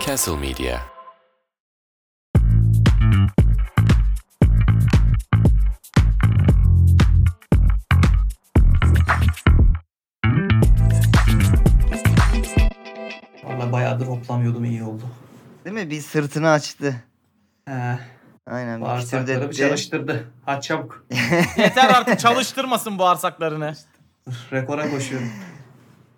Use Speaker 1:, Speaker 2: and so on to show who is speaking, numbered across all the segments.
Speaker 1: Castle Media.
Speaker 2: Valla bayağıdır hoplamıyordum iyi oldu.
Speaker 3: Değil mi? Bir sırtını açtı.
Speaker 2: He,
Speaker 3: Aynen. bir
Speaker 2: bağırsakları bir
Speaker 3: kütürdetti.
Speaker 2: çalıştırdı. Ha çabuk.
Speaker 4: Yeter artık çalıştırmasın bu arsaklarını.
Speaker 2: Rekora koşuyorum.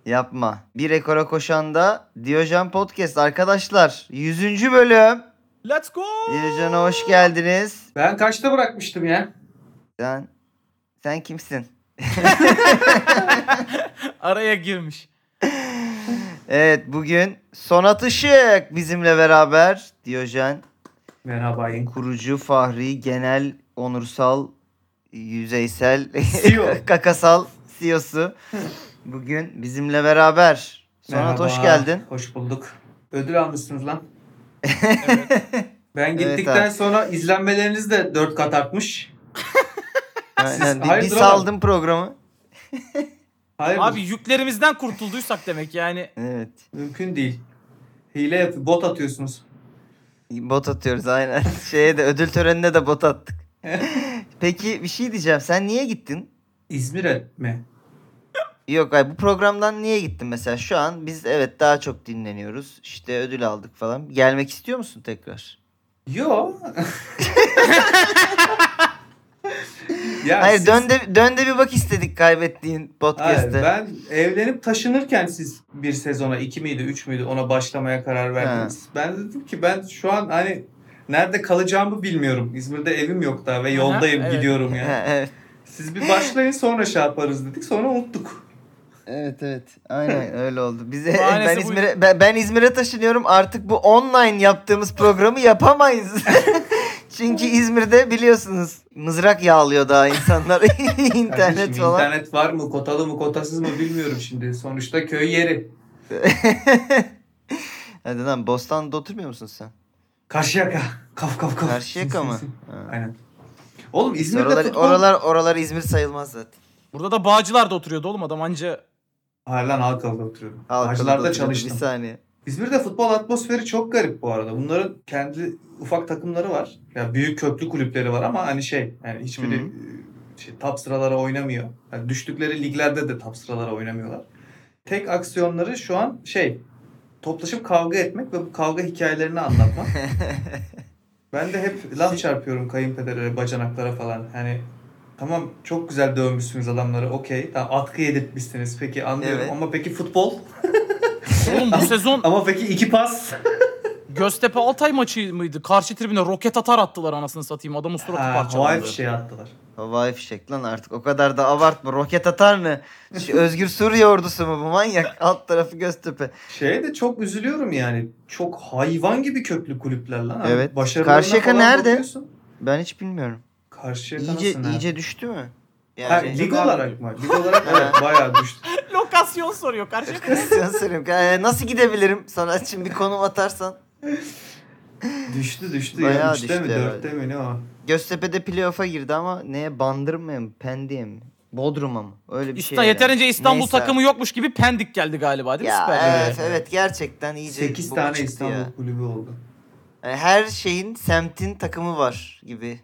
Speaker 3: Yapma. Bir rekora koşanda Diyojen Podcast arkadaşlar. 100. bölüm.
Speaker 4: Let's go.
Speaker 3: Diyojen'e hoş geldiniz.
Speaker 2: Ben kaçta bırakmıştım ya?
Speaker 3: Sen, sen kimsin?
Speaker 4: Araya girmiş.
Speaker 3: Evet bugün Sonat Işık bizimle beraber. Diyojen
Speaker 2: Merhaba Yink.
Speaker 3: kurucu, fahri, genel, onursal, yüzeysel,
Speaker 2: CEO.
Speaker 3: kakasal CEO'su. Bugün bizimle beraber. Sonat hoş geldin.
Speaker 2: Hoş bulduk. Ödül almışsınız lan.
Speaker 4: Evet.
Speaker 2: Ben
Speaker 3: Evet
Speaker 2: gittikten
Speaker 3: abi.
Speaker 2: sonra izlenmeleriniz de 4 kat artmış.
Speaker 3: Aynen. Bir, bir
Speaker 2: hayırdır
Speaker 3: saldım programı.
Speaker 2: Hayır
Speaker 4: Abi
Speaker 2: Abi.
Speaker 4: yüklerimizden kurtulduysak demek yani.
Speaker 3: Evet.
Speaker 2: mümkün değil. Hile yap, bot atıyorsunuz.
Speaker 3: Bot atıyoruz aynen. Şeye de ödül törenine de bot attık. Peki bir şey diyeceğim. Sen niye gittin?
Speaker 2: İzmir'e mi?
Speaker 3: Yok ay bu programdan niye gittin mesela? Şu an biz evet daha çok dinleniyoruz. İşte ödül aldık falan. Gelmek istiyor musun tekrar?
Speaker 2: Yo. ya
Speaker 3: Hayır
Speaker 2: siz-
Speaker 3: dön de dön de bir bak istedik kaybettiğin
Speaker 2: Hayır,
Speaker 3: podcast'te.
Speaker 2: ben evlenip taşınırken siz bir sezona iki miydi üç müydü ona başlamaya karar verdiniz. Ben dedim ki ben şu an hani nerede kalacağımı bilmiyorum. İzmir'de evim yok daha ve yoldayım
Speaker 4: evet.
Speaker 2: gidiyorum ya.
Speaker 3: Ha, evet.
Speaker 2: Siz bir başlayın sonra şey yaparız dedik sonra unuttuk.
Speaker 3: Evet evet. Aynen öyle oldu. Bize
Speaker 4: Bahanesi
Speaker 3: ben
Speaker 4: buydu.
Speaker 3: İzmir'e ben, ben İzmir'e taşınıyorum. Artık bu online yaptığımız programı yapamayız. Çünkü İzmir'de biliyorsunuz mızrak yağlıyor daha insanlar.
Speaker 2: Kardeşim,
Speaker 3: internet falan.
Speaker 2: internet var mı kotalı mı kotasız mı bilmiyorum şimdi. Sonuçta köy yeri.
Speaker 3: Hadi lan Bostan'da oturmuyor musun sen?
Speaker 2: Karşıyaka. Kaf kaf kaf.
Speaker 3: Karşıyaka mı? Ha.
Speaker 2: Aynen. Oğlum İzmir'de
Speaker 3: Oralar,
Speaker 2: futbol...
Speaker 3: oralar, oralar İzmir sayılmaz zaten.
Speaker 4: Burada da bağcılar da oturuyordu oğlum adam anca.
Speaker 2: Hayır lan Halkalı'da oturuyorum.
Speaker 3: Halkalı'da
Speaker 2: Hacılar'da
Speaker 3: oturuyordu,
Speaker 2: çalıştım.
Speaker 3: Bir saniye.
Speaker 2: İzmir'de futbol atmosferi çok garip bu arada. Bunların kendi ufak takımları var. Ya büyük köklü kulüpleri var ama hani şey yani hiçbiri
Speaker 3: Hı hı.
Speaker 2: e, şey, top sıralara oynamıyor. Yani düştükleri liglerde de top sıralara oynamıyorlar. Tek aksiyonları şu an şey toplaşıp kavga etmek ve bu kavga hikayelerini anlatmak. ben de hep laf çarpıyorum kayınpederlere, bacanaklara falan. Hani tamam çok güzel dövmüşsünüz adamları okey. Tamam, atkı yedirtmişsiniz peki anlıyorum
Speaker 3: Evet.
Speaker 2: ama peki futbol?
Speaker 4: Oğlum bu sezon
Speaker 2: Ama peki iki pas?
Speaker 4: Göztepe Altay maçı mıydı? Karşı tribüne roket atar attılar anasını satayım. Adamın suratı
Speaker 2: Ha, havai
Speaker 4: parçalandı.
Speaker 2: fişeği attılar.
Speaker 3: Havai fişek lan artık o kadar da abartma. Roket atar mı? Şu Özgür Suriye ordusu mu bu manyak? Alt tarafı Göztepe.
Speaker 2: Şeye de çok üzülüyorum yani. Çok hayvan gibi köklü kulüpler lan. Abi.
Speaker 3: Evet.
Speaker 2: Başarılarına
Speaker 3: Karşıyaka
Speaker 2: falan
Speaker 3: nerede?
Speaker 2: bakıyorsun.
Speaker 3: Ben hiç bilmiyorum.
Speaker 2: Karşıyaka
Speaker 3: İyice,
Speaker 2: nasıl nerede?
Speaker 3: iyice düştü mü?
Speaker 2: Ha, lig olarak mı? Lig olarak evet bayağı düştü.
Speaker 4: Lokasyon soruyor karşı.
Speaker 3: Sana söyleyeyim. Ee, Nasıl gidebilirim sana? Şimdi bir konum atarsan.
Speaker 2: Düştü düştü.
Speaker 3: Bayağı
Speaker 2: ya, üçte
Speaker 3: düştü
Speaker 2: mi
Speaker 3: herhalde.
Speaker 2: dörtte mi ne o?
Speaker 3: Göztepe'de playoff'a girdi ama neye? Bandırma'ya mı? Pendik'e mi? Bodrum'a mı? Öyle bir şey.
Speaker 4: İsta, yeterince İstanbul
Speaker 3: Neyse.
Speaker 4: takımı yokmuş gibi Pendik geldi galiba değil mi?
Speaker 3: Ya
Speaker 4: Süper Lig'e?
Speaker 3: evet, evet gerçekten iyice
Speaker 2: 8
Speaker 3: boku
Speaker 2: tane
Speaker 3: çıktı
Speaker 2: İstanbul
Speaker 3: ya.
Speaker 2: kulübü oldu.
Speaker 3: Yani her şeyin semtin takımı var gibi.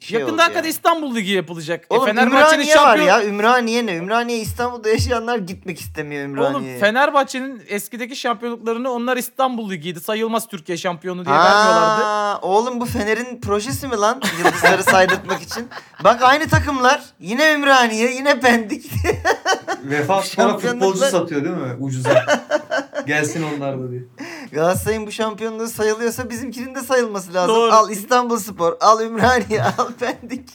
Speaker 3: bir şey oldu
Speaker 4: Yakında hakikaten
Speaker 3: yani.
Speaker 4: İstanbul Ligi yapılacak. E,
Speaker 3: Oğlum
Speaker 4: Fenerbahçe'nin
Speaker 3: Ümraniye var
Speaker 4: şampiyon...
Speaker 3: ya. Ümraniye ne? Ümraniye İstanbul'da yaşayanlar gitmek istemiyor Ümraniye'ye.
Speaker 4: Oğlum Fenerbahçe'nin eskideki şampiyonluklarını onlar İstanbul Ligi'ydi. Sayılmaz Türkiye şampiyonu diye vermiyorlardı.
Speaker 3: Ha, oğlum bu Fener'in projesi mi lan? Yıldızları saydırtmak için. Bak aynı takımlar. Yine Ümraniye, yine Pendik.
Speaker 2: Vefa sonra
Speaker 3: Şampiyonluklar-
Speaker 2: futbolcu satıyor değil mi? Ucuza. Gelsin onlar da diye.
Speaker 3: Galatasaray'ın bu şampiyonluğu sayılıyorsa bizimkinin de sayılması lazım.
Speaker 4: Doğru.
Speaker 3: Al İstanbul Spor, al Ümraniye, al Pendik.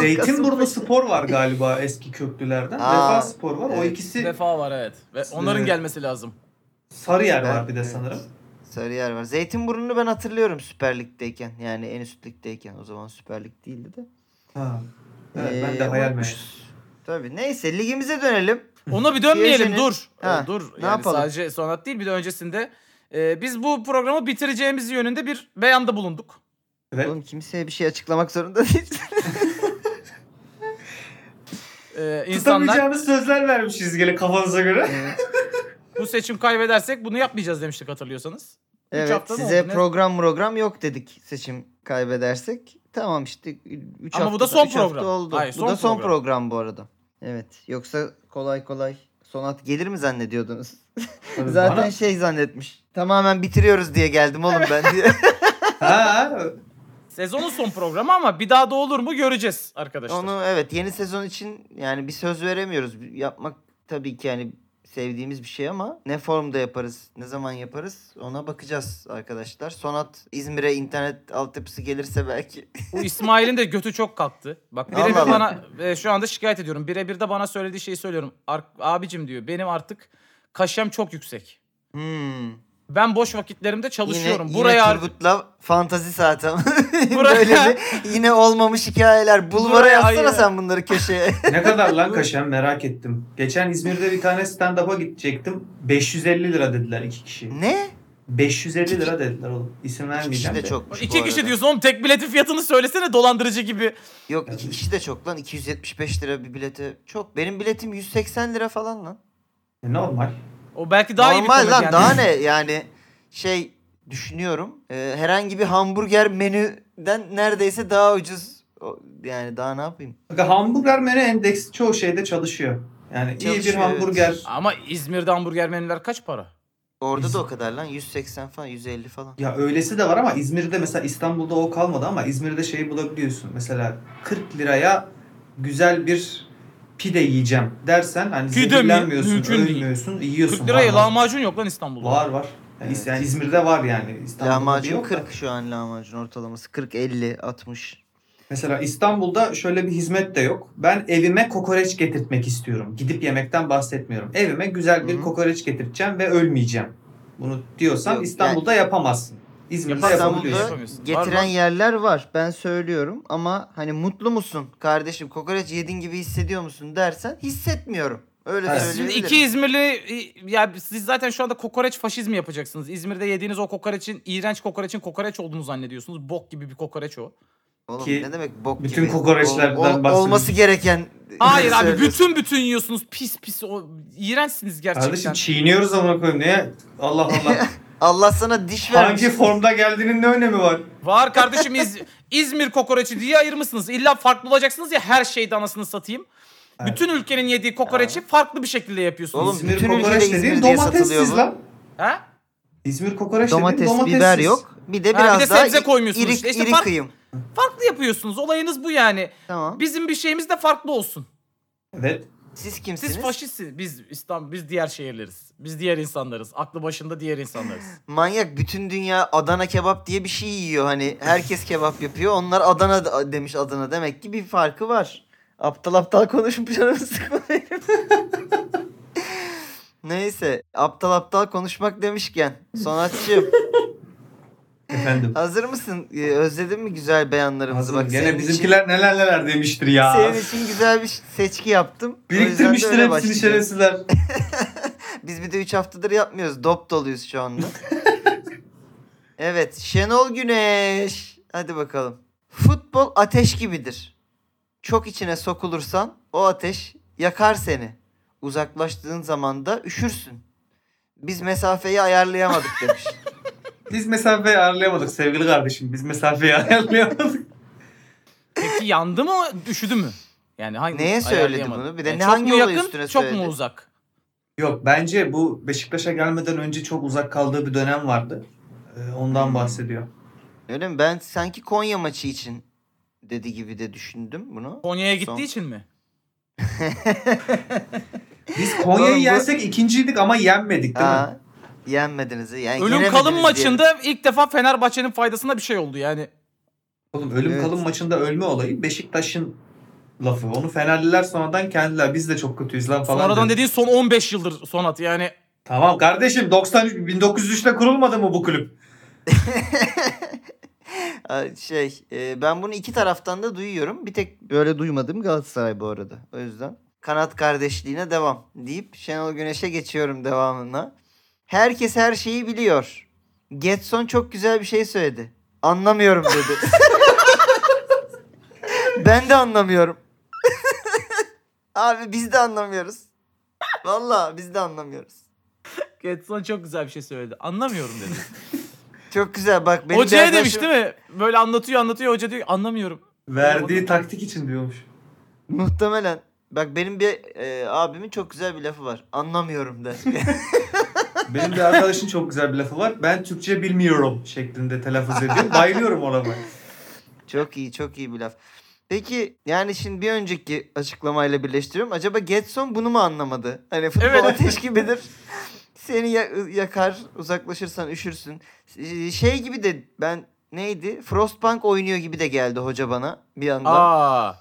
Speaker 2: Zeytinburnu Spor var galiba eski köklülerden.
Speaker 3: Aa,
Speaker 2: Vefa Spor var. O
Speaker 3: evet.
Speaker 2: ikisi
Speaker 4: Vefa var evet. Ve onların
Speaker 2: Evet.
Speaker 4: gelmesi lazım.
Speaker 2: Sarıyer
Speaker 3: Ben-
Speaker 2: var bir de
Speaker 3: evet.
Speaker 2: sanırım.
Speaker 3: Sarıyer var. Zeytinburnu'nu ben hatırlıyorum Süper Lig'deyken. Yani en üst ligdeyken. O zaman Süper Lig değildi de.
Speaker 2: Ha. Evet, ben
Speaker 3: Ee,
Speaker 2: de hayal meyal.
Speaker 3: unutmuşuz. Tabii. Neyse ligimize dönelim.
Speaker 4: Ona bir dönmeyelim
Speaker 3: Diyeşenin-
Speaker 4: dur. Ee,
Speaker 3: Ha,
Speaker 4: dur.
Speaker 3: ne
Speaker 4: yani
Speaker 3: yapalım?
Speaker 4: Sadece sonat değil bir de öncesinde. e, biz bu programı bitireceğimiz yönünde bir beyanda bulunduk.
Speaker 2: Evet.
Speaker 3: Oğlum kimseye bir şey açıklamak zorunda değil.
Speaker 4: Ee, insanlar E,
Speaker 2: Tutamayacağınız sözler vermişiz gene kafanıza göre.
Speaker 4: Bu seçim kaybedersek bunu yapmayacağız demiştik hatırlıyorsanız. Üç
Speaker 3: Evet
Speaker 4: hafta ne
Speaker 3: size
Speaker 4: oldu, ne?
Speaker 3: program program yok dedik seçim kaybedersek. Tamam işte 3
Speaker 4: Ama bu da son program.
Speaker 3: oldu.
Speaker 4: Hayır,
Speaker 3: bu
Speaker 4: son
Speaker 3: da son
Speaker 4: program.
Speaker 3: program. bu arada. Evet yoksa kolay kolay sonat gelir mi zannediyordunuz?
Speaker 2: Tabii
Speaker 3: Zaten
Speaker 2: bana-
Speaker 3: şey zannetmiş. Tamamen bitiriyoruz diye geldim oğlum ben diye. şey-
Speaker 2: Ha,
Speaker 4: Sezonun son programı ama bir daha da olur mu göreceğiz arkadaşlar.
Speaker 3: Onu evet yeni sezon için yani bir söz veremiyoruz. Yapmak tabii ki yani sevdiğimiz bir şey ama ne formda yaparız, ne zaman yaparız ona bakacağız arkadaşlar. Sonat İzmir'e internet altyapısı gelirse belki.
Speaker 4: Bu İsmail'in de götü çok kalktı. Bak birebir
Speaker 3: Allah Allah.
Speaker 4: bana e, şu anda şikayet ediyorum. Birebir de bana söylediği şeyi söylüyorum. Ar- abicim diyor benim artık kaşem çok yüksek.
Speaker 3: Hmm.
Speaker 4: Ben boş vakitlerimde çalışıyorum.
Speaker 3: Yine,
Speaker 4: Buraya
Speaker 3: yine Turgut'la fantazi saat ama.
Speaker 4: Buraya-
Speaker 3: Böyle bir yine olmamış hikayeler. Bulvara
Speaker 4: Buraya
Speaker 3: yazsana
Speaker 4: ayı-
Speaker 3: sen bunları köşeye.
Speaker 2: ne kadar lan kaşem merak ettim. Geçen İzmir'de bir tane stand-up'a gidecektim. 550 lira dediler iki kişi.
Speaker 3: ne?
Speaker 2: 550 lira dediler oğlum. İsim
Speaker 3: İki
Speaker 2: vermeyeceğim
Speaker 3: kişi de
Speaker 2: de.
Speaker 3: çok.
Speaker 4: iki kişi diyorsun oğlum tek biletin fiyatını söylesene dolandırıcı gibi.
Speaker 3: Yok iki kişi de çok lan. 275 lira bir bilete çok. Benim biletim 180 lira falan lan.
Speaker 2: E, Normal.
Speaker 4: O belki daha iyi bir
Speaker 3: Normal
Speaker 4: komedi
Speaker 3: lan
Speaker 4: yani.
Speaker 3: daha ne yani şey düşünüyorum e, herhangi bir hamburger menüden neredeyse daha ucuz O- yani daha ne yapayım?
Speaker 2: Bakın hamburger menü endeksi çoğu şeyde çalışıyor. Yani iyi bir
Speaker 3: Çalışıyor,
Speaker 2: hamburger.
Speaker 4: Ama İzmir'de hamburger menüler kaç para?
Speaker 3: Orada
Speaker 2: Biz-
Speaker 3: da o kadar lan 180 falan 150 falan.
Speaker 2: Ya öylesi de var ama İzmir'de mesela İstanbul'da o kalmadı ama İzmir'de şeyi bulabiliyorsun. Mesela 40 liraya güzel bir pide yiyeceğim dersen hani
Speaker 4: Pide mi?
Speaker 2: zehirlenmiyorsun,
Speaker 4: Mümkün değil.
Speaker 2: ölmüyorsun, yiyorsun.
Speaker 4: 40 liraya
Speaker 2: var, var.
Speaker 4: lahmacun yok lan İstanbul'da.
Speaker 2: Var var. Yani
Speaker 3: Evet.
Speaker 2: yani İzmir'de var yani. İstanbul'da bir
Speaker 3: Lahmacun
Speaker 2: yok da.
Speaker 3: 40 şu an lahmacun ortalaması 40 50 60.
Speaker 2: Mesela İstanbul'da şöyle bir hizmet de yok. Ben evime kokoreç getirtmek istiyorum. Gidip yemekten bahsetmiyorum. Evime güzel bir
Speaker 3: Hı hı.
Speaker 2: kokoreç getirteceğim ve ölmeyeceğim. Bunu diyorsan
Speaker 3: Yok,
Speaker 2: İstanbul'da yapamazsın. İzmir'de
Speaker 4: Yapamazsın.
Speaker 2: yapabiliyorsun.
Speaker 3: İstanbul'da
Speaker 4: Yapamıyorsun. Var
Speaker 3: getiren
Speaker 4: lan.
Speaker 3: yerler var ben söylüyorum ama hani mutlu musun kardeşim kokoreç yedin gibi hissediyor musun dersen hissetmiyorum. Öyle
Speaker 2: Evet.
Speaker 3: söyleyebilirim.
Speaker 4: Şimdi iki İzmirli e, ya siz zaten şu anda kokoreç faşizmi yapacaksınız. İzmir'de yediğiniz o kokoreçin iğrenç kokoreçin kokoreç olduğunu zannediyorsunuz. Bok gibi bir kokoreç o.
Speaker 3: Oğlum
Speaker 2: Ki
Speaker 3: ne demek bok
Speaker 2: bütün
Speaker 3: gibi.
Speaker 2: kokoreçlerden
Speaker 3: Ol- ol- Olması
Speaker 2: bahsediyorsun.
Speaker 3: gereken
Speaker 4: Hayır abi
Speaker 3: söylüyorsun.
Speaker 4: bütün bütün yiyorsunuz. Pis pis o iğrençsiniz gerçekten.
Speaker 2: Kardeşim çiğniyoruz ama koyayım. Neye? Allah Allah.
Speaker 3: Allah sana diş vermiş.
Speaker 2: Hangi formda geldiğinin ne önemi var?
Speaker 4: Var kardeşim İz- İzmir kokoreçi diye ayırmışsınız. İlla farklı olacaksınız ya her şeyde anasını satayım.
Speaker 2: Evet.
Speaker 4: Bütün ülkenin yediği kokoreçi farklı bir şekilde yapıyorsunuz.
Speaker 3: Oğlum,
Speaker 2: İzmir
Speaker 3: bütün
Speaker 2: kokoreç
Speaker 3: ülkede
Speaker 2: dediğin
Speaker 3: İzmir diye satılıyor
Speaker 2: domatessiz
Speaker 3: bu.
Speaker 2: lan.
Speaker 4: Ha?
Speaker 2: İzmir kokoreç
Speaker 3: Domates,
Speaker 2: dediğin domatessiz.
Speaker 3: biber yok. Bir de
Speaker 4: Ha, bir
Speaker 3: biraz
Speaker 4: de
Speaker 3: daha
Speaker 4: sebze
Speaker 3: i-
Speaker 4: koymuyorsunuz
Speaker 3: iri,
Speaker 4: işte. İşte
Speaker 3: iri
Speaker 4: fark-
Speaker 3: kıyım.
Speaker 4: Farklı yapıyorsunuz. Olayınız bu yani.
Speaker 3: Tamam.
Speaker 4: Bizim bir şeyimiz de farklı olsun.
Speaker 2: Evet.
Speaker 3: Siz
Speaker 4: Siz
Speaker 3: kimsiniz?
Speaker 4: faşistsiniz. Biz İstanbul, biz diğer şehirleriz. Biz diğer insanlarız. Aklı başında diğer insanlarız.
Speaker 3: Manyak bütün dünya Adana kebap diye bir şey yiyor hani. Herkes kebap yapıyor. Onlar Adana da- demiş Adana. Demek ki bir farkı var. Aptal aptal konuşup canımı sıkma benim. Neyse aptal aptal konuşmak demişken Sonatçığım
Speaker 2: Efendim.
Speaker 3: hazır mısın? Ee, Özledin mi güzel beyanlarımızı?
Speaker 2: Hazır.
Speaker 3: senin
Speaker 2: Gene
Speaker 3: için-
Speaker 2: bizimkiler neler neler demiştir ya.
Speaker 3: Senin için güzel bir seçki yaptım. O yüzden de
Speaker 2: Biriktirmiştir
Speaker 3: öyle
Speaker 2: hepsini
Speaker 3: başlayacağız.
Speaker 2: şerefsizler.
Speaker 3: Biz bir de 3 haftadır yapmıyoruz. Dop doluyuz şu anda. evet. Şenol Güneş. Hadi bakalım. Futbol ateş gibidir. Çok içine sokulursan o ateş yakar seni. Uzaklaştığın zaman da üşürsün. Biz mesafeyi ayarlayamadık demiş.
Speaker 2: Biz mesafeyi ayarlayamadık sevgili kardeşim. Biz mesafeyi ayarlayamadık.
Speaker 4: Peki yandı mı, üşüdü mü? Yani hangi
Speaker 3: Neye söyledi
Speaker 4: ayarlayamadım.
Speaker 3: bunu? Bir de ne-
Speaker 4: çok
Speaker 3: hangi
Speaker 4: mu
Speaker 3: olay
Speaker 4: yakın,
Speaker 3: üstüne
Speaker 4: çok
Speaker 3: söyledi?
Speaker 4: mu uzak?
Speaker 2: Yok bence bu Beşiktaş'a gelmeden önce çok uzak kaldığı bir dönem vardı. Ee, Ondan
Speaker 3: Hmm.
Speaker 2: bahsediyor.
Speaker 3: Öyle mi? Ben sanki Konya maçı için dedi gibi de düşündüm bunu.
Speaker 4: Konya'ya gittiği
Speaker 3: Son-
Speaker 4: için mi?
Speaker 2: Biz
Speaker 3: Oğlum
Speaker 2: Konya'yı
Speaker 3: bu-
Speaker 2: yensek ikinciydik ama yenmedik değil mi?
Speaker 3: Aa, yenmediniz. Yani
Speaker 4: Ölüm
Speaker 3: yenemediniz
Speaker 4: kalım
Speaker 3: diyelim.
Speaker 4: maçında ilk defa Fenerbahçe'nin faydasına bir şey oldu yani.
Speaker 2: Oğlum ölüm
Speaker 3: Evet.
Speaker 2: kalım maçında ölme olayı Beşiktaş'ın lafı. Onu Fenerliler sonradan kendiler biz de çok kötüyüz lan falan.
Speaker 4: Sonradan
Speaker 2: dedi.
Speaker 4: dediğin son 15 yıldır Sonat yani.
Speaker 2: Tamam kardeşim 93 1903'te kurulmadı mı bu kulüp?
Speaker 3: Ay, şey e, ben bunu iki taraftan da duyuyorum. Bir tek böyle duymadım Galatasaray bu arada. O yüzden kanat kardeşliğine devam deyip Şenol Güneş'e geçiyorum devamına. Herkes her şeyi biliyor. Getson çok güzel bir şey söyledi. Anlamıyorum dedi. ben de anlamıyorum. Abi biz de anlamıyoruz. Valla biz de anlamıyoruz.
Speaker 4: Getson çok güzel bir şey söyledi. Anlamıyorum dedi.
Speaker 3: Çok güzel bak. Benim
Speaker 4: Hocaya
Speaker 3: bir
Speaker 4: demiş
Speaker 3: arkadaşım-
Speaker 4: değil mi? Böyle anlatıyor anlatıyor hoca diyor ki, anlamıyorum.
Speaker 2: Verdiği taktik için diyormuş.
Speaker 3: Muhtemelen. Bak benim bir e, abimin çok güzel bir lafı var. Anlamıyorum der.
Speaker 2: Benim bir arkadaşın çok güzel bir lafı var. Ben Türkçe bilmiyorum şeklinde telaffuz ediyor. Bayılıyorum ona bak.
Speaker 3: çok iyi çok iyi bir laf. Peki yani şimdi bir önceki açıklamayla birleştiriyorum. Acaba Getson bunu mu anlamadı? Hani futbol
Speaker 4: Evet.
Speaker 3: ateş gibidir. Seni ya- yakar, uzaklaşırsan üşürsün. Ee, Şey gibi de ben neydi? Frostpunk oynuyor gibi de geldi hoca bana bir yandan.
Speaker 4: Aa.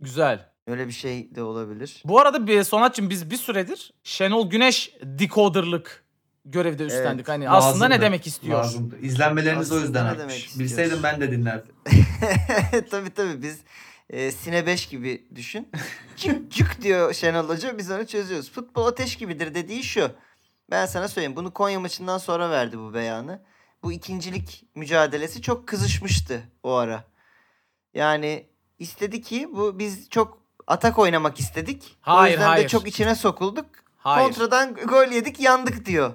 Speaker 4: Güzel.
Speaker 3: Öyle bir şey de olabilir.
Speaker 4: Bu arada bir Sonatçım biz bir süredir Şenol Güneş decoder'lık görevde üstlendik. Hani aslında ne
Speaker 2: Lazımdı.
Speaker 4: demek istiyor?
Speaker 2: Lazımdı. İzlenmeleriniz o
Speaker 3: Aslında
Speaker 2: yüzden
Speaker 3: ne
Speaker 2: artmış.
Speaker 3: demek
Speaker 2: Bilseydim
Speaker 3: istiyorsun?
Speaker 2: ben de dinlerdim.
Speaker 3: tabii tabii biz e, Sine 5 gibi düşün. Cık cık diyor Şenol Hoca biz onu çözüyoruz. Futbol ateş gibidir dediği şu. Ben sana söyleyeyim bunu Konya maçından sonra verdi bu beyanı. Bu ikincilik mücadelesi çok kızışmıştı o ara. Yani istedi ki bu biz çok atak oynamak istedik. o
Speaker 4: Hayır,
Speaker 3: yüzden de
Speaker 4: hayır.
Speaker 3: çok içine sokulduk.
Speaker 4: Hayır.
Speaker 3: Kontradan gol yedik yandık diyor.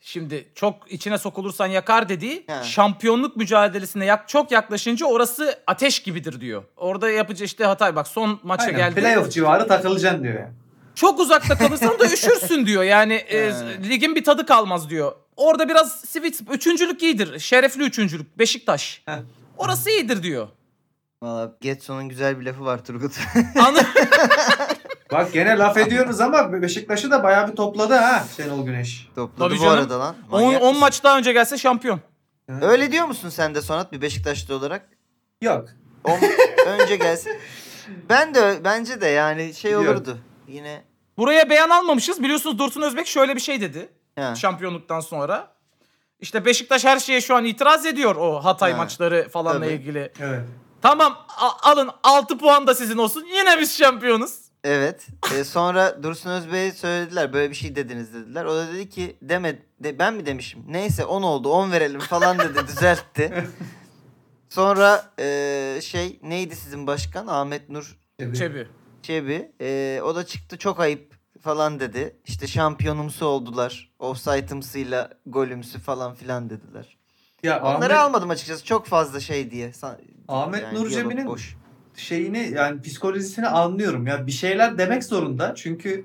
Speaker 4: Şimdi çok içine sokulursan yakar dediği
Speaker 3: He.
Speaker 4: şampiyonluk mücadelesine yak, çok yaklaşınca orası ateş gibidir diyor. Orada yapıcı işte Hatay bak son maça
Speaker 2: Aynen.
Speaker 4: geldi.
Speaker 2: Playoff civarı takılacaksın diyor yani.
Speaker 4: Çok uzakta kalırsan da üşürsün diyor. Yani e,
Speaker 3: He.
Speaker 4: ligin bir tadı kalmaz diyor. Orada biraz switch üçüncülük iyidir. Şerefli üçüncülük Beşiktaş.
Speaker 2: He.
Speaker 4: Orası iyidir diyor.
Speaker 3: Valla Getson'un güzel bir lafı var Turgut.
Speaker 4: Anladın
Speaker 2: Bak gene laf ediyoruz ama Beşiktaş'ı da bayağı bir topladı ha Şenol Güneş.
Speaker 3: Topladı
Speaker 4: Tabii
Speaker 3: bu
Speaker 4: canım.
Speaker 3: arada lan.
Speaker 4: 10
Speaker 3: Manyak mısın?
Speaker 4: maç daha önce gelse şampiyon.
Speaker 3: Öyle diyor musun sen de Sonat bir Beşiktaşlı olarak?
Speaker 2: Yok.
Speaker 3: On, önce gelsin. Ben de ö- bence de yani şey
Speaker 2: Biliyorum.
Speaker 3: olurdu. Yine
Speaker 4: Buraya beyan almamışız. Biliyorsunuz Dursun Özbek şöyle bir şey dedi.
Speaker 3: ha.
Speaker 4: Şampiyonluktan sonra. İşte Beşiktaş her şeye şu an itiraz ediyor o Hatay
Speaker 3: He.
Speaker 4: maçları falanla
Speaker 3: Tabii.
Speaker 4: ilgili.
Speaker 2: Evet.
Speaker 4: Tamam a- alın 6 puan da sizin olsun. Yine biz şampiyonuz.
Speaker 3: Evet. E, sonra Dursun Özbey'e söylediler böyle bir şey dediniz dediler. O da dedi ki deme de, ben mi demişim? Neyse 10 oldu 10 verelim falan dedi düzeltti. Sonra e, şey neydi sizin başkan Ahmet Nur
Speaker 4: Çebi.
Speaker 3: Çebi. Ee, o da çıktı çok ayıp falan dedi. İşte şampiyonumsu oldular. Offside'ımsıyla golümsü falan filan dediler.
Speaker 2: Ya
Speaker 3: Onları
Speaker 2: Ahmet,
Speaker 3: almadım açıkçası. Çok fazla şey diye. Sa-
Speaker 2: Ahmet
Speaker 3: yani
Speaker 2: Nur
Speaker 3: diyalog
Speaker 2: Cem'inin
Speaker 3: boş.
Speaker 2: şeyini yani psikolojisini anlıyorum. Ya bir şeyler demek zorunda. Çünkü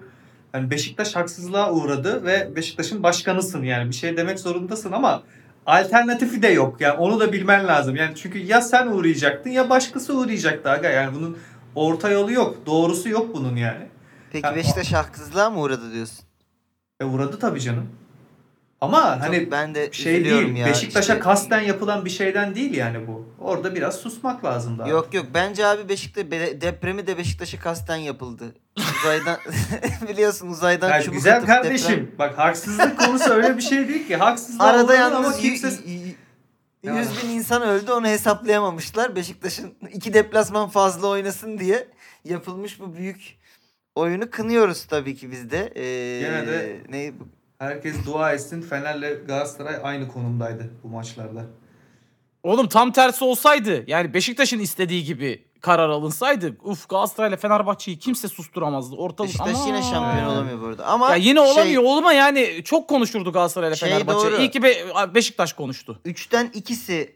Speaker 2: hani Beşiktaş haksızlığa uğradı ve Beşiktaş'ın başkanısın yani. Bir şey demek zorundasın ama alternatifi de yok. Yani onu da bilmen lazım. Yani çünkü ya sen uğrayacaktın ya başkası uğrayacaktı aga. Yani bunun orta yolu yok. Doğrusu yok bunun yani.
Speaker 3: Peki
Speaker 2: Ya-
Speaker 3: Beşiktaş haksızlığa mı uğradı diyorsun?
Speaker 2: E uğradı tabii canım. Ama hani
Speaker 3: Çok ben de
Speaker 2: şey
Speaker 3: üzülüyorum
Speaker 2: değil.
Speaker 3: ya.
Speaker 2: Beşiktaş'a
Speaker 3: İşte-
Speaker 2: kasten yapılan bir şeyden değil yani bu. Orada biraz susmak lazım daha.
Speaker 3: Yok yok bence abi Beşiktaş be- depremi de Beşiktaş'a kasten yapıldı. Uzaydan biliyorsun uzaydan
Speaker 2: Yani
Speaker 3: çubuk
Speaker 2: güzel
Speaker 3: atıp deprem-
Speaker 2: kardeşim. Bak haksızlık konusu öyle bir şey değil ki. Haksızlık
Speaker 3: Arada
Speaker 2: ama
Speaker 3: yalnız
Speaker 2: kimse...
Speaker 3: 100
Speaker 2: Ya.
Speaker 3: bin insan öldü onu hesaplayamamışlar. Beşiktaş'ın iki deplasman fazla oynasın diye yapılmış bu büyük oyunu kınıyoruz tabii ki biz de. Ee,
Speaker 2: Gene de-
Speaker 3: ne,
Speaker 2: Herkes dua etsin. Fener'le Galatasaray aynı konumdaydı bu maçlarda.
Speaker 4: Oğlum tam tersi olsaydı yani Beşiktaş'ın istediği gibi karar alınsaydı uf Galatasaray'la Fenerbahçe'yi kimse susturamazdı. Ortalık
Speaker 3: Beşiktaş
Speaker 4: Aman.
Speaker 3: yine şampiyon
Speaker 2: Aynen.
Speaker 3: olamıyor bu arada. Ama
Speaker 4: Ya yine
Speaker 3: şey,
Speaker 4: olamıyor olma yani çok konuşurdu Galatasaray'la
Speaker 3: Şey
Speaker 4: Fenerbahçe.
Speaker 3: doğru.
Speaker 4: İyi ki Be- Beşiktaş konuştu.
Speaker 3: Üçten ikisi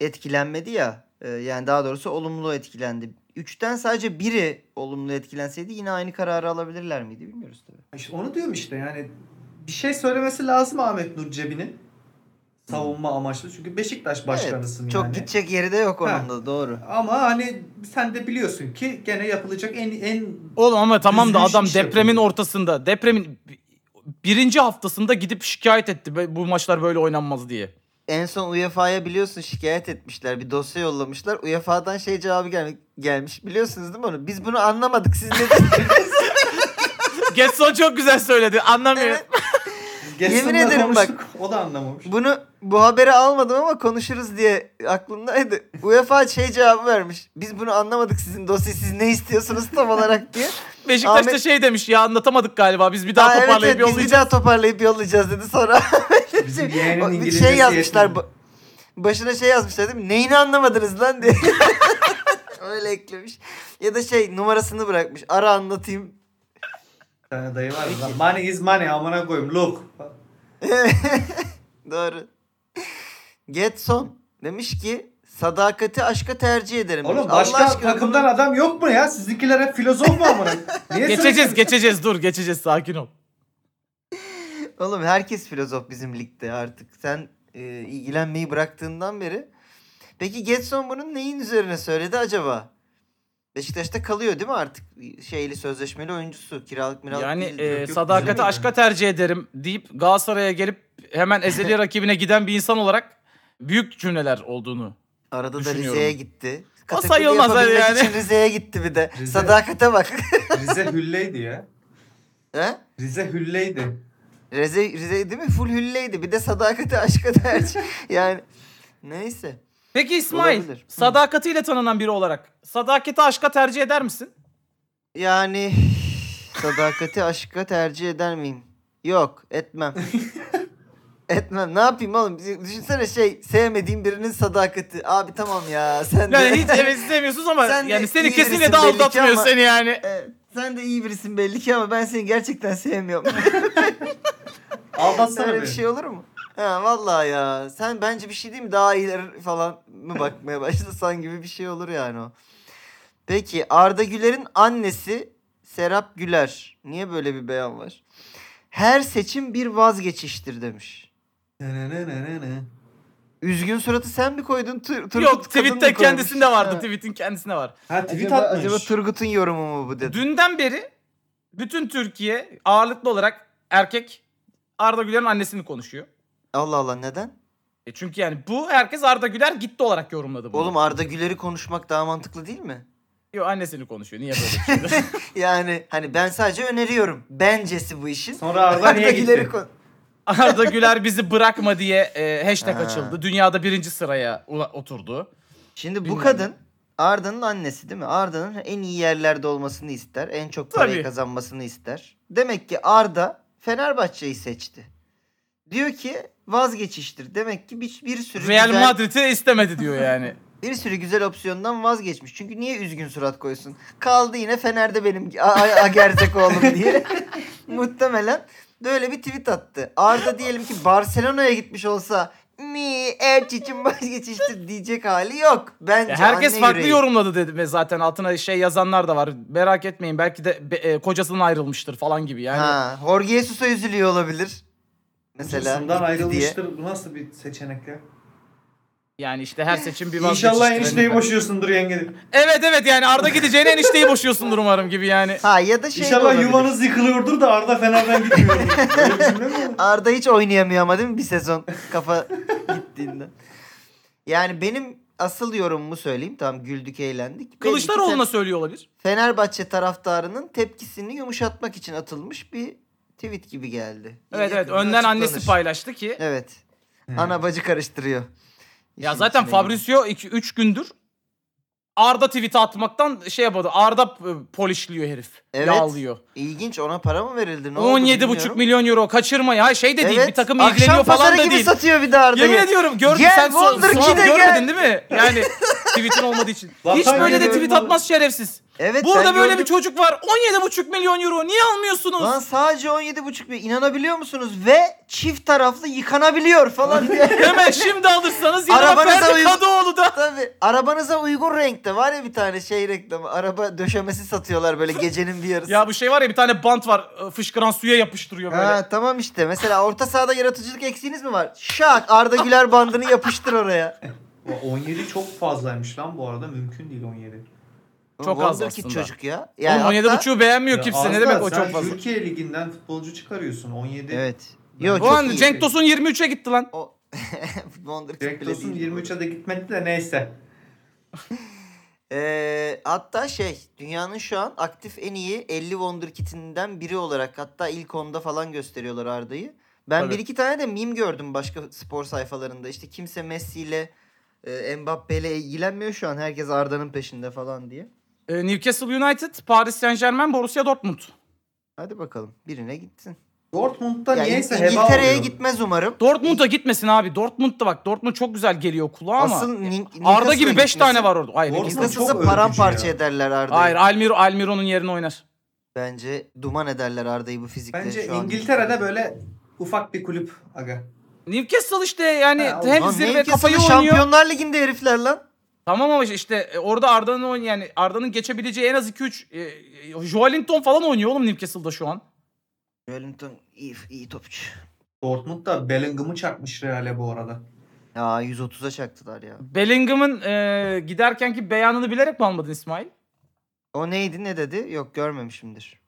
Speaker 3: etkilenmedi ya. Ee, Yani daha doğrusu olumlu etkilendi. Üçten sadece biri olumlu etkilenseydi yine aynı kararı alabilirler miydi bilmiyoruz tabii.
Speaker 2: İşte onu diyorum işte yani bir şey söylemesi lazım Ahmet Nur Cebi'nin. Savunma amaçlı. Çünkü Beşiktaş başkanısın
Speaker 3: Çok
Speaker 2: yani.
Speaker 3: gidecek yeri de yok onun
Speaker 2: Ha.
Speaker 3: da doğru.
Speaker 2: Ama hani sen de biliyorsun ki gene yapılacak en en
Speaker 4: Oğlum ama tamam da
Speaker 2: Üzülmüş şey
Speaker 4: adam
Speaker 2: iş
Speaker 4: depremin
Speaker 2: yapıyor.
Speaker 4: ortasında depremin birinci haftasında gidip şikayet etti "Be- bu maçlar böyle oynanmaz diye.
Speaker 3: En son UEFA'ya biliyorsun şikayet etmişler. Bir dosya yollamışlar. UEFA'dan şey cevabı gelme- gelmiş. Biliyorsunuz değil mi onu? Biz bunu anlamadık. Siz ne dediniz?
Speaker 4: Getson çok güzel söyledi anlamıyorum.
Speaker 3: Evet. Yemin ederim bak.
Speaker 2: bak. O da anlamamış.
Speaker 3: bunu bu haberi almadım ama konuşuruz diye aklımdaydı. UEFA şey cevabı vermiş. Biz bunu anlamadık sizin dosya siz ne istiyorsunuz tam olarak diye.
Speaker 4: Beşiktaş da
Speaker 3: Ahmet-
Speaker 4: şey demiş ya anlatamadık galiba biz bir daha
Speaker 3: Aa, evet,
Speaker 4: toparlayıp
Speaker 3: evet, biz
Speaker 4: yollayacağız."
Speaker 3: bir daha toparlayıp yollayacağız dedi sonra.
Speaker 2: Bizim yeğenin
Speaker 3: O- bir
Speaker 2: İngilizcesi
Speaker 3: şey yazmışlar.
Speaker 2: yetmedi.
Speaker 3: ba- Başına şey yazmışlar değil mi? Neyini anlamadınız lan diye. Öyle eklemiş. Ya da şey numarasını bırakmış. Ara anlatayım
Speaker 2: Bir tane dayı var. ya, Money is money amına koyayım. Look.
Speaker 3: Doğru. Getson demiş ki sadakati aşka tercih ederim. demiş.
Speaker 2: Oğlum başka
Speaker 3: Allah aşkına
Speaker 2: takımdan
Speaker 3: bunu-
Speaker 2: adam yok mu ya? Sizinkiler hep filozof mu amına? Niye
Speaker 4: Geçeceğiz
Speaker 2: sürekli-
Speaker 4: geçeceğiz dur geçeceğiz sakin ol.
Speaker 3: Oğlum herkes filozof bizim ligde artık. Sen e, ilgilenmeyi bıraktığından beri. Peki Getson bunun neyin üzerine söyledi acaba? Beşiktaş'ta kalıyor değil mi artık? Şeyli sözleşmeli oyuncusu. Kiralık miralık
Speaker 4: Yani
Speaker 3: değil.
Speaker 4: e,
Speaker 3: Yok, yok,
Speaker 4: sadakati
Speaker 3: bizim-
Speaker 4: aşka tercih ederim deyip Galatasaray'a gelip hemen ezeli rakibine giden bir insan olarak büyük cümleler olduğunu.
Speaker 3: Arada da
Speaker 4: düşünüyorum.
Speaker 3: Rize'ye gitti.
Speaker 4: O
Speaker 3: Kategori
Speaker 4: sayılmaz abi
Speaker 3: yapabilmek
Speaker 4: yani.
Speaker 3: için Rize'ye gitti bir de.
Speaker 2: Rize.
Speaker 3: Sadakate bak.
Speaker 2: Rize hülleydi ya.
Speaker 3: He?
Speaker 2: Rize hülleydi.
Speaker 3: Rize, Rize değil mi? Full hülleydi. Bir de sadakate aşka tercih. şey. yani neyse.
Speaker 4: Peki İsmail
Speaker 3: Olabilir. Hı.
Speaker 4: sadakatiyle tanınan biri olarak sadakati aşka tercih eder misin?
Speaker 3: Yani sadakati aşka tercih eder miyim? Yok etmem. etmem. Ne yapayım oğlum? Düşünsene şey sevmediğim birinin sadakati. Abi tamam ya sen de.
Speaker 4: Yani hiç evet istemiyorsunuz ama
Speaker 3: Sen de
Speaker 4: yani seni
Speaker 3: iyi
Speaker 4: kesinlikle
Speaker 3: birisin
Speaker 4: de
Speaker 3: belli ki
Speaker 4: aldatmıyor
Speaker 3: ama-
Speaker 4: seni yani.
Speaker 3: Evet, sen de iyi birisin belli ki ama ben seni gerçekten sevmiyorum.
Speaker 2: Aldatsana
Speaker 3: Öyle
Speaker 2: beni.
Speaker 3: bir şey olur mu? Ha vallahi ya. Sen bence bir şey değil mi? Daha iyiler falan mı bakmaya başlasan gibi bir şey olur yani o. Peki Arda Güler'in annesi Serap Güler. Niye böyle bir beyan var? Her seçim bir vazgeçiştir demiş.
Speaker 2: Ne, ne, ne, ne, ne.
Speaker 3: Üzgün suratı sen mi koydun? Tur- Turgut
Speaker 4: Yok
Speaker 3: kadın mı
Speaker 4: tweette
Speaker 3: koymuş?
Speaker 4: kendisinde vardı.
Speaker 3: Ha.
Speaker 4: Tweet'in kendisinde var.
Speaker 2: Ha tweet
Speaker 3: acaba,
Speaker 2: atmış.
Speaker 3: acaba Turgut'un yorumu mu bu dedi?
Speaker 4: Dünden beri bütün Türkiye ağırlıklı olarak erkek Arda Güler'in annesini konuşuyor.
Speaker 3: Allah Allah neden?
Speaker 4: E çünkü yani bu herkes Arda Güler gitti olarak yorumladı bunu.
Speaker 3: Oğlum Arda Güler'i konuşmak daha mantıklı değil mi?
Speaker 4: Yo, annesini konuşuyor. Niye böyle bir şey?
Speaker 3: Yani hani ben sadece öneriyorum. Bencesi bu işin.
Speaker 2: Sonra Arda niye
Speaker 3: Güler'i
Speaker 2: gitti?
Speaker 3: kon-
Speaker 4: Arda Güler bizi bırakma diye e, hashtag
Speaker 3: Ha.
Speaker 4: açıldı. Dünyada birinci sıraya ula- oturdu.
Speaker 3: Şimdi bu
Speaker 4: Bilmiyorum.
Speaker 3: kadın Arda'nın annesi değil mi? Arda'nın en iyi yerlerde olmasını ister. En çok parayı
Speaker 4: Tabii.
Speaker 3: kazanmasını ister. Demek ki Arda Fenerbahçe'yi seçti. Diyor ki vazgeçiştir. Demek ki bir, bir sürü
Speaker 4: Real
Speaker 3: güzel,
Speaker 4: Madrid'i istemedi diyor yani.
Speaker 3: bir sürü güzel opsiyondan vazgeçmiş. Çünkü niye üzgün surat koysun? Kaldı yine Fener'de benim a- a- Agerzek oğlum diye. Muhtemelen böyle bir tweet attı. Arda diyelim ki Barcelona'ya gitmiş olsa mi Erçiç'in vazgeçiştir diyecek hali yok. Bence
Speaker 4: Ya herkes
Speaker 3: anne
Speaker 4: farklı
Speaker 3: yüreği.
Speaker 4: yorumladı dedim zaten altına şey yazanlar da var. Merak etmeyin belki de be- e, kocasından ayrılmıştır falan gibi yani.
Speaker 3: Ha, Jorge Jesus'a üzülüyor olabilir. Mesela
Speaker 2: Kocasından
Speaker 3: gitti diye.
Speaker 2: ayrılmıştır. Bu nasıl bir seçenek ya?
Speaker 4: Yani işte her seçim bir
Speaker 2: İnşallah
Speaker 4: vazgeçiştir.
Speaker 2: enişteyi boşuyorsundur
Speaker 3: Şey
Speaker 2: yenge.
Speaker 4: Evet evet yani Arda gideceğine enişteyi boşuyorsundur umarım gibi yani.
Speaker 3: Ha ya da şey de
Speaker 2: İnşallah
Speaker 3: olabilir.
Speaker 2: yuvanız yıkılıyordur da Arda Fener'den gitmiyor. Öyle bir cümle mi olur?
Speaker 3: Arda hiç oynayamıyor ama değil mi bir sezon kafa gittiğinden. Yani benim asıl yorumumu söyleyeyim. Tamam güldük eğlendik. Belki
Speaker 4: Kılıçdaroğlu'na
Speaker 3: Fe-
Speaker 4: söylüyor olabilir.
Speaker 3: Fenerbahçe taraftarının tepkisini yumuşatmak için atılmış bir tweet gibi geldi.
Speaker 4: Evet evet
Speaker 3: Yakında
Speaker 4: önden
Speaker 3: açıklanır.
Speaker 4: annesi paylaştı ki.
Speaker 3: Evet.
Speaker 2: He.
Speaker 3: Ana bacı karıştırıyor.
Speaker 4: Ya
Speaker 3: İşin
Speaker 4: zaten
Speaker 3: şey içine girdi.
Speaker 4: Fabrizio 3 gündür Arda tweet atmaktan şey yapmadı. Arda e, polişliyor herif.
Speaker 3: Evet.
Speaker 4: Yağlıyor.
Speaker 3: İlginç ona para mı verildi? Ne oldu
Speaker 4: 17,5
Speaker 3: bilmiyorum.
Speaker 4: milyon euro kaçırma ya. Şey de değil bir takım
Speaker 3: akşam
Speaker 4: ilgileniyor falan
Speaker 3: pazarı
Speaker 4: da
Speaker 3: gibi
Speaker 4: değil.
Speaker 3: satıyor bir de Arda'yı.
Speaker 4: Yemin ediyorum gördün
Speaker 3: Gel
Speaker 4: sen son,
Speaker 3: Wonder
Speaker 4: son
Speaker 3: Kid'e
Speaker 4: görmedin
Speaker 3: gel.
Speaker 4: değil mi? Yani tweetin olmadığı için. Hiç
Speaker 2: Vatan
Speaker 4: böyle de
Speaker 3: geliyor
Speaker 4: tweet
Speaker 2: bunu.
Speaker 4: atmaz şerefsiz.
Speaker 3: Evet,
Speaker 4: Burada
Speaker 3: ben
Speaker 4: böyle
Speaker 3: gördüm.
Speaker 4: bir çocuk var 17,5 milyon euro niye almıyorsunuz?
Speaker 3: Lan sadece 17,5 milyon inanabiliyor musunuz? Ve çift taraflı yıkanabiliyor falan diye.
Speaker 4: Hemen şimdi alırsanız yine
Speaker 3: Arabanıza
Speaker 4: Ferdi
Speaker 3: uygun-
Speaker 4: Kadıoğlu'da.
Speaker 3: Tabii arabanıza uygun renkte var ya bir tane şey reklamı. Araba döşemesi satıyorlar böyle gecenin bir yarısı.
Speaker 4: Ya bu şey var ya bir tane bant var e, fışkıran suya yapıştırıyor böyle.
Speaker 3: Ha, tamam işte mesela orta sahada yaratıcılık eksiğiniz mi var? Şak Arda Güler bandını yapıştır oraya.
Speaker 2: Ya 17 çok fazlaymış lan bu arada. Mümkün değil 17.
Speaker 4: Çok az
Speaker 3: Wonderkid
Speaker 4: aslında.
Speaker 3: çocuk ya.
Speaker 4: Oğlum 17
Speaker 3: hatta-
Speaker 4: buçuğu beğenmiyor
Speaker 2: Ya
Speaker 4: kimse. Ne
Speaker 2: Arda,
Speaker 4: demek o
Speaker 2: sen
Speaker 4: çok fazla.
Speaker 2: Türkiye Ligi'nden futbolcu çıkarıyorsun 17.
Speaker 3: Evet. Yo,
Speaker 2: Bu
Speaker 4: O
Speaker 3: çok
Speaker 4: an
Speaker 3: iyi.
Speaker 4: Cenk Tosun 23'e gitti lan.
Speaker 3: O... Wonderkid
Speaker 2: Jack
Speaker 3: bile
Speaker 2: Dawson
Speaker 3: değil.
Speaker 2: 23'e de gitmedi de neyse.
Speaker 3: Ee, hatta şey dünyanın şu an aktif en iyi 50 Wonderkid'inden biri olarak hatta ilk 10'da falan gösteriyorlar Arda'yı. Ben
Speaker 4: Tabii.
Speaker 3: bir iki tane de meme gördüm başka spor sayfalarında. İşte kimse Messi ile e, Mbappe ile ilgilenmiyor şu an. Herkes Arda'nın peşinde falan diye.
Speaker 4: Ee, Newcastle United, Paris Saint Germain, Borussia Dortmund.
Speaker 3: Hadi bakalım birine gitsin.
Speaker 2: Dortmund'da
Speaker 3: Ya
Speaker 2: niyeyse
Speaker 3: İng-
Speaker 2: heba
Speaker 3: İngiltere'ye
Speaker 2: oluyor.
Speaker 3: gitmez umarım.
Speaker 4: Dortmund'a gitmesin abi. Dortmund'da bak Dortmund çok güzel geliyor kulağa ama.
Speaker 3: Asıl Nin-
Speaker 4: Arda
Speaker 3: Newcastle'a
Speaker 4: gibi 5
Speaker 3: gitmesi-
Speaker 4: tane var orada. Hayır.
Speaker 2: Dortmund
Speaker 4: Newcastle-
Speaker 2: çok
Speaker 3: Newcastle'ı
Speaker 2: övücü
Speaker 3: paramparça
Speaker 2: ya.
Speaker 3: ederler Arda'yı.
Speaker 4: Hayır Almiro Almiro'nun yerine oynar.
Speaker 3: Bence duman ederler Arda'yı bu fizikle
Speaker 2: Bence
Speaker 3: şu an.
Speaker 2: İngiltere'de böyle Ufak bir kulüp aga.
Speaker 4: Newcastle işte yani
Speaker 2: Ha,
Speaker 4: hem
Speaker 3: Lan
Speaker 4: zirve
Speaker 3: Newcastle
Speaker 4: kafayı oynuyor.
Speaker 3: Şampiyonlar Ligi'nde herifler lan.
Speaker 4: Tamam ama işte e, orada Arda'nın oyun yani Arda'nın geçebileceği en az 2-3 e, e, Joelinton falan oynuyor oğlum Newcastle'da şu an.
Speaker 3: Wellington iyi, iyi topçu.
Speaker 2: Dortmund da Bellingham'ı çakmış Real'e bu arada.
Speaker 3: Ya 130'a çaktılar ya.
Speaker 4: Bellingham'ın e, giderkenki beyanını bilerek mi almadın İsmail?
Speaker 3: O neydi ne dedi? Yok görmemişimdir.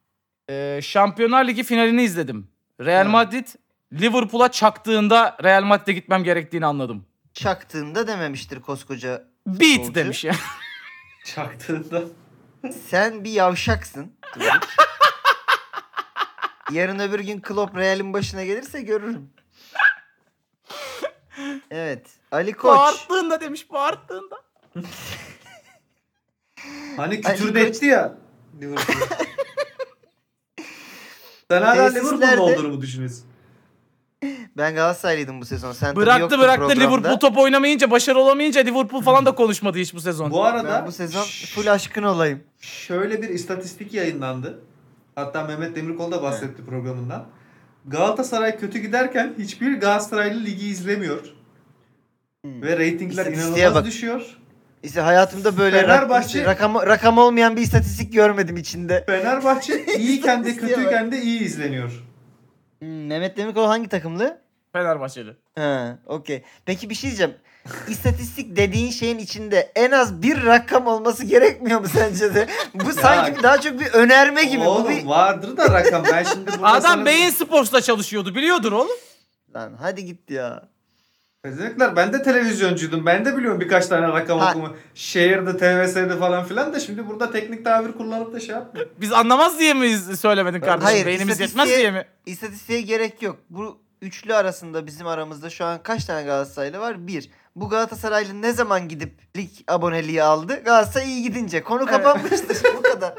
Speaker 4: E, Şampiyonlar Ligi finalini izledim. Real
Speaker 3: Ha.
Speaker 4: Madrid Liverpool'a çaktığında Real Madrid'e gitmem gerektiğini anladım.
Speaker 3: Çaktığında dememiştir koskoca.
Speaker 4: Beat
Speaker 3: Futbolcu.
Speaker 4: demiş ya.
Speaker 2: Çaktığında.
Speaker 3: Sen bir yavşaksın. Turgut. Yarın öbür gün Klopp Real'in başına gelirse görürüm. Evet. Ali Koç.
Speaker 4: Bağırttığında demiş bağırttığında.
Speaker 2: Hani
Speaker 3: Ali
Speaker 2: kütür de
Speaker 3: Koç-
Speaker 2: etti ya. Liverpool. Sen hala
Speaker 3: Tesislerde-
Speaker 2: Liverpool'da olduğunu mu düşünüyorsun?
Speaker 3: Ben Galatasaraylıydım bu sezon. Sen tabii
Speaker 4: Bıraktı
Speaker 3: yoktun
Speaker 4: bıraktı
Speaker 3: programda.
Speaker 4: Liverpool top oynamayınca başarılı olamayınca Liverpool falan da konuşmadı hiç bu sezon.
Speaker 2: Bu arada
Speaker 3: Ben bu sezon
Speaker 2: ş-
Speaker 3: full aşkın olayım.
Speaker 2: şöyle bir istatistik yayınlandı. Hatta Mehmet Demirkol da bahsetti programından. Galatasaray kötü giderken hiçbir Galatasaraylı ligi izlemiyor.
Speaker 3: Hmm.
Speaker 2: Ve reytingler
Speaker 3: İstatistiğe
Speaker 2: inanılmaz
Speaker 3: bak.
Speaker 2: düşüyor.
Speaker 3: İşte hayatımda böyle
Speaker 2: Fenerbahçe-
Speaker 3: rak- rakam, rakam olmayan bir istatistik görmedim içinde.
Speaker 2: Fenerbahçe iyiyken de
Speaker 3: İstatistiğe
Speaker 2: kötüyken de iyi izleniyor.
Speaker 3: Hmm, Mehmet Demirkol hangi takımlı?
Speaker 4: Fenerbahçeli.
Speaker 3: Ha, okey. Peki bir şey diyeceğim. İstatistik dediğin şeyin içinde en az bir rakam olması gerekmiyor mu sence de? Bu sanki bir- daha çok bir önerme gibi. Bu
Speaker 2: Oğlum
Speaker 3: bir...
Speaker 2: vardır da rakam. Ben şimdi burada
Speaker 4: Adam
Speaker 2: sana-
Speaker 4: Beyin Sports'ta çalışıyordu biliyordur oğlum.
Speaker 3: Lan hadi git ya.
Speaker 2: Özellikle ben de televizyoncuydum. Ben de biliyorum birkaç tane rakam
Speaker 3: Ha.
Speaker 2: okuma. Şehirde, TVS'de falan filan da şimdi burada teknik tabir kullanıp da şey yapma.
Speaker 4: Biz anlamaz diye mi iz- söylemedin kardeşim?
Speaker 3: Hayır,
Speaker 4: Beynimiz
Speaker 3: istatistiğe-
Speaker 4: yetmez diye mi?
Speaker 3: İstatistiğe gerek yok. Bu üçlü arasında bizim aramızda şu an kaç tane Galatasaraylı var? Bir. Bu Galatasaraylı ne zaman gidip lig aboneliği aldı? Galatasaray iyi gidince. Konu kapanmıştır. Bu kadar.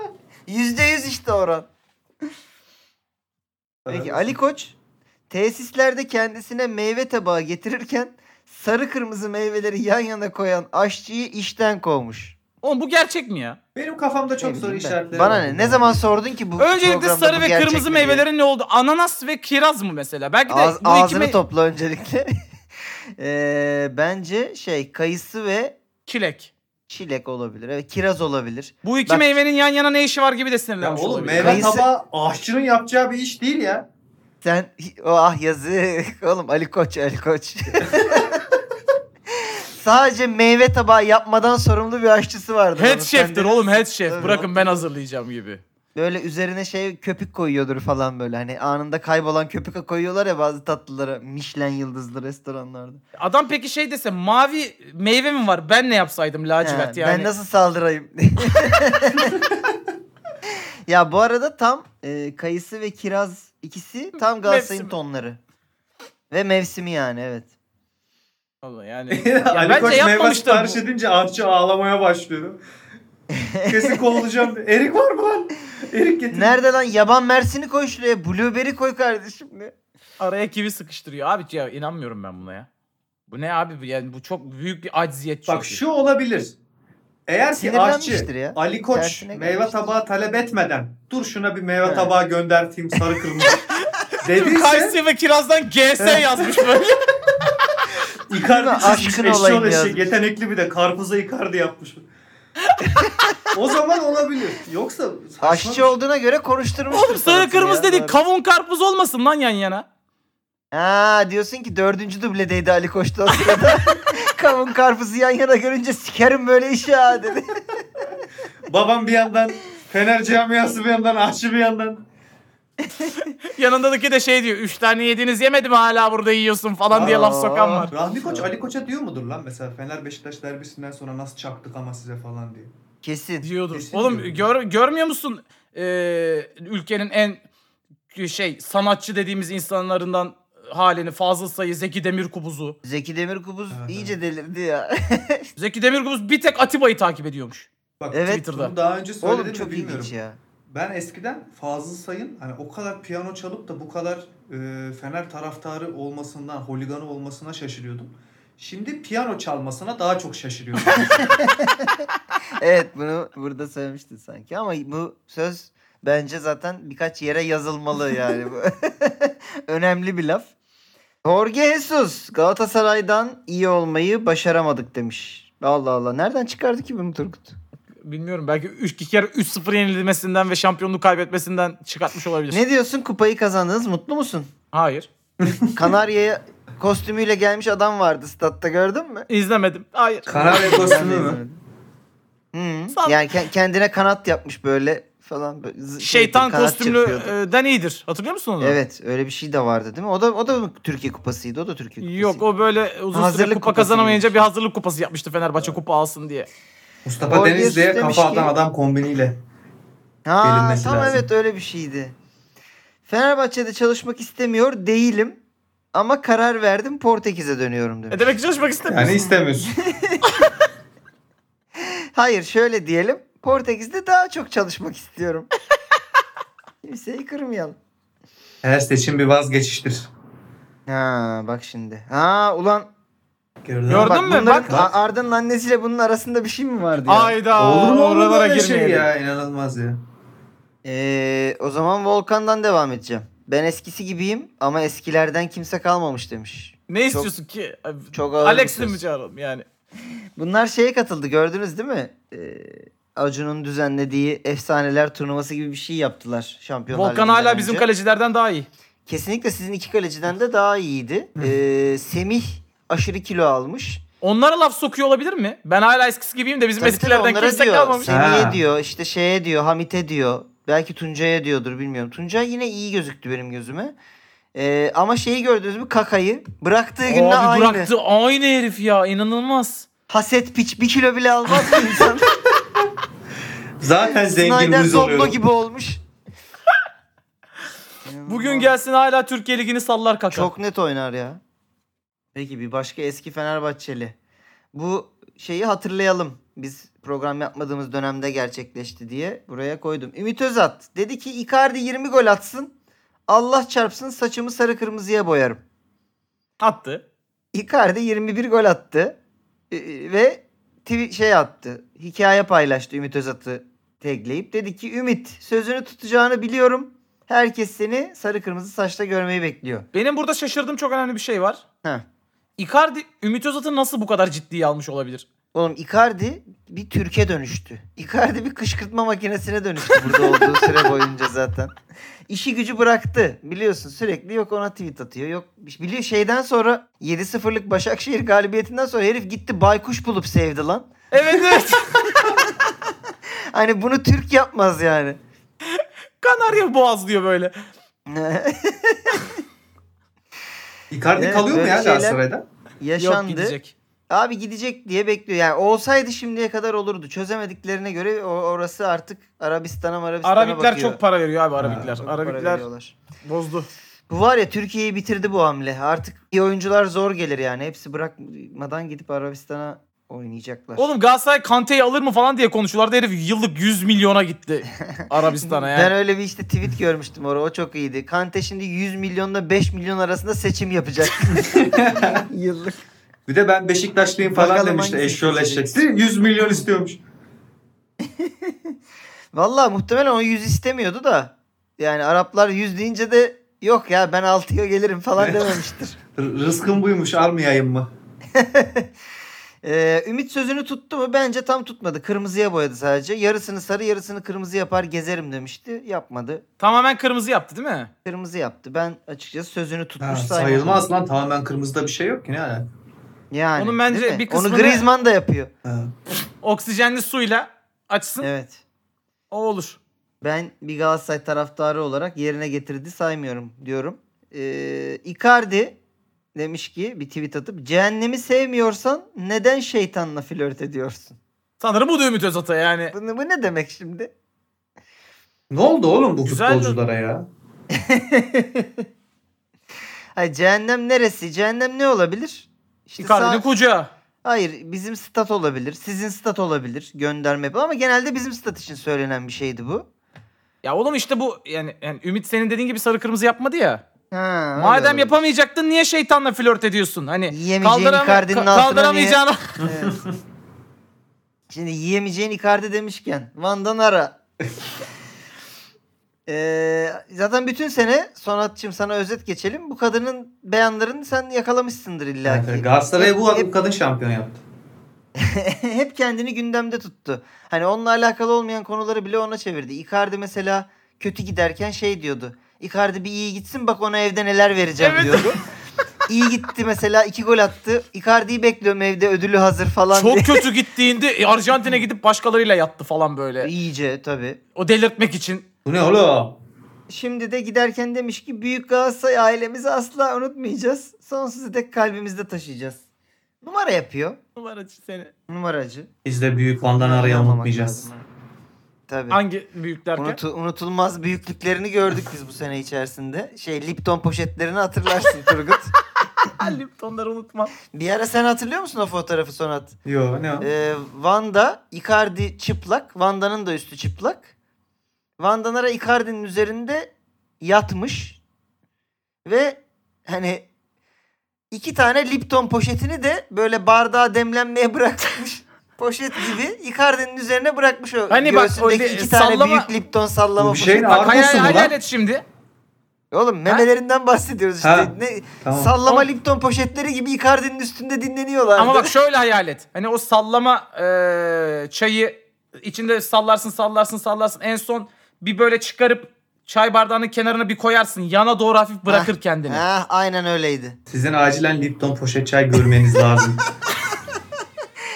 Speaker 3: Yüzde yüz işte oran. Peki Ali Koç tesislerde kendisine meyve tabağı getirirken sarı kırmızı meyveleri yan yana koyan aşçıyı işten kovmuş.
Speaker 4: Oğlum bu gerçek mi ya?
Speaker 2: Benim kafamda çok
Speaker 3: Ne
Speaker 2: soru
Speaker 3: bileyim ben.
Speaker 2: işaretleri
Speaker 3: Bana
Speaker 2: var.
Speaker 3: ne? Ne zaman sordun ki bu
Speaker 4: Öncelikle
Speaker 3: programda
Speaker 4: sarı
Speaker 3: bu
Speaker 4: ve
Speaker 3: gerçek
Speaker 4: kırmızı
Speaker 3: mi diye?
Speaker 4: meyvelerin ne oldu? Ananas ve kiraz mı mesela? Belki de
Speaker 3: Ağız-
Speaker 4: bu iki
Speaker 3: ağzını
Speaker 4: me-
Speaker 3: topla öncelikle. Ee, bence şey kayısı ve
Speaker 4: çilek.
Speaker 3: çilek olabilir. Evet kiraz olabilir.
Speaker 4: Bu iki
Speaker 3: Bak-
Speaker 4: meyvenin yan yana ne işi var gibi de
Speaker 2: Ya
Speaker 4: sinirlenmiş
Speaker 2: oğlum
Speaker 4: olabilir.
Speaker 2: meyve
Speaker 3: Kayısı-
Speaker 2: tabağı aşçının yapacağı bir iş değil ya.
Speaker 3: Sen o ah yazık oğlum Ali Koç Ali Koç. Sadece meyve tabağı yapmadan sorumlu bir aşçısı vardı.
Speaker 4: Head chef'tir oğlum head
Speaker 3: Tabii.
Speaker 4: chef. Bırakın ben hazırlayacağım gibi.
Speaker 3: Böyle üzerine şey köpük koyuyordur falan böyle. Hani anında kaybolan köpük koyuyorlar ya bazı tatlılara. Michelin yıldızlı restoranlarda.
Speaker 4: Adam peki şey dese mavi meyve mi var? Ben ne yapsaydım lacivert
Speaker 3: He,
Speaker 4: yani?
Speaker 3: Ben nasıl saldırayım? ya bu arada tam e, kayısı ve kiraz ikisi tam Galatasaray'ın
Speaker 4: Mevsimi.
Speaker 3: tonları. Ve mevsimi yani evet.
Speaker 4: Vallahi yani.
Speaker 2: Ali
Speaker 4: bence
Speaker 2: Koç meyve
Speaker 4: yapmamıştır
Speaker 2: sipariş
Speaker 4: bu.
Speaker 2: edince aşçı ağlamaya başlıyor. Kesin kovulacağım. diye. Erik var mı lan? Erik getir.
Speaker 3: Nerede lan yaban mersini koy şuraya. Blueberry koy kardeşim. Ne?
Speaker 4: Araya kivi sıkıştırıyor. Abi ya inanmıyorum ben buna ya. Bu ne abi? bu? Yani bu çok büyük bir acziyet çünkü.
Speaker 2: Bak şu olabilir. Eğer ki
Speaker 3: Sinirlenmiştir
Speaker 2: aşçı
Speaker 3: ya.
Speaker 2: Ali Koç
Speaker 3: Tersine
Speaker 2: meyve
Speaker 3: gelmiştir.
Speaker 2: tabağı talep etmeden dur şuna bir meyve
Speaker 3: He.
Speaker 2: tabağı gönderteyim sarı kırmızı dediyse
Speaker 4: Kayısı ve kirazdan GS yazmış böyle.
Speaker 3: Değil mi?
Speaker 2: Icardi
Speaker 3: Aşkın
Speaker 2: çizmiş eşi
Speaker 3: olayım
Speaker 2: ol eşek.
Speaker 3: yazmış.
Speaker 2: Yetenekli bir de karpuza Icardi yapmış. o zaman olabilir. Yoksa saçma bir şey.
Speaker 3: Aşçı olduğuna göre konuşturmuştur.
Speaker 4: Oğlum sarı
Speaker 3: sanatını
Speaker 4: kırmızı
Speaker 3: ya,
Speaker 4: dedik.
Speaker 3: doğru.
Speaker 4: Kavun karpuz olmasın lan yan yana.
Speaker 3: Ha diyorsun ki dördüncü dubledeydi Ali Koç'ta o sırada. Kavun karpuzu yan yana görünce sikerim böyle işi ha dedi.
Speaker 2: Babam bir yandan Fener camiası bir yandan aşçı bir yandan.
Speaker 4: Yanındaki de şey diyor. Üç tane yediniz yemedi mi hala burada yiyorsun falan diye laf sokan var.
Speaker 2: Rahmi Koç Ali Koç'a diyor mudur lan mesela Fener Beşiktaş derbisinden sonra nasıl çaktık ama size falan diye.
Speaker 3: Kesin.
Speaker 4: Diyordur.
Speaker 2: Kesin
Speaker 4: Oğlum
Speaker 2: diyor.
Speaker 4: gör, görmüyor musun Ee, ülkenin en şey sanatçı dediğimiz insanlarından halini Fazıl Sayı, Zeki Demirkubuz'u.
Speaker 3: Zeki Demirkubuz
Speaker 2: Evet,
Speaker 3: iyice delirdi ya.
Speaker 4: Zeki Demirkubuz bir tek Atiba'yı takip ediyormuş.
Speaker 2: Bak
Speaker 3: Evet.
Speaker 4: Twitter'da.
Speaker 2: bunu daha önce söyledim
Speaker 3: Oğlum çok
Speaker 2: mi bilmiyorum.
Speaker 3: ilginç ya.
Speaker 2: Ben eskiden Fazıl Say'ın hani o kadar piyano çalıp da bu kadar e, Fener taraftarı olmasından, holiganı olmasına şaşırıyordum. Şimdi piyano çalmasına daha çok şaşırıyorum.
Speaker 3: Evet bunu burada söylemiştin sanki ama bu söz bence zaten birkaç yere yazılmalı yani. bu. Önemli bir laf. Jorge Jesus Galatasaray'dan iyi olmayı başaramadık demiş. Allah Allah. Nereden çıkardı ki bunu Turgut?
Speaker 4: Bilmiyorum belki 3 iki kere 3-0 yenilmesinden ve şampiyonluğu kaybetmesinden çıkartmış olabilir.
Speaker 3: Ne diyorsun? Kupayı kazandınız. Mutlu musun?
Speaker 4: Hayır.
Speaker 3: Kanarya'ya kostümüyle gelmiş adam vardı statta gördün mü?
Speaker 4: İzlemedim. Hayır.
Speaker 2: Kanarya
Speaker 3: Ben de
Speaker 2: kostümü mü?
Speaker 3: izlemedim. Hı.
Speaker 4: Sal-
Speaker 3: Yani ke- kendine kanat yapmış böyle falan. Böyle z- şey,
Speaker 4: Şeytan
Speaker 3: kanat çırpıyordu.
Speaker 4: kostümlüden iyidir. Hatırlıyor musun onu?
Speaker 3: Evet öyle bir şey de vardı değil mi? O da o da mı Türkiye kupasıydı? O da Türkiye kupasıydı.
Speaker 4: Yok o böyle uzun süre
Speaker 3: Hazırlık
Speaker 4: kupa
Speaker 3: kupası
Speaker 4: kazanamayınca
Speaker 3: gibi.
Speaker 4: bir hazırlık kupası yapmıştı Fenerbahçe kupa alsın diye.
Speaker 2: Mustafa
Speaker 3: Orgeus
Speaker 2: Denizli'ye
Speaker 3: demiş
Speaker 2: kafa
Speaker 3: ki-
Speaker 2: atan adam kombiniyle.
Speaker 3: Ha,
Speaker 2: Gelinmesi
Speaker 3: tam
Speaker 2: lazım.
Speaker 3: evet öyle bir şeydi. Fenerbahçe'de çalışmak istemiyor değilim ama karar verdim Portekiz'e dönüyorum demiş.
Speaker 4: E demek ki çalışmak istemiyorsun.
Speaker 2: Yani istemiyorsun.
Speaker 3: Hayır şöyle diyelim Portekiz'de daha çok çalışmak istiyorum. Kimseyi kırmayalım.
Speaker 2: Her seçim bir vazgeçiştir.
Speaker 3: Ha bak şimdi. Ha ulan
Speaker 2: Gördün mü?
Speaker 4: Gördün
Speaker 3: bak,
Speaker 4: mü?
Speaker 3: bunların-
Speaker 4: Bak-
Speaker 3: A- Arda'nın annesiyle bunun arasında bir şey mi vardı ya?
Speaker 4: Hayda.
Speaker 2: Olur mu olur
Speaker 4: oralara
Speaker 2: böyle şey
Speaker 4: girmeyelim.
Speaker 2: ya inanılmaz ya.
Speaker 3: Ee, o zaman Volkan'dan devam edeceğim. Ben eskisi gibiyim ama eskilerden kimse kalmamış demiş.
Speaker 4: Ne istiyorsun ki?
Speaker 3: Çok ağır bir
Speaker 4: Alex'i
Speaker 3: söz.
Speaker 4: mi çağıralım yani?
Speaker 3: Bunlar şeye katıldı gördünüz değil mi? Ee, Acun'un düzenlediği efsaneler turnuvası gibi bir şey yaptılar şampiyonlar.
Speaker 4: Volkan
Speaker 3: Ligi'nden
Speaker 4: hala bizim
Speaker 3: önce.
Speaker 4: kalecilerden daha iyi.
Speaker 3: Kesinlikle sizin iki kaleciden de daha iyiydi. Ee, Semih aşırı kilo almış.
Speaker 4: Onlara laf sokuyor olabilir mi? Ben hala eskisi gibiyim de bizim
Speaker 3: Tabii tabii
Speaker 4: eskilerden
Speaker 3: onlara
Speaker 4: kimse
Speaker 3: diyor,
Speaker 4: kalmamış.
Speaker 3: Semih'e
Speaker 2: Ha.
Speaker 3: diyor, işte şeye diyor, Hamit'e diyor. Belki Tuncay'a diyordur bilmiyorum. Tuncay yine iyi gözüktü benim gözüme. Ee, ama şeyi gördünüz mü? Kaka'yı. Bıraktığı günle
Speaker 4: Abi
Speaker 3: aynı.
Speaker 4: bıraktı aynı herif ya inanılmaz.
Speaker 3: Haset piç bir kilo bile almaz mı insan?
Speaker 2: Zaten zengin
Speaker 3: Snyder
Speaker 2: uyuz
Speaker 3: Doblo
Speaker 2: oluyor.
Speaker 3: gibi olmuş.
Speaker 4: Bugün gelsin hala Türkiye Ligi'ni sallar kaka.
Speaker 3: Çok net oynar ya. Peki bir başka eski Fenerbahçeli. Bu şeyi hatırlayalım. Biz program yapmadığımız dönemde gerçekleşti diye buraya koydum. Ümit Özat dedi ki Icardi 20 gol atsın. Allah çarpsın saçımı sarı kırmızıya boyarım.
Speaker 4: attı.
Speaker 3: Icardi 21 gol attı. Ee, Ve twi- şey attı. Hikaye paylaştı Ümit Özat'ı tagleyip. Dedi ki Ümit sözünü tutacağını biliyorum. Herkes seni sarı kırmızı saçta görmeyi bekliyor.
Speaker 4: Benim burada şaşırdığım çok önemli bir şey var.
Speaker 3: Heh.
Speaker 4: Icardi Ümit Özat'ı nasıl bu kadar ciddiye almış olabilir?
Speaker 3: Oğlum Icardi bir Türkiye dönüştü. Icardi bir kışkırtma makinesine dönüştü burada olduğu süre boyunca zaten. İşi gücü bıraktı. Biliyorsun sürekli yok ona tweet atıyor. Yok şey. biliyor şeyden sonra 7-0'lık Başakşehir galibiyetinden sonra herif gitti baykuş bulup sevdi lan.
Speaker 4: Evet evet.
Speaker 3: Hani bunu Türk yapmaz yani.
Speaker 4: Kanarya boğazlıyor böyle.
Speaker 2: Icardi
Speaker 3: Evet,
Speaker 2: kalıyor mu
Speaker 3: böyle
Speaker 2: ya
Speaker 3: şeyler-
Speaker 2: Galatasaray'da?
Speaker 4: Yok
Speaker 3: Yaşandı.
Speaker 4: gidecek.
Speaker 3: Abi gidecek diye bekliyor. Yani olsaydı şimdiye kadar olurdu. Çözemediklerine göre o- orası artık Arabistan'a Arabistan'a
Speaker 4: Arabikler
Speaker 3: bakıyor.
Speaker 4: çok para veriyor abi Arabikler.
Speaker 3: Çok para
Speaker 4: Arabikler
Speaker 3: veriyorlar.
Speaker 4: bozdu.
Speaker 3: Bu var ya Türkiye'yi bitirdi bu hamle. Artık iyi oyuncular zor gelir yani. Hepsi bırakmadan gidip Arabistan'a oynayacaklar.
Speaker 4: Oğlum Galatasaray Kante'yi alır mı falan diye konuşuyorlardı. Herif yıllık 100 milyona gitti Arabistan'a yani.
Speaker 3: Ben öyle bir işte tweet görmüştüm orada. O çok iyiydi. Kante şimdi 100 milyonla 5 milyon arasında seçim yapacak. Yıllık.
Speaker 2: Bir de ben Beşiktaşlıyım falan
Speaker 3: Bakalım
Speaker 2: demişti
Speaker 3: hangisi
Speaker 2: eşyöleşecekti. 100 milyon istiyormuş.
Speaker 3: Valla muhtemelen o 100 istemiyordu da. Yani Araplar 100 deyince de yok ya ben 6'ya gelirim falan dememiştir.
Speaker 2: R- Rızkım buymuş almayayım mı?
Speaker 3: Ee, Ümit sözünü tuttu mu? Bence tam tutmadı. Kırmızıya boyadı sadece. Yarısını sarı yarısını kırmızı yapar gezerim demişti. Yapmadı.
Speaker 4: Tamamen kırmızı yaptı değil mi?
Speaker 3: Kırmızı yaptı. Ben açıkçası sözünü tutmuş
Speaker 2: Ha,
Speaker 3: saymadım.
Speaker 2: sayılmaz lan tamamen kırmızıda bir şey yok ki ne alaka?
Speaker 3: Yani.
Speaker 4: Onun bence
Speaker 3: değil mi?
Speaker 4: bir kısmını-
Speaker 3: Onu Griezmann da yapıyor.
Speaker 2: Ha.
Speaker 4: Oksijenli suyla açsın
Speaker 3: Evet.
Speaker 4: o olur.
Speaker 3: Ben bir Galatasaray taraftarı olarak yerine getirdi saymıyorum diyorum. Ee, Icardi demiş ki bir tweet atıp cehennemi sevmiyorsan neden şeytanla flört ediyorsun?
Speaker 4: Sanırım bu da Ümit Özat'a yani.
Speaker 3: Bu, ne- bu ne demek şimdi?
Speaker 2: Ne oldu oğlum bu
Speaker 4: Güzel
Speaker 2: futbolculara ya?
Speaker 3: Hayır, cehennem neresi? Cehennem ne olabilir? İşte
Speaker 4: Icardi'nin
Speaker 3: sağ-
Speaker 4: kucağı.
Speaker 3: Hayır bizim stat olabilir. Sizin stat olabilir. Gönderme yapı- ama genelde bizim stat için söylenen bir şeydi bu.
Speaker 4: Ya oğlum işte bu yani, yani Ümit senin dediğin gibi sarı kırmızı yapmadı ya.
Speaker 3: Ha, öyle
Speaker 4: Madem
Speaker 3: olabilir.
Speaker 4: yapamayacaktın niye şeytanla flört ediyorsun? Hani
Speaker 3: Yiyemeyeceğin
Speaker 4: kaldıram
Speaker 3: Icardi'nin
Speaker 4: ka-
Speaker 3: altına
Speaker 4: kaldıramayacağını.
Speaker 3: Evet. Şimdi yiyemeyeceğin Icardi demişken Van Danara. Ee, zaten bütün sene Sonatçım sana özet geçelim. Bu kadının beyanlarını sen yakalamışsındır illa ki.
Speaker 2: Yani Galatasaray'ı bu
Speaker 3: Hep-
Speaker 2: adam kadın şampiyon yaptı.
Speaker 3: hep kendini gündemde tuttu. Hani onunla alakalı olmayan konuları bile ona çevirdi. Icardi mesela kötü giderken şey diyordu. Icardi bir iyi gitsin bak ona evde neler vereceğim
Speaker 4: Evet.
Speaker 3: diyordu. iyi gitti mesela iki gol attı. Icardi'yi bekliyorum evde ödülü hazır falan
Speaker 4: Çok
Speaker 3: diye.
Speaker 4: kötü gittiğinde e, Arjantin'e gidip başkalarıyla yattı falan böyle.
Speaker 3: İyice tabii.
Speaker 4: O delirtmek için.
Speaker 2: Bu ne oğlum?
Speaker 3: Şimdi de giderken demiş ki büyük Galatasaray ailemizi asla unutmayacağız. Sonsuza dek kalbimizde taşıyacağız. Numara yapıyor.
Speaker 4: Numaracı seni.
Speaker 3: Numaracı.
Speaker 2: Biz de büyük Vandanara'yı
Speaker 3: Anlamamak
Speaker 2: unutmayacağız.
Speaker 3: lazım. Tabii.
Speaker 4: Hangi büyük derken?
Speaker 3: Unutu- unutulmaz büyüklüklerini gördük biz bu sene içerisinde. Şey Lipton poşetlerini hatırlarsın Turgut.
Speaker 4: Ha, Liptonları unutma.
Speaker 3: Bir ara sen hatırlıyor musun o fotoğrafı Sonat?
Speaker 2: Yo ne o?
Speaker 3: Ee, Vanda, Icardi çıplak. Vanda'nın da üstü çıplak. Vandanara Icardi'nin üzerinde yatmış. Ve hani iki tane Lipton poşetini de böyle bardağa demlenmeye bırakmış. Poşet gibi Icardi'nin üzerine bırakmış o
Speaker 4: Hani bak
Speaker 3: göğsündeki
Speaker 4: öyle
Speaker 3: iki tane
Speaker 4: sallama-
Speaker 3: büyük Lipton sallama
Speaker 2: Bu bir şey
Speaker 3: poşeti.
Speaker 2: ne abi?
Speaker 4: Bak hayal,
Speaker 2: Argosu mu lan?
Speaker 4: hayal et şimdi.
Speaker 3: Oğlum memelerinden bahsediyoruz işte.
Speaker 2: Ha,
Speaker 3: Ne,
Speaker 2: tamam.
Speaker 3: Sallama
Speaker 4: Ama-
Speaker 3: Lipton poşetleri gibi Icardi'nin üstünde dinleniyorlardı.
Speaker 4: Ama bak şöyle hayal et. Hani o sallama eee, çayı içinde sallarsın sallarsın sallarsın. En son bir böyle çıkarıp çay bardağının kenarına bir koyarsın. Yana doğru hafif bırakır kendini.
Speaker 3: Ha, aynen öyleydi.
Speaker 2: Sizin acilen Lipton poşet çay görmeniz lazım.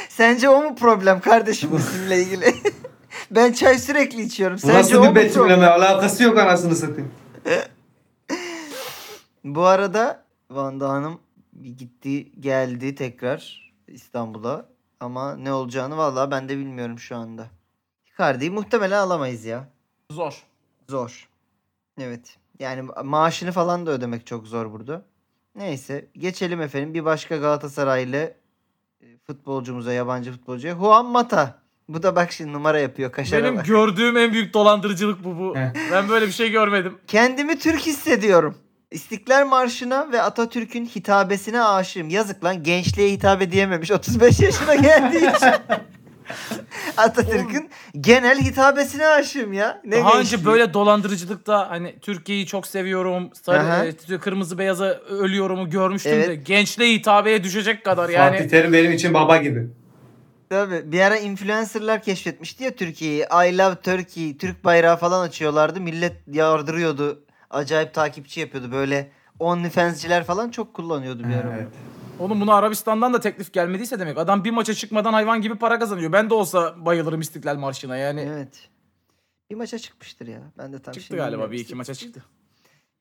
Speaker 3: Sence o mu problem kardeşim bizimle ilgili? ben çay sürekli içiyorum.
Speaker 2: Bu
Speaker 3: Sence o
Speaker 2: nasıl
Speaker 3: mu
Speaker 2: bir
Speaker 3: problem?
Speaker 2: betimleme? Alakası yok anasını satayım.
Speaker 3: Bu arada Vanda Hanım gitti geldi tekrar İstanbul'a. Ama ne olacağını vallahi ben de bilmiyorum şu anda. Icardi'yi muhtemelen alamayız ya.
Speaker 4: Zor.
Speaker 3: Zor. Evet. Yani ma- maaşını falan da ödemek çok zor burada. Neyse geçelim efendim bir başka Galatasaraylı e, futbolcumuza, yabancı futbolcuya. Juan Mata. Bu da bak şimdi numara yapıyor kaşara
Speaker 4: Benim
Speaker 3: bak.
Speaker 4: gördüğüm en büyük dolandırıcılık bu bu.
Speaker 2: Heh.
Speaker 4: ben böyle bir şey görmedim.
Speaker 3: Kendimi Türk hissediyorum. İstiklal Marşı'na ve Atatürk'ün hitabesine aşığım. Yazık lan gençliğe hitap edememiş 35 yaşına geldiği için. Atatürk'ün genel hitabesine aşığım ya. Ne
Speaker 4: Daha
Speaker 3: gençliği?
Speaker 4: önce böyle dolandırıcılıkta hani Türkiye'yi çok seviyorum,
Speaker 3: Aha.
Speaker 4: sarı, e, kırmızı beyaza ölüyorumu görmüştüm de
Speaker 3: Evet.
Speaker 4: gençliğe hitabeye düşecek kadar
Speaker 2: Fatih
Speaker 4: yani.
Speaker 2: Terim benim için baba gibi.
Speaker 3: Tabii bir ara influencerlar keşfetmişti ya Türkiye'yi. I love Turkey, Türk bayrağı falan açıyorlardı. Millet yardırıyordu. Acayip takipçi yapıyordu böyle. OnlyFans'ciler falan çok kullanıyordu bir ara.
Speaker 2: Evet.
Speaker 4: Onun bunu Arabistan'dan da teklif gelmediyse demek adam bir maça çıkmadan hayvan gibi para kazanıyor. Ben de olsa bayılırım İstiklal Marşı'na yani.
Speaker 3: Evet. Bir maça çıkmıştır ya. Ben de tam
Speaker 4: Çıktı
Speaker 3: şimdi
Speaker 4: galiba
Speaker 3: bilmiyorum.
Speaker 4: bir iki maça çıktı.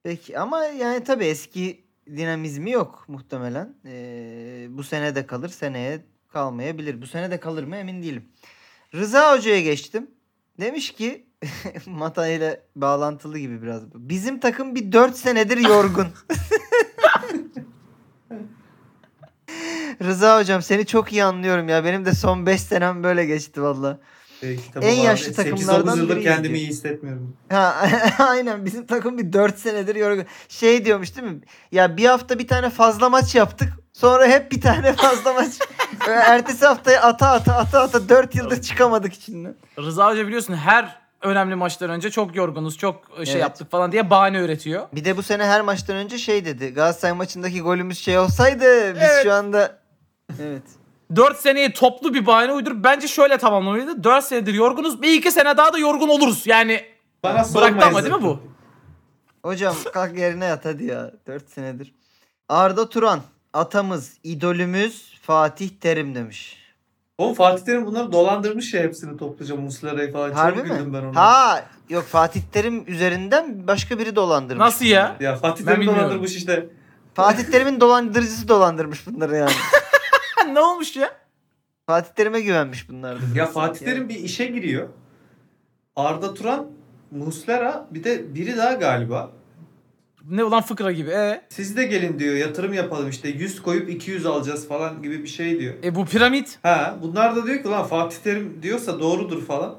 Speaker 3: Peki ama yani tabii eski dinamizmi yok muhtemelen. Ee, bu sene de kalır, seneye kalmayabilir. Bu sene de kalır mı emin değilim. Rıza Hoca'ya geçtim. Demiş ki Mata ile bağlantılı gibi biraz. bu. Bizim takım bir 4 senedir yorgun. Rıza hocam seni çok iyi anlıyorum ya. Benim de son 5 senem böyle geçti valla.
Speaker 2: Ee, kitabı
Speaker 3: En
Speaker 2: var.
Speaker 3: yaşlı
Speaker 2: 8-9
Speaker 3: takımlardan
Speaker 2: yıldır
Speaker 3: biriyiz
Speaker 2: kendimi
Speaker 3: diyor.
Speaker 2: iyi hissetmiyorum.
Speaker 3: Ha, aynen bizim takım bir 4 senedir yorgun. Şey diyormuş değil mi? Ya bir hafta bir tane fazla maç yaptık. Sonra hep bir tane fazla maç. Ee, Ertesi haftaya ata ata ata ata 4 yıldır çıkamadık içinden.
Speaker 4: Rıza Hoca biliyorsun her önemli maçtan önce çok yorgunuz, çok şey
Speaker 3: Evet.
Speaker 4: yaptık falan diye bahane üretiyor.
Speaker 3: Bir de bu sene her maçtan önce şey dedi. Galatasaray maçındaki golümüz şey olsaydı biz
Speaker 4: Evet.
Speaker 3: şu anda... Evet.
Speaker 4: 4 seneyi toplu bir bahane uydurup bence şöyle tamamlamalıydı. 4 senedir yorgunuz. Bir iki sene daha da yorgun oluruz. Yani
Speaker 2: Bana sormayın.
Speaker 4: bıraktı ama değil mi bu?
Speaker 3: Hocam kalk yerine yat hadi ya. 4 senedir. Arda Turan. Atamız, idolümüz Fatih Terim demiş.
Speaker 2: Oğlum Fatih Terim bunları dolandırmış ya hepsini topluca Muslera'yı falan.
Speaker 3: Harbi
Speaker 2: Çok güldüm
Speaker 3: mi?
Speaker 2: ben ona.
Speaker 3: Ha yok Fatih Terim üzerinden başka biri dolandırmış.
Speaker 4: Nasıl ya?
Speaker 2: Ya Fatih
Speaker 4: Ben
Speaker 2: Terim
Speaker 4: bilmiyorum.
Speaker 2: dolandırmış işte.
Speaker 3: Fatih Terim'in dolandırıcısı dolandırmış bunları yani.
Speaker 4: Ha, ne olmuş ya?
Speaker 3: Fatih Terim'e güvenmiş bunlar. da.
Speaker 2: Ya Fatih Terim bir işe giriyor. Arda Turan, Muslera bir de biri daha galiba.
Speaker 4: Ne ulan fıkra gibi. E,
Speaker 2: Siz de gelin diyor yatırım yapalım işte 100 koyup 200 alacağız falan gibi bir şey diyor.
Speaker 4: e bu piramit.
Speaker 2: Ha bunlar da diyor ki lan Fatih Terim diyorsa doğrudur falan.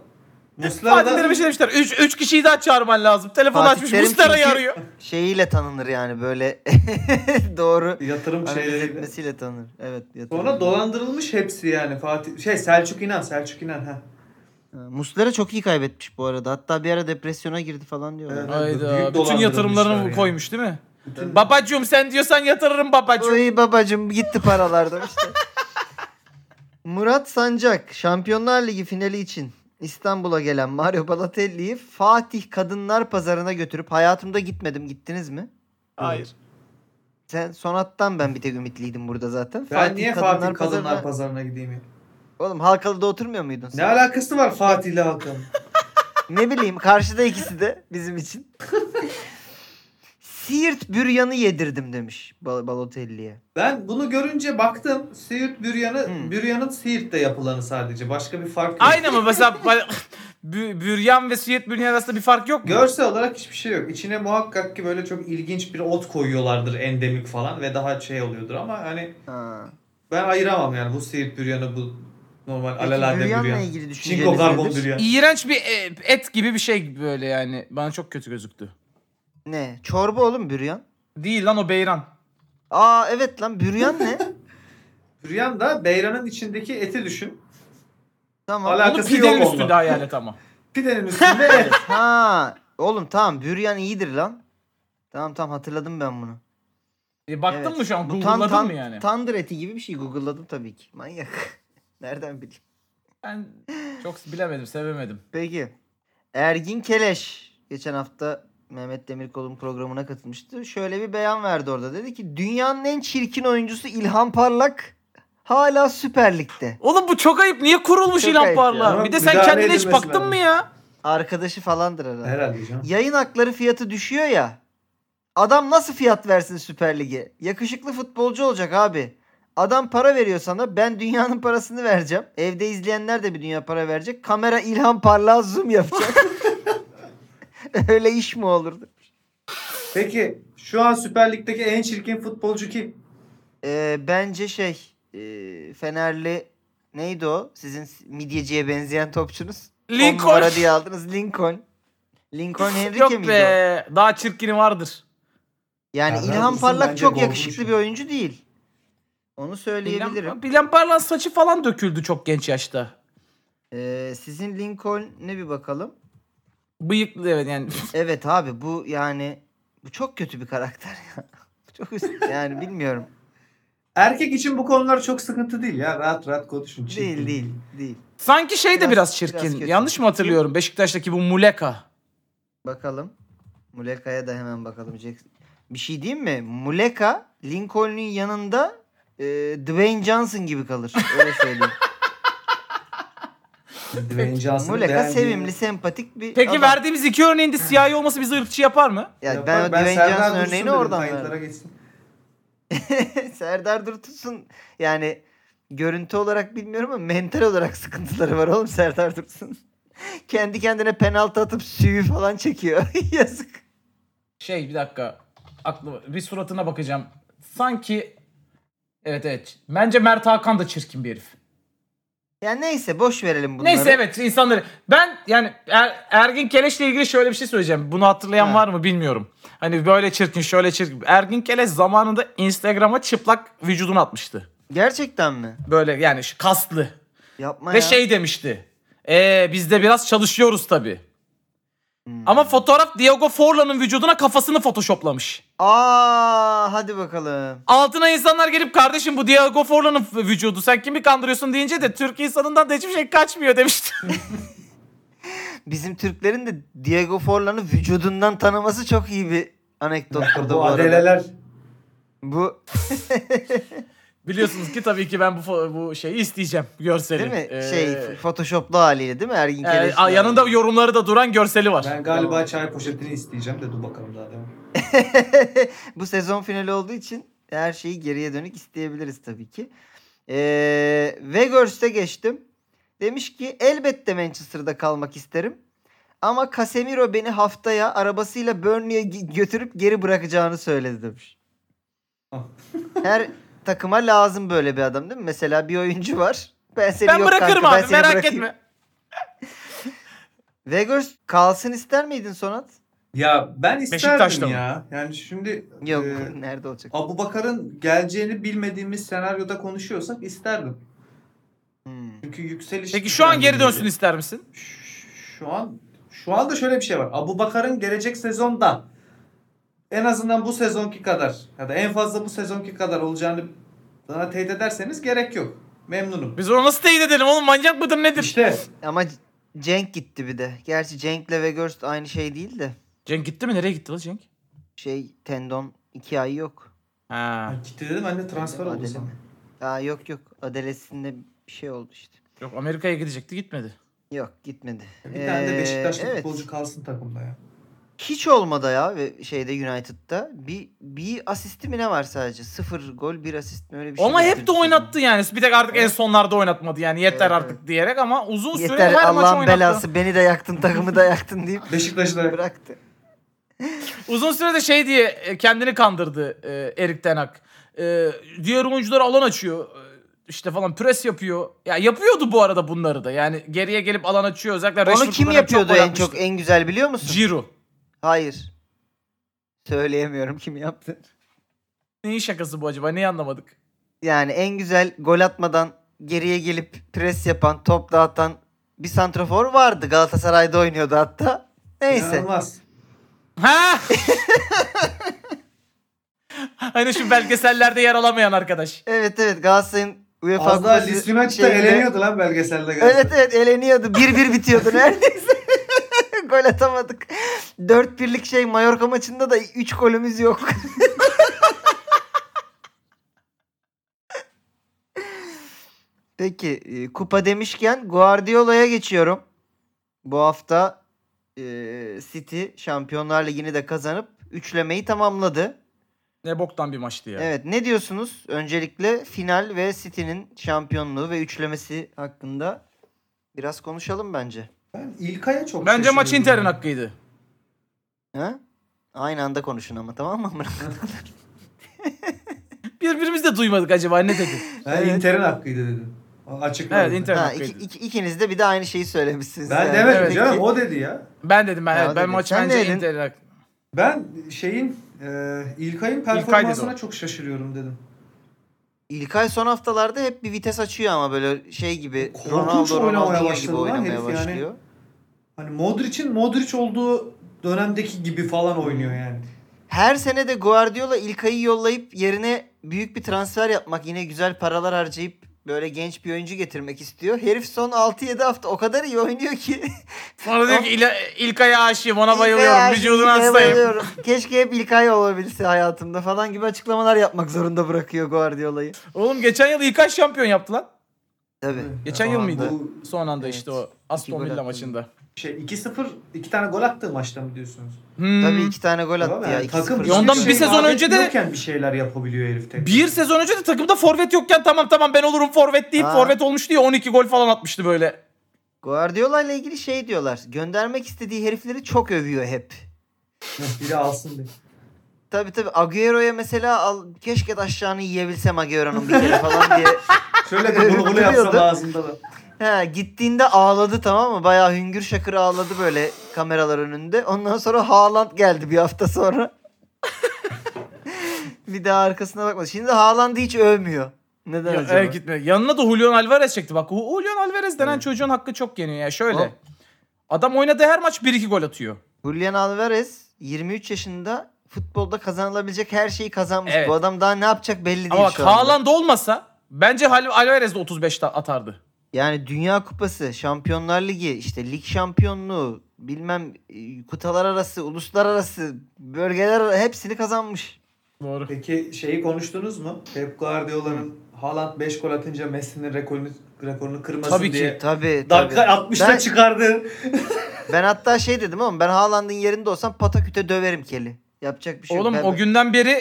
Speaker 2: Muslera
Speaker 4: Fatih
Speaker 2: da
Speaker 4: Terim'e şey demişler. 3 kişiyi daha çağırman lazım. Telefon
Speaker 3: Fatih
Speaker 4: açmış.
Speaker 3: Terim
Speaker 4: Muslera'yı
Speaker 3: çünkü-
Speaker 4: arıyor.
Speaker 3: Şeyiyle tanınır yani böyle doğru
Speaker 2: yatırım
Speaker 3: hareket
Speaker 2: şeyleriyle.
Speaker 3: etmesiyle tanınır. Evet. yatırım.
Speaker 2: Sonra dolandırılmış hepsi yani Fatih şey Selçuk İnan Selçuk İnan ha.
Speaker 3: Muslera çok iyi kaybetmiş bu arada. Hatta bir ara depresyona girdi falan diyorlar.
Speaker 2: Evet.
Speaker 4: Hayda.
Speaker 2: Büyük
Speaker 4: Bütün yatırımlarını
Speaker 2: dolandırılmışlar ya.
Speaker 4: koymuş değil mi? Babacığım sen diyorsan yatırırım babacığım.
Speaker 3: Oy babacım gitti paralardan işte. Murat Sancak Şampiyonlar Ligi finali için İstanbul'a gelen Mario Balotelli'yi Fatih Kadınlar Pazarı'na götürüp hayatımda gitmedim. Gittiniz mi?
Speaker 4: Hayır.
Speaker 3: Sen sonattan ben bir tek ümitliydim burada zaten.
Speaker 2: Ben niye Fatih Kadınlar
Speaker 3: Pazarı'na-
Speaker 2: Pazarı'na gideyim ya?
Speaker 3: Oğlum Halkalı'da oturmuyor muydun
Speaker 2: Ne
Speaker 3: sen?
Speaker 2: alakası var Fatih ile Hakan?
Speaker 3: ne bileyim karşıda ikisi de bizim için. Siirt büryanı yedirdim demiş Bal- Balotelli'ye.
Speaker 2: Ben bunu görünce baktım. Siirt büryanı,
Speaker 3: Hmm.
Speaker 2: büryanın Siirt'te yapılanı sadece. Başka bir fark yok.
Speaker 4: Aynı mı? Mesela ba- bü- büryan ve suyet büryan arasında bir fark yok mu?
Speaker 2: Görsel olarak hiçbir şey yok. İçine muhakkak ki böyle çok ilginç bir ot koyuyorlardır endemik falan ve daha şey oluyordur ama hani
Speaker 3: Ha.
Speaker 2: ben ayıramam yani bu Siirt büryanı bu normal
Speaker 3: Peki
Speaker 2: alelade
Speaker 3: büryanla
Speaker 2: büryan.
Speaker 3: ilgili düşünceniz
Speaker 2: Çinko karbon
Speaker 3: nedir?
Speaker 2: büryan.
Speaker 4: İğrenç bir e, et gibi bir şey böyle yani. Bana çok kötü gözüktü.
Speaker 3: Ne? Çorba oğlum büryan.
Speaker 4: Değil lan o beyran.
Speaker 3: Aa evet lan büryan ne?
Speaker 2: Büryan da beyranın içindeki eti düşün.
Speaker 3: tamam.
Speaker 2: Ala-
Speaker 4: Bunu
Speaker 2: Alakası yok
Speaker 4: pidenin
Speaker 2: onunla.
Speaker 4: üstünde hayal et ama.
Speaker 2: Pidenin üstünde et.
Speaker 3: Ha oğlum tamam büryan iyidir lan. Tamam tamam hatırladım ben bunu.
Speaker 4: E, baktın
Speaker 3: Evet.
Speaker 4: mı şu an?
Speaker 3: Bu tan-
Speaker 4: Google'ladın
Speaker 3: tan-
Speaker 4: mı yani?
Speaker 3: Tandır eti gibi bir şey Google'ladım tabii ki. Manyak. Nereden bileyim?
Speaker 4: Ben çok bilemedim, sevemedim.
Speaker 3: Peki. Ergin Keleş geçen hafta Mehmet Demirkol'un programına katılmıştı. Şöyle bir beyan verdi orada. Dedi ki dünyanın en çirkin oyuncusu İlhan Parlak hala Süper Lig'de.
Speaker 4: Oğlum bu çok ayıp. Niye kurulmuş
Speaker 3: Çok
Speaker 4: İlhan
Speaker 3: ayıp
Speaker 4: Parlak?
Speaker 2: ya.
Speaker 4: Bir de sen
Speaker 2: Müdahale
Speaker 4: kendine hiç
Speaker 2: edilmesi
Speaker 4: baktın
Speaker 2: lazım.
Speaker 4: mı ya?
Speaker 3: Arkadaşı falandır herhalde.
Speaker 2: Herhalde canım.
Speaker 3: Yayın hakları fiyatı düşüyor ya. Adam nasıl fiyat versin Süper Lig'e? Yakışıklı futbolcu olacak abi. Adam para veriyor sana. Ben dünyanın parasını vereceğim. Evde izleyenler de bir dünya para verecek. Kamera İlhan Parlak'a zoom yapacak. Öyle iş mi olurdu?
Speaker 2: Peki şu an Süper Lig'deki en çirkin futbolcu kim?
Speaker 3: Ee, bence şey e, Fenerli neydi o? Sizin midyeciye benzeyen topçunuz. On
Speaker 4: Lincoln.
Speaker 3: numara diye aldınız. Lincoln. Lincoln
Speaker 4: Yok
Speaker 3: Henrique miydi o?
Speaker 4: be. Daha çirkini vardır.
Speaker 3: Yani
Speaker 2: Ferhat
Speaker 3: İlhan
Speaker 2: Uzun
Speaker 3: Parlak
Speaker 2: bence
Speaker 3: çok
Speaker 2: golcü
Speaker 3: yakışıklı
Speaker 2: şu.
Speaker 3: bir oyuncu değil. Onu söyleyebilirim.
Speaker 4: İlhan, İlhan Parlak'ın saçı falan döküldü çok genç yaşta.
Speaker 3: Ee, sizin Lincoln'e bir bakalım.
Speaker 4: Bıyıklı evet yani.
Speaker 3: Evet abi bu yani bu çok kötü bir karakter ya. Çok üst, yani bilmiyorum.
Speaker 2: Erkek için bu konular çok sıkıntı değil ya. Rahat rahat konuşun. Çirkin.
Speaker 3: değil değil değil.
Speaker 4: Sanki şey de
Speaker 3: Biraz-
Speaker 4: biraz çirkin.
Speaker 3: biraz kötü.
Speaker 4: Yanlış mı hatırlıyorum? Beşiktaş'taki bu Muleka.
Speaker 3: Bakalım. Muleka'ya da hemen bakalım. Jackson. Bir şey diyeyim mi? Muleka Lincoln'un yanında e, Dwayne Johnson gibi kalır. Öyle söyleyeyim.
Speaker 2: Dwayne Johnson'ı
Speaker 3: Muleka
Speaker 2: beğendiğim-
Speaker 3: sevimli, sempatik bir
Speaker 4: Peki
Speaker 3: adam.
Speaker 4: verdiğimiz iki örneğin de siyahi olması bizi ırkçı yapar mı?
Speaker 3: Yani
Speaker 2: Yapar,
Speaker 3: ben, o Dwayne
Speaker 2: Serdar
Speaker 3: Johnson
Speaker 2: Dursun
Speaker 3: örneğini
Speaker 2: dedim,
Speaker 3: oradan verdim.
Speaker 2: kayıtlara geçsin.
Speaker 3: Serdar Dursun'un yani görüntü olarak bilmiyorum ama mental olarak sıkıntıları var oğlum Serdar Dursun. Kendi kendine penaltı atıp süyü falan çekiyor. Yazık.
Speaker 4: Şey bir dakika. Aklıma, bir suratına bakacağım. Sanki evet evet. Bence Mert Hakan da çirkin bir herif.
Speaker 3: Yani neyse boş verelim bunları.
Speaker 4: Neyse evet insanları. Ben yani Er- Ergin Keleş'le ilgili şöyle bir şey söyleyeceğim. Bunu hatırlayan
Speaker 3: Ha.
Speaker 4: var mı bilmiyorum. Hani böyle çirkin şöyle çirkin. Ergin Keleş zamanında Instagram'a çıplak vücudunu atmıştı.
Speaker 3: Gerçekten mi?
Speaker 4: Böyle yani şu kaslı.
Speaker 3: Yapma
Speaker 4: Ve
Speaker 3: ya.
Speaker 4: şey demişti. Ee, biz de biraz çalışıyoruz tabii.
Speaker 3: Hmm.
Speaker 4: Ama fotoğraf Diego Forlan'ın vücuduna kafasını photoshoplamış.
Speaker 3: Aa hadi bakalım.
Speaker 4: Altına insanlar gelip kardeşim bu Diego Forlan'ın vücudu sen kimi kandırıyorsun deyince de Türk insanından da hiçbir şey kaçmıyor demişti.
Speaker 3: Bizim Türklerin de Diego Forlan'ı vücudundan tanıması çok iyi bir anekdot burada bu
Speaker 2: Bu
Speaker 3: arada.
Speaker 2: adeleler
Speaker 3: Bu
Speaker 4: Biliyorsunuz ki tabii ki ben bu fo- bu şeyi isteyeceğim görseli.
Speaker 3: değil mi?
Speaker 4: Ee,
Speaker 3: şey Photoshop'lu haliyle değil mi Ergin
Speaker 4: e,
Speaker 3: Keleş'le?
Speaker 4: a- yanında yorumları da duran görseli var.
Speaker 2: ben galiba
Speaker 3: Tamam.
Speaker 2: çay poşetini isteyeceğim de dur bakalım daha devam.
Speaker 3: bu sezon finali olduğu için her şeyi geriye dönük isteyebiliriz tabii ki. Ee, Vegors'te geçtim. Demiş ki elbette Manchester'da kalmak isterim. Ama Casemiro beni haftaya arabasıyla Burnley'e gi- götürüp geri bırakacağını söyledi demiş.
Speaker 2: Ah.
Speaker 3: Her takıma lazım böyle bir adam değil mi? Mesela bir oyuncu var. Ben seni
Speaker 4: Ben
Speaker 3: yok
Speaker 4: bırakırım
Speaker 3: kanka, ben
Speaker 4: abi
Speaker 3: seni
Speaker 4: merak
Speaker 3: bırakayım.
Speaker 4: etme.
Speaker 3: Weghorst kalsın ister miydin Sonat?
Speaker 2: Ya ben
Speaker 4: Beşiktaş'ta
Speaker 2: isterdim
Speaker 4: mı?
Speaker 2: ya. Yani şimdi
Speaker 3: Yok
Speaker 2: e,
Speaker 3: nerede olacak?
Speaker 2: Abu Bakar'ın geleceğini bilmediğimiz senaryoda konuşuyorsak isterdim.
Speaker 3: Hmm.
Speaker 2: Çünkü yükseliş...
Speaker 4: Peki şu an geri dönsün ister misin?
Speaker 2: Ş- Şu an şu anda şöyle bir şey var. Abu Bakar'ın gelecek sezonda en azından bu sezonki kadar ya da en fazla bu sezonki kadar olacağını bana teyit ederseniz gerek yok. Memnunum.
Speaker 4: Biz onu nasıl teyit edelim oğlum manyak mıdır nedir?
Speaker 2: İşte
Speaker 3: Ama C- Cenk gitti bir de. Gerçi Cenk'le Weghorst aynı şey değil de.
Speaker 4: Cenk gitti mi? Nereye gitti lan Cenk?
Speaker 3: Şey tendon iki ay yok.
Speaker 4: Ha.
Speaker 3: Hani-
Speaker 2: gitti dedim anne transfer oldu
Speaker 3: Adele
Speaker 2: sana.
Speaker 3: mi? Aa, yok yok. Adelesinde bir şey oldu işte.
Speaker 4: Yok Amerika'ya gidecekti gitmedi.
Speaker 3: Yok gitmedi.
Speaker 2: Bir tane de
Speaker 3: Ee,
Speaker 2: Beşiktaşlı
Speaker 3: evet.
Speaker 2: futbolcu kalsın takımda ya.
Speaker 3: Hiç olmadı ya ve şeyde United'da. Bir, bir asisti mi ne var sadece? Sıfır gol bir asist mi öyle bir şey.
Speaker 4: Ama hep de
Speaker 3: getirdi.
Speaker 4: oynattı yani. Bir tek artık en sonlarda oynatmadı yani. Yeter
Speaker 3: Evet,
Speaker 4: artık diyerek ama uzun süre
Speaker 3: Yeter
Speaker 4: her maç
Speaker 3: Allah'ın
Speaker 4: oynattı.
Speaker 3: belası beni de yaktın takımı da yaktın deyip
Speaker 2: Beşiktaş'ı da
Speaker 3: bıraktı.
Speaker 4: Uzun sürede şey diye e, kendini kandırdı e, Erik Ten Hag. E, diğer oyunculara alan açıyor. E, işte falan pres yapıyor. Ya yapıyordu bu arada bunları da. Yani geriye gelip alan açıyor. Özellikle
Speaker 3: Onu
Speaker 4: Rashford
Speaker 3: kim
Speaker 4: dönem
Speaker 3: yapıyordu
Speaker 4: gol
Speaker 3: en
Speaker 4: atmıştı.
Speaker 3: çok en güzel biliyor musun?
Speaker 4: Giroud.
Speaker 3: Hayır. Söyleyemiyorum kim yaptı.
Speaker 4: Neyin şakası bu acaba? Neyi anlamadık?
Speaker 3: Yani en güzel gol atmadan geriye gelip pres yapan, top dağıtan bir santrafor vardı. Galatasaray'da oynuyordu hatta. Neyse.
Speaker 2: İnanılmaz.
Speaker 4: Ha! hani şu belgesellerde yer alamayan arkadaş.
Speaker 3: Evet evet Galatasaray'ın UEFA
Speaker 2: Az daha
Speaker 3: Kupası
Speaker 2: Leeds United'da
Speaker 3: şeyinde-
Speaker 2: eleniyordu lan belgeselde. galiba.
Speaker 3: Evet evet eleniyordu. 1-1 bitiyordu neredeyse. gol atamadık. 4-1'lik şey Mallorca maçında da 3 golümüz yok. Peki e, kupa demişken Guardiola'ya geçiyorum. Bu hafta e, City Şampiyonlar Ligi'ni de kazanıp üçlemeyi tamamladı.
Speaker 4: Ne boktan bir maçtı ya.
Speaker 3: Evet ne diyorsunuz? Öncelikle final ve City'nin şampiyonluğu ve üçlemesi hakkında biraz konuşalım bence.
Speaker 2: Ben İlkay'a çok
Speaker 4: Bence maç
Speaker 2: şaşırıyorum.
Speaker 4: Inter'in hakkıydı.
Speaker 3: Ha? Aynı anda konuşun ama tamam mı?
Speaker 4: Birbirimizi de duymadık acaba ne dedi?
Speaker 2: Ben
Speaker 3: Evet.
Speaker 2: Inter'in hakkıydı dedim. Açıkladım.
Speaker 4: Evet, Inter-
Speaker 3: ha, iki- iki- ikiniz de bir de aynı şeyi söylemişsiniz.
Speaker 2: Ben
Speaker 3: yani.
Speaker 2: demedim
Speaker 4: Evet.
Speaker 2: canım o dedi ya.
Speaker 4: ben dedim ben,
Speaker 3: Ya
Speaker 4: evet, ben
Speaker 3: dedim.
Speaker 4: maç
Speaker 3: Sen
Speaker 4: bence
Speaker 3: neydin?
Speaker 4: Inter'in hakkı.
Speaker 2: Ben şeyin e, İlkay'ın
Speaker 4: dedi
Speaker 2: performansına
Speaker 4: o.
Speaker 2: çok şaşırıyorum dedim.
Speaker 3: İlkay son haftalarda hep bir vites açıyor ama böyle şey gibi
Speaker 2: Korkunç
Speaker 3: Ronaldo
Speaker 2: oynamaya
Speaker 3: Ronaldo gibi
Speaker 2: başladı lan
Speaker 3: oynamaya
Speaker 2: herif yani.
Speaker 3: başlıyor.
Speaker 2: Hani Modric'in Modric olduğu dönemdeki gibi falan oynuyor yani.
Speaker 3: Her sene de Guardiola İlkay'ı yollayıp yerine büyük bir transfer yapmak yine güzel paralar harcayıp böyle genç bir oyuncu getirmek istiyor. Herif son 6-7 hafta o kadar iyi oynuyor ki.
Speaker 4: Sonra diyor ki "İla- İlkay'a aşığım ona bayılıyorum.
Speaker 3: Ah. İlkay'a
Speaker 4: Vücuduna
Speaker 3: İlkay'a
Speaker 4: hastayım.
Speaker 3: bayılıyorum. Keşke hep İlkay olabilse hayatımda falan gibi açıklamalar yapmak zorunda bırakıyor Guardiola'yı.
Speaker 4: Oğlum geçen yıl İlkay şampiyon yaptı lan.
Speaker 3: Tabii.
Speaker 4: Geçen
Speaker 3: O
Speaker 4: yıl
Speaker 3: anda-
Speaker 4: mıydı?
Speaker 2: Bu
Speaker 4: Son anda
Speaker 3: Evet.
Speaker 4: işte o
Speaker 3: İki
Speaker 4: Aston
Speaker 3: gol
Speaker 4: Villa
Speaker 3: attı.
Speaker 4: maçında.
Speaker 2: şey 2-0 iki tane gol attığı maçta mı diyorsunuz?
Speaker 4: Hmm.
Speaker 3: Tabii iki tane gol
Speaker 2: Tamam
Speaker 3: attı
Speaker 2: yani
Speaker 3: ya. iki sıfır.
Speaker 4: Ya ondan
Speaker 2: hiçbir
Speaker 4: bir sezon
Speaker 2: vaat
Speaker 4: önce de-
Speaker 2: etmiyorken bir şeyler yapabiliyor herif tek.
Speaker 4: Bir sezon önce de takımda forvet yokken tamam tamam ben olurum forvet deyip
Speaker 3: Ha.
Speaker 4: forvet olmuştu ya 12 gol falan atmıştı böyle.
Speaker 3: Guardiola ile ilgili şey diyorlar. Göndermek istediği herifleri çok övüyor hep.
Speaker 2: Biri alsın diye.
Speaker 3: Tabii tabii Agüero'ya mesela al, keşke taşlarını yiyebilsem Agüero'nun bir kere falan diye
Speaker 2: Şöyle bir bunu bunu
Speaker 3: Duruyordu.
Speaker 2: yapsam ağzında da.
Speaker 3: He, gittiğinde ağladı tamam mı? Bayağı hüngür şakır ağladı böyle kameralar önünde. Ondan sonra Haaland geldi bir hafta sonra. bir daha arkasına bakmadı. Şimdi Haaland'ı hiç övmüyor. Neden
Speaker 4: Ya,
Speaker 3: acaba?
Speaker 4: evet, gitme. Yanına da Julian Alvarez çekti bak. Hu- Julian Alvarez denen
Speaker 3: Evet.
Speaker 4: çocuğun hakkı çok yeniyor ya şöyle.
Speaker 3: Hop.
Speaker 4: Adam oynadığı her maç 1-2 gol atıyor.
Speaker 3: Julian Alvarez 23 yaşında futbolda kazanılabilecek her şeyi kazanmış.
Speaker 4: Evet.
Speaker 3: Bu adam daha ne yapacak belli değil
Speaker 4: Ama bak
Speaker 3: şu anda.
Speaker 4: Haaland olmasa bence Hal- Alvarez de 35 ta- atardı.
Speaker 3: Yani Dünya Kupası, Şampiyonlar Ligi, işte lig şampiyonluğu, bilmem e, kıtalar arası, uluslararası, bölgeler arası hepsini kazanmış.
Speaker 4: Doğru.
Speaker 2: Peki şeyi konuştunuz mu? Pep Guardiola'nın Haaland 5 gol atınca Messi'nin rekorunu, rekorunu kırmasın
Speaker 4: Tabii ki.
Speaker 2: diye.
Speaker 3: Tabii tabii.
Speaker 2: Dakika 60'ta
Speaker 3: Ben-
Speaker 2: çıkardı.
Speaker 3: Ben hatta şey dedim oğlum ben Haaland'ın yerinde olsam pataküte döverim keli. Yapacak bir şey
Speaker 4: Oğlum
Speaker 3: yok. Ben-
Speaker 4: o günden beri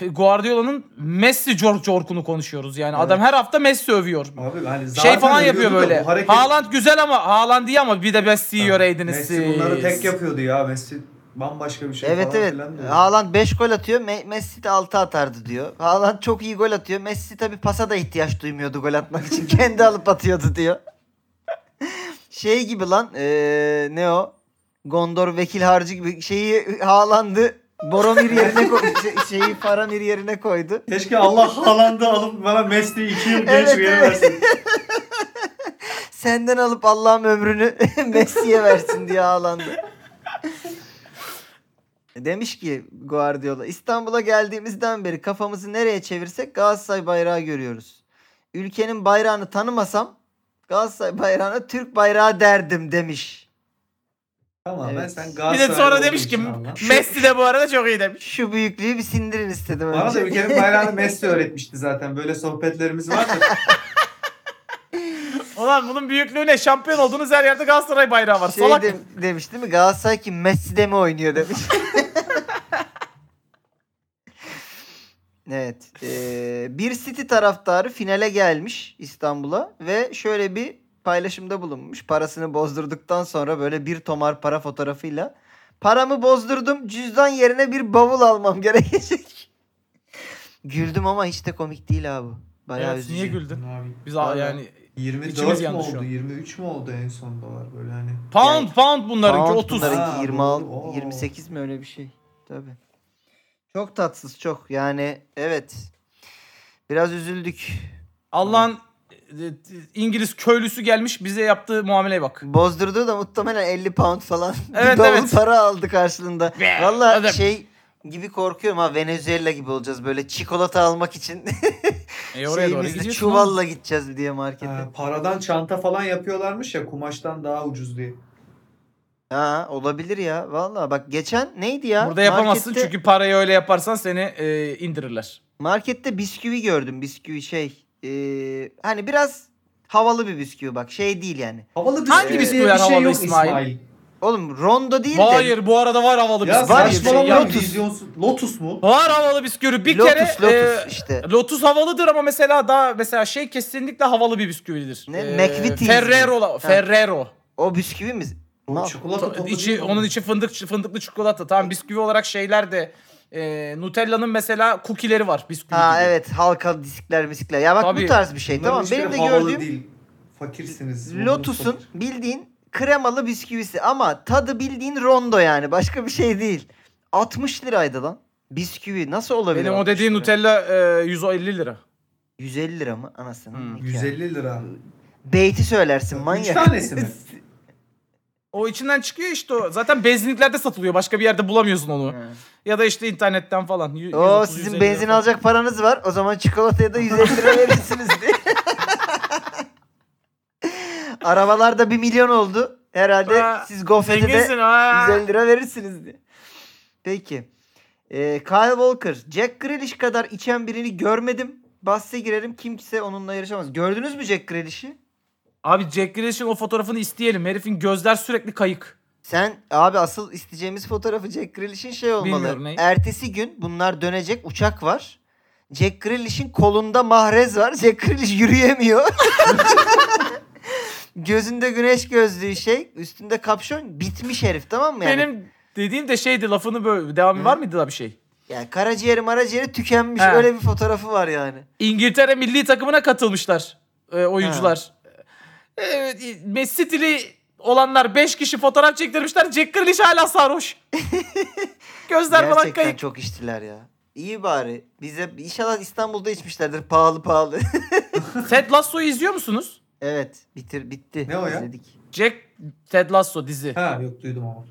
Speaker 4: e, Guardiola'nın Messi George Jorkun'u konuşuyoruz yani. Adam her hafta Messi övüyor.
Speaker 2: Abi hani zaten
Speaker 4: Şey falan yapıyor
Speaker 2: övüyordu da
Speaker 4: böyle.
Speaker 2: bu hareket-
Speaker 4: Haaland güzel ama Haaland iyi ama bir de Messi'yi göreydiniz
Speaker 2: Messi bunları tek yapıyordu ya. Messi bambaşka bir şey
Speaker 3: Evet
Speaker 2: falan
Speaker 3: evet.
Speaker 2: filan diyor.
Speaker 3: Haaland 5 gol atıyor. Me- Messi de 6 atardı diyor. Haaland çok iyi gol atıyor. Messi tabii pasa da ihtiyaç duymuyordu gol atmak için. Kendi alıp atıyordu diyor. şey gibi lan eee, ne o? Gondor vekil harcı gibi şeyi Haaland'ı Boromir yerine koy, şey- şeyi Faramir yerine koydu.
Speaker 2: Keşke Allah Haaland'ı alıp bana Mesli'yi iki yıl genç bir yere
Speaker 3: Evet,
Speaker 2: versin.
Speaker 3: Senden alıp Allah'ım ömrünü Messi'ye versin diye ağlandı. Demiş ki Guardiola İstanbul'a geldiğimizden beri kafamızı nereye çevirsek Galatasaray bayrağı görüyoruz. Ülkenin bayrağını tanımasam Galatasaray bayrağına Türk bayrağı derdim demiş.
Speaker 2: Tamam ben
Speaker 3: Evet.
Speaker 2: sen
Speaker 4: Bir
Speaker 2: Galatasaray
Speaker 4: de sonra demiş ki Messi de bu arada çok iyi demiş.
Speaker 3: Şu büyüklüğü bir sindirin istedim
Speaker 2: Bana da
Speaker 3: önce.
Speaker 2: ülkenin bayrağını Messi öğretmişti zaten. Böyle sohbetlerimiz var da.
Speaker 4: Ulan bunun büyüklüğü ne? Şampiyon olduğunuz her yerde Galatasaray bayrağı var.
Speaker 3: şey
Speaker 4: Salak.
Speaker 3: de- demiş değil mi? Galatasaray ki Messi'de mi oynuyor demiş. evet. eee, bir City taraftarı finale gelmiş İstanbul'a ve şöyle bir paylaşımda bulunmuş. Parasını bozdurduktan sonra böyle bir tomar para fotoğrafıyla paramı bozdurdum cüzdan yerine bir bavul almam gerekecek. Güldüm ama hiç de komik değil abi. Bayağı
Speaker 4: Evet,
Speaker 3: üzücü.
Speaker 4: niye güldün?
Speaker 2: Abi,
Speaker 4: Biz
Speaker 3: Vallahi.
Speaker 4: yani
Speaker 2: 24
Speaker 4: İçimiz
Speaker 2: mu
Speaker 4: yandı şu
Speaker 2: oldu?
Speaker 4: an.
Speaker 2: 23 mü oldu en son dolar böyle hani?
Speaker 4: pound
Speaker 3: Yani-
Speaker 4: pound bunlarınki
Speaker 3: Pound
Speaker 4: 30.
Speaker 3: bunlarınki
Speaker 2: Ha,
Speaker 3: 26,
Speaker 2: doğru. Oo.
Speaker 3: 28 mi öyle bir şey. Tabii. Çok tatsız çok. Yani evet. Biraz üzüldük.
Speaker 4: Allah'ın e, e, İngiliz köylüsü gelmiş bize yaptığı muameleye bak.
Speaker 3: Bozdurduğu da muhtemelen 50 pound falan.
Speaker 4: Evet,
Speaker 3: bir davul
Speaker 4: evet.
Speaker 3: para aldı karşılığında.
Speaker 4: Be,
Speaker 3: Valla
Speaker 4: adam.
Speaker 3: şey gibi korkuyorum ha Venezuela gibi olacağız böyle çikolata almak için
Speaker 4: E oraya doğru
Speaker 3: şeyimizle
Speaker 4: gidiyorsun.
Speaker 3: çuvalla gideceğiz diye markete.
Speaker 2: Ha,
Speaker 3: Ha,
Speaker 2: paradan çanta falan yapıyorlarmış ya kumaştan daha ucuz diye.
Speaker 3: olabilir ya valla bak geçen neydi ya?
Speaker 4: Burada yapamazsın
Speaker 3: Markette-
Speaker 4: çünkü parayı öyle yaparsan seni e, indirirler.
Speaker 3: Markette bisküvi gördüm. Bisküvi şey. e, hani biraz havalı bir bisküvi bak. Şey değil yani.
Speaker 2: Havalı bir
Speaker 4: Hangi
Speaker 2: şey
Speaker 4: bisküvi
Speaker 2: diye bir
Speaker 4: havalı
Speaker 2: şey yok
Speaker 4: İsmail?
Speaker 2: İsmail.
Speaker 3: Oğlum rondo değil de.
Speaker 4: Hayır bu arada var havalı
Speaker 2: Ya
Speaker 4: bisküvi.
Speaker 3: Var
Speaker 2: saçmalama
Speaker 3: şey,
Speaker 2: lan,
Speaker 3: Lotus.
Speaker 2: vizyonsuz. Lotus mu?
Speaker 4: Var havalı bisküvi. Bir
Speaker 3: Lotus,
Speaker 4: kere
Speaker 3: Lotus
Speaker 4: e,
Speaker 3: işte.
Speaker 4: Lotus havalıdır ama mesela daha mesela şey kesinlikle havalı bir bisküvidir. E,
Speaker 3: Ne? McVitie's mi?
Speaker 4: Ferrero. la- Ferrero.
Speaker 3: O bisküvi mi?
Speaker 2: Bu çikolata topu
Speaker 4: içi,
Speaker 2: değil mi?
Speaker 4: onun içi fındık fındıklı çikolata. Tamam bisküvi olarak şeyler de e, Nutella'nın mesela kukileri var bisküvi
Speaker 3: Ha
Speaker 4: gibi.
Speaker 3: evet halka diskler miskler. Ya bak
Speaker 4: Tabii.
Speaker 3: bu tarz bir şey
Speaker 2: Bunların
Speaker 3: tamam.
Speaker 2: hiçbiri
Speaker 3: Benim de
Speaker 2: havalı
Speaker 3: gördüğüm
Speaker 2: değil. Fakirsiniz.
Speaker 3: Lotus'un bildiğin kremalı bisküvisi ama tadı bildiğin rondo yani. Başka bir şey değil. 60 liraydı lan. Bisküvi nasıl olabilir?
Speaker 4: Benim o
Speaker 3: 60
Speaker 4: dediğin
Speaker 3: lira?
Speaker 4: Nutella e, 150 lira.
Speaker 3: 150 lira mı? Anasını.
Speaker 4: Hmm,
Speaker 3: nikah.
Speaker 2: 150 lira.
Speaker 3: Beyti söylersin
Speaker 2: Üç
Speaker 3: manyak.
Speaker 2: tanesi mi?
Speaker 4: O içinden çıkıyor işte o. Zaten benzinliklerde satılıyor. Başka bir yerde bulamıyorsun onu.
Speaker 3: Ha.
Speaker 4: Ya da işte internetten falan. Yü-
Speaker 3: O
Speaker 4: 130, 150
Speaker 3: sizin
Speaker 4: lira
Speaker 3: benzin
Speaker 4: falan.
Speaker 3: alacak paranız var. O zaman çikolataya da 150 lira verirsiniz diye. Arabalarda 1 milyon oldu. Herhalde
Speaker 4: Aa,
Speaker 3: siz gofrede de
Speaker 4: Zenginsin ha.
Speaker 3: 150 lira verirsiniz diye. Peki. Ee, Kyle Walker. Jack Grealish kadar içen birini görmedim. Bahse girerim kimse onunla yarışamaz. Gördünüz mü Jack Grealish'i?
Speaker 4: Abi Jack Grealish'in o fotoğrafını isteyelim. Herifin gözler sürekli kayık.
Speaker 3: Sen abi asıl isteyeceğimiz fotoğrafı Jack Grealish'in şey olmalı.
Speaker 4: Bilmiyorum neyi.
Speaker 3: Ertesi gün bunlar dönecek uçak var. Jack Grealish'in kolunda mahrez var. Jack Grealish yürüyemiyor. Gözünde güneş gözlüğü şey, üstünde kapşon bitmiş herif tamam mı yani?
Speaker 4: Benim dediğim de şeydi lafını böyle devamı var mıydı da bir şey?
Speaker 3: Yani karaciğeri maraciğeri tükenmiş
Speaker 4: He.
Speaker 3: öyle bir fotoğrafı var yani.
Speaker 4: İngiltere milli takımına katılmışlar e, oyuncular. Evet, e, Messi'li olanlar 5 kişi fotoğraf çektirmişler. Jack Grealish hala sarhoş. gözler falan
Speaker 3: Gerçekten
Speaker 4: kayık.
Speaker 3: çok içtiler ya. İyi bari. Bize inşallah İstanbul'da içmişlerdir pahalı pahalı.
Speaker 4: Ted Lasso'yu izliyor musunuz?
Speaker 3: evet, bitir bitti.
Speaker 2: Ne o ya?
Speaker 3: İzledik.
Speaker 4: Jack Ted Lasso dizi.
Speaker 2: Ha yok duydum ama.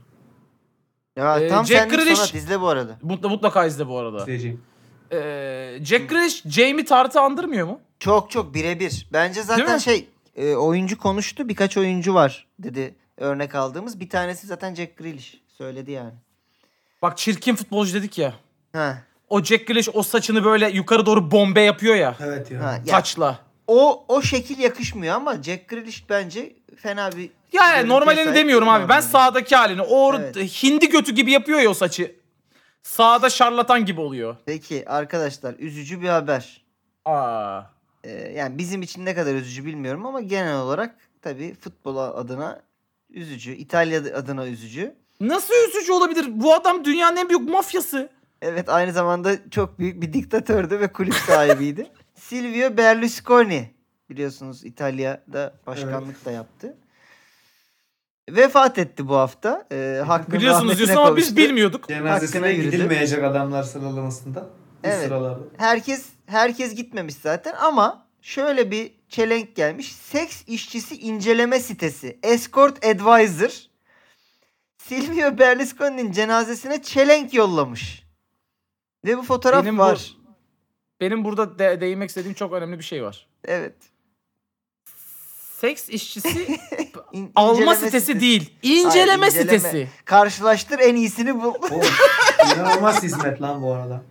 Speaker 3: Ya
Speaker 4: Ee,
Speaker 3: tam
Speaker 4: Jack
Speaker 3: senlik
Speaker 4: Grealish-
Speaker 3: sanat izle bu arada.
Speaker 4: Mutla, mutlaka izle bu arada.
Speaker 2: İzleyeceğim.
Speaker 4: Ee, Jack Grealish Jamie Tartt'ı andırmıyor mu?
Speaker 3: Çok çok birebir. Bence
Speaker 4: Değil
Speaker 3: zaten
Speaker 4: mi?
Speaker 3: şey e, oyuncu konuştu. Birkaç oyuncu var dedi örnek aldığımız. Bir tanesi zaten Jack Grealish söyledi yani.
Speaker 4: Bak çirkin futbolcu dedik ya.
Speaker 3: Ha.
Speaker 4: O Jack Grealish o saçını böyle yukarı doğru bombe yapıyor ya.
Speaker 2: Evet ya.
Speaker 3: ha. Ya,
Speaker 4: Taçla.
Speaker 3: o o şekil yakışmıyor ama Jack Grealish bence fena bir
Speaker 4: Ya
Speaker 3: Görüntüye
Speaker 4: normalini
Speaker 3: sahip
Speaker 4: demiyorum
Speaker 3: değil
Speaker 4: abi. Ben
Speaker 3: normalini.
Speaker 4: sağdaki halini. O or-
Speaker 3: Evet.
Speaker 4: hindi götü gibi yapıyor ya o saçı. Sağda şarlatan gibi oluyor.
Speaker 3: Peki arkadaşlar üzücü bir haber.
Speaker 4: Aa.
Speaker 3: Ee, yani bizim için ne kadar üzücü bilmiyorum ama genel olarak tabii futbol adına üzücü. İtalya adına üzücü.
Speaker 4: Nasıl üzücü olabilir? Bu adam dünyanın en büyük mafyası.
Speaker 3: Evet aynı zamanda çok büyük bir diktatördü ve kulüp sahibiydi. Silvio Berlusconi biliyorsunuz İtalya'da başkanlık da yaptı. Vefat etti bu hafta. E, hakkın
Speaker 4: Biliyorsunuz
Speaker 3: rahmetine
Speaker 4: diyorsun ama
Speaker 3: kavuştu.
Speaker 4: biz bilmiyorduk.
Speaker 2: Cenazesine
Speaker 3: Hakkına yürüdü.
Speaker 2: gidilmeyecek adamlar sıralamasında. Bu
Speaker 3: Evet.
Speaker 2: sıralarda.
Speaker 3: herkes herkes gitmemiş zaten ama şöyle bir çelenk gelmiş. Seks işçisi inceleme sitesi Escort Advisor Silvio Berlusconi'nin cenazesine çelenk yollamış. Ve bu fotoğraf
Speaker 4: Benim bu-
Speaker 3: var.
Speaker 4: Benim burada de- değinmek istediğim çok önemli bir şey var.
Speaker 3: Evet.
Speaker 4: Seks işçisi
Speaker 3: İn-
Speaker 4: alma
Speaker 3: inceleme
Speaker 4: sitesi, değil. İnceleme
Speaker 3: inceleme.
Speaker 4: sitesi.
Speaker 3: Karşılaştır en iyisini bul.
Speaker 2: Oğlum, inanılmaz hizmet lan bu arada.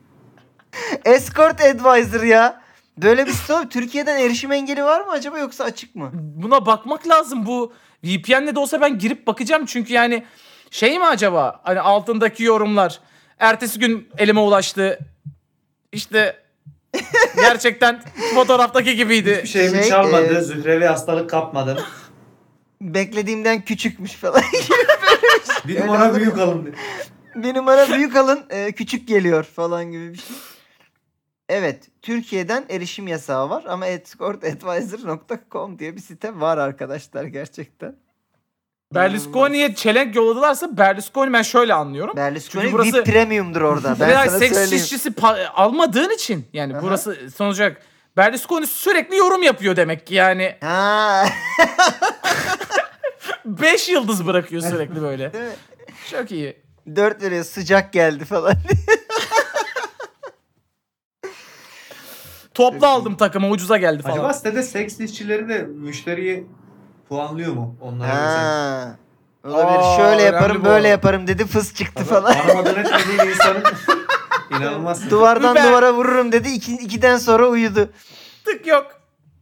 Speaker 3: Escort Advisor ya. Böyle bir site Türkiye'den erişim engeli var mı acaba yoksa açık mı?
Speaker 4: Buna bakmak lazım. Bu VPN'le de olsa ben girip bakacağım. Çünkü yani şey mi acaba? Hani altındaki yorumlar. Ertesi gün elime ulaştı. İşte gerçekten fotoğraftaki gibiydi.
Speaker 2: Hiçbir şey mi
Speaker 3: Şey,
Speaker 2: çalmadı?
Speaker 3: e,
Speaker 2: Zührevi hastalık kapmadın.
Speaker 3: Beklediğimden küçükmüş falan.
Speaker 2: Bir numara büyük alın diye.
Speaker 3: Bir numara büyük alın e, küçük geliyor falan gibi bir şey. Evet Türkiye'den erişim yasağı var ama escortadvisor.com diye bir site var arkadaşlar gerçekten.
Speaker 4: Berlusconi'ye çelenk yolladılarsa Berlusconi ben şöyle anlıyorum.
Speaker 3: Berlusconi
Speaker 4: Çünkü burası-
Speaker 3: VIP premium'dur orada ben
Speaker 4: Veya
Speaker 3: sana
Speaker 4: seks
Speaker 3: söyleyeyim.
Speaker 4: işçisi pa- almadığın için yani
Speaker 3: Aha.
Speaker 4: burası sonuç olarak Berlusconi sürekli yorum yapıyor demek ki yani.
Speaker 3: Ha,
Speaker 4: 5 yıldız bırakıyor sürekli böyle. Çok iyi.
Speaker 3: 4 veriyor sıcak geldi falan.
Speaker 4: Toplu aldım takıma ucuza geldi falan.
Speaker 2: Acaba sitede seks işçileri de müşteriyi puanlıyor mu? Onlara mesela.
Speaker 3: ha. Olabilir.
Speaker 4: Aa,
Speaker 3: Şöyle
Speaker 4: önemli
Speaker 3: yaparım
Speaker 4: bu.
Speaker 3: böyle yaparım dedi fıs çıktı
Speaker 2: Adam
Speaker 3: falan.
Speaker 2: Aramadan etmediğin insanın inanılmaz.
Speaker 3: Duvardan
Speaker 4: Biber.
Speaker 3: duvara vururum dedi. iki, ikiden sonra uyudu.
Speaker 4: Tık yok.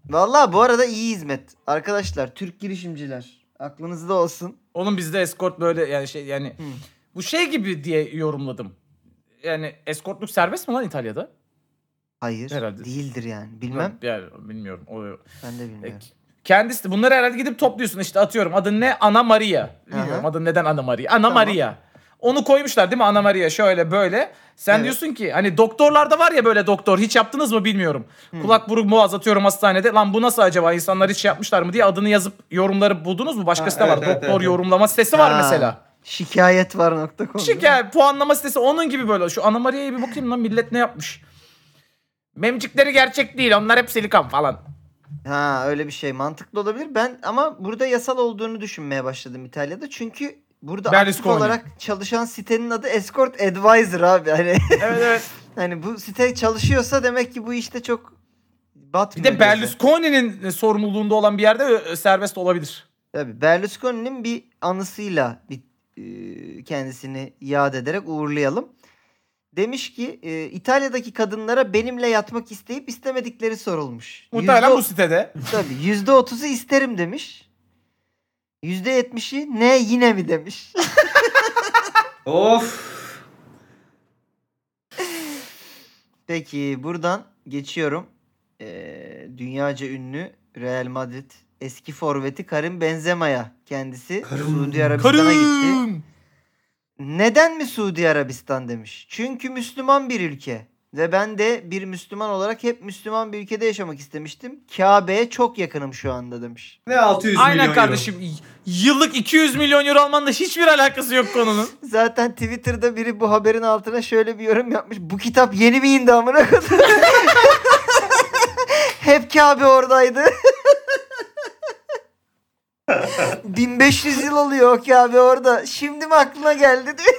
Speaker 3: Vallahi bu arada iyi hizmet. Arkadaşlar Türk girişimciler aklınızda olsun.
Speaker 4: Oğlum bizde escort böyle yani şey yani
Speaker 3: Hı.
Speaker 4: bu şey gibi diye yorumladım. Yani escortluk serbest mi lan İtalya'da?
Speaker 3: Hayır.
Speaker 4: Herhalde.
Speaker 3: Değildir yani. Bilmem.
Speaker 4: Yani bilmiyorum. O
Speaker 3: Ben de bilmiyorum.
Speaker 4: E, Kendisi bunları herhalde gidip topluyorsun işte atıyorum adın ne Ana Maria. Bilmiyorum
Speaker 3: Aha.
Speaker 4: adın neden Ana Maria. Ana
Speaker 3: Tamam.
Speaker 4: Maria. Onu koymuşlar değil mi Ana Maria şöyle böyle. Sen
Speaker 3: Evet.
Speaker 4: diyorsun ki hani doktorlarda var ya böyle doktor hiç yaptınız mı bilmiyorum. Kulak burun boğaz atıyorum hastanede. Lan bu nasıl acaba insanlar hiç yapmışlar mı diye adını yazıp yorumları buldunuz mu? Başkası
Speaker 2: Ha,
Speaker 4: da var.
Speaker 2: evet, evet,
Speaker 4: doktor
Speaker 2: evet, evet.
Speaker 4: yorumlama sitesi var
Speaker 3: Ha,
Speaker 4: mesela.
Speaker 3: Şikayet var nokta com.
Speaker 4: Şeker puanlama sitesi onun gibi böyle. Şu Ana Maria'ya bir bakayım lan millet ne yapmış. Memcikleri gerçek değil onlar hep silikon falan.
Speaker 3: Ha öyle bir şey mantıklı olabilir. Ben ama burada yasal olduğunu düşünmeye başladım İtalya'da. Çünkü burada aktif
Speaker 4: Berlusconi.
Speaker 3: olarak çalışan sitenin adı Escort Advisor abi. Hani
Speaker 4: Evet evet.
Speaker 3: hani bu site çalışıyorsa demek ki bu işte çok
Speaker 4: Bir
Speaker 3: batmıyor.
Speaker 4: de
Speaker 3: gözler.
Speaker 4: Berlusconi'nin e, sorumluluğunda olan bir yerde ö- serbest olabilir.
Speaker 3: Tabii Berlusconi'nin bir anısıyla bir e, kendisini yad ederek uğurlayalım. Demiş ki e, İtalya'daki kadınlara benimle yatmak isteyip istemedikleri sorulmuş.
Speaker 4: Muhtemelen
Speaker 3: Yüzde-
Speaker 4: bu sitede.
Speaker 3: Tabii yüzde otuzu isterim demiş. Yüzde yetmişi ne yine mi demiş.
Speaker 2: Of.
Speaker 3: Peki buradan geçiyorum. E, dünyaca ünlü Real Madrid eski forveti Karim Benzema'ya kendisi
Speaker 2: Karim.
Speaker 3: Suudi Arabistan'a gitti.
Speaker 4: Karım.
Speaker 3: Neden mi Suudi Arabistan demiş? Çünkü Müslüman bir ülke ve ben de bir Müslüman olarak hep Müslüman bir ülkede yaşamak istemiştim. Kabe'ye çok yakınım şu anda demiş.
Speaker 2: Ne 600 milyon
Speaker 4: Aynen
Speaker 2: euro.
Speaker 4: kardeşim. Y- Yıllık 200 milyon euro almanla hiçbir alakası yok konunun.
Speaker 3: Zaten Twitter'da biri bu haberin altına şöyle bir yorum yapmış. Bu kitap yeni mi indi amına koyayım? hep Kabe oradaydı. 1500 yıl oluyor o Kabe orada. Şimdi mi aklına geldi diye.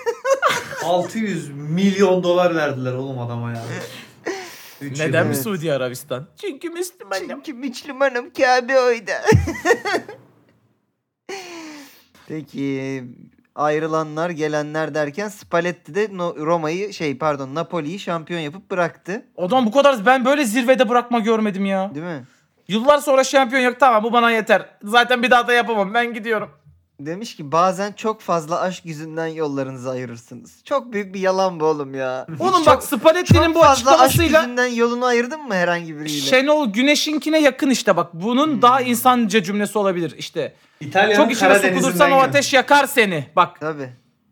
Speaker 2: 600 milyon dolar verdiler oğlum adama ya. Üç
Speaker 4: Neden
Speaker 2: yıl.
Speaker 4: mi
Speaker 3: Evet.
Speaker 4: Suudi Arabistan? Çünkü Müslümanım.
Speaker 3: Çünkü Müslümanım Kabe oydu. Peki ayrılanlar gelenler derken Spalletti de No- Roma'yı şey pardon Napoli'yi şampiyon yapıp bıraktı.
Speaker 4: Adam bu kadar ben böyle zirvede bırakma görmedim ya.
Speaker 3: Değil mi?
Speaker 4: Yıllar sonra şampiyon yok tamam bu bana yeter. Zaten bir daha da yapamam ben gidiyorum.
Speaker 3: Demiş ki bazen çok fazla aşk yüzünden yollarınızı ayırırsınız. Çok büyük bir yalan bu oğlum ya.
Speaker 4: Oğlum
Speaker 3: Hiç
Speaker 4: bak
Speaker 3: çok-
Speaker 4: Spalletti'nin
Speaker 3: çok
Speaker 4: bu
Speaker 3: fazla aşk
Speaker 4: açıklamasıyla Şey-
Speaker 3: yüzünden yolunu ayırdın mı herhangi biriyle?
Speaker 4: Şenol Güneş'inkine yakın işte bak. Bunun daha
Speaker 3: Hmm.
Speaker 4: insanca cümlesi olabilir işte.
Speaker 2: İtalya'nın
Speaker 4: Çok içine sokulursan
Speaker 2: Karadeniz'inden
Speaker 4: o
Speaker 2: gelmiş.
Speaker 4: ateş yakar seni. Bak
Speaker 3: Tabii.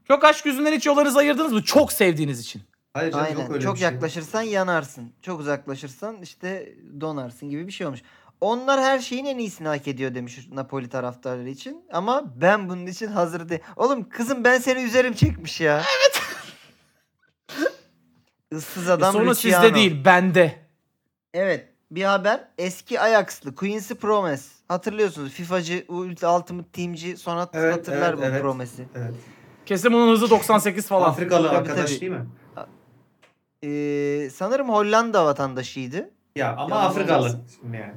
Speaker 4: çok aşk yüzünden hiç yollarınızı ayırdınız mı? Çok sevdiğiniz için. E,
Speaker 2: Hayır canım
Speaker 3: Aynen.
Speaker 2: yok öyle
Speaker 3: Çok
Speaker 2: bir şey.
Speaker 3: yaklaşırsan yanarsın. Çok uzaklaşırsan işte donarsın gibi bir şey olmuş. Onlar her şeyin en iyisini hak ediyor demiş Napoli taraftarları için. Ama ben bunun için hazır değil. Oğlum kızım ben seni üzerim çekmiş ya. Evet. Issız adam
Speaker 4: E sonra
Speaker 3: Luciano.
Speaker 4: sizde değil bende.
Speaker 3: Evet. Bir haber. Eski Ajax'lı Quincy Promes. Hatırlıyorsunuz FIFA'cı, Ultra Ultimate Team'ci son hat-
Speaker 2: Evet,
Speaker 3: hatırlar
Speaker 2: evet,
Speaker 3: bu
Speaker 2: evet.
Speaker 3: Promes'i.
Speaker 2: Evet.
Speaker 4: Kesin bunun hızı 98 falan.
Speaker 2: Afrikalı
Speaker 3: Tabii,
Speaker 2: arkadaş
Speaker 3: tabii.
Speaker 2: değil mi?
Speaker 3: Ee, sanırım Hollanda vatandaşıydı.
Speaker 2: Ya ama
Speaker 3: Yalan
Speaker 2: Afrikalı.
Speaker 3: olmasın.
Speaker 2: Şimdi yani.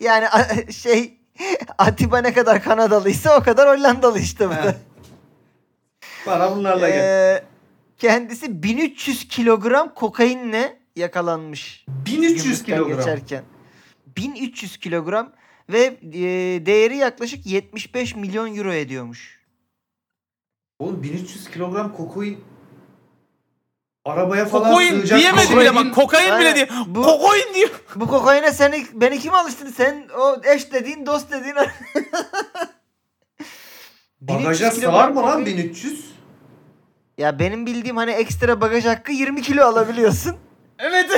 Speaker 3: Yani a- şey Atiba ne kadar Kanadalıysa o kadar Hollandalı işte bu da.
Speaker 2: He. Bana bunlarla gel.
Speaker 3: Ee, kendisi 1300 kilogram kokainle yakalanmış.
Speaker 2: 1300
Speaker 3: gümrükten
Speaker 2: kilogram.
Speaker 3: Geçerken. 1300 kilogram ve e, değeri yaklaşık 75 milyon euro ediyormuş.
Speaker 2: Oğlum 1300 kilogram kokain arabaya falan
Speaker 4: Kokain
Speaker 2: sığacak.
Speaker 4: diyemedi
Speaker 2: kokain-
Speaker 4: bile bak. Kokain bile
Speaker 3: Aynen.
Speaker 4: diyor.
Speaker 3: Bu-
Speaker 4: Kokain diyor.
Speaker 3: Bu kokaine seni beni kim alıştırdı? Sen o eş dediğin, dost dediğin. 1300
Speaker 2: Bagaja
Speaker 3: kilogram
Speaker 2: sığar mı lan
Speaker 3: kokain-
Speaker 2: 1300?
Speaker 3: Ya benim bildiğim hani ekstra bagaj hakkı 20 kilo alabiliyorsun.
Speaker 4: Evet.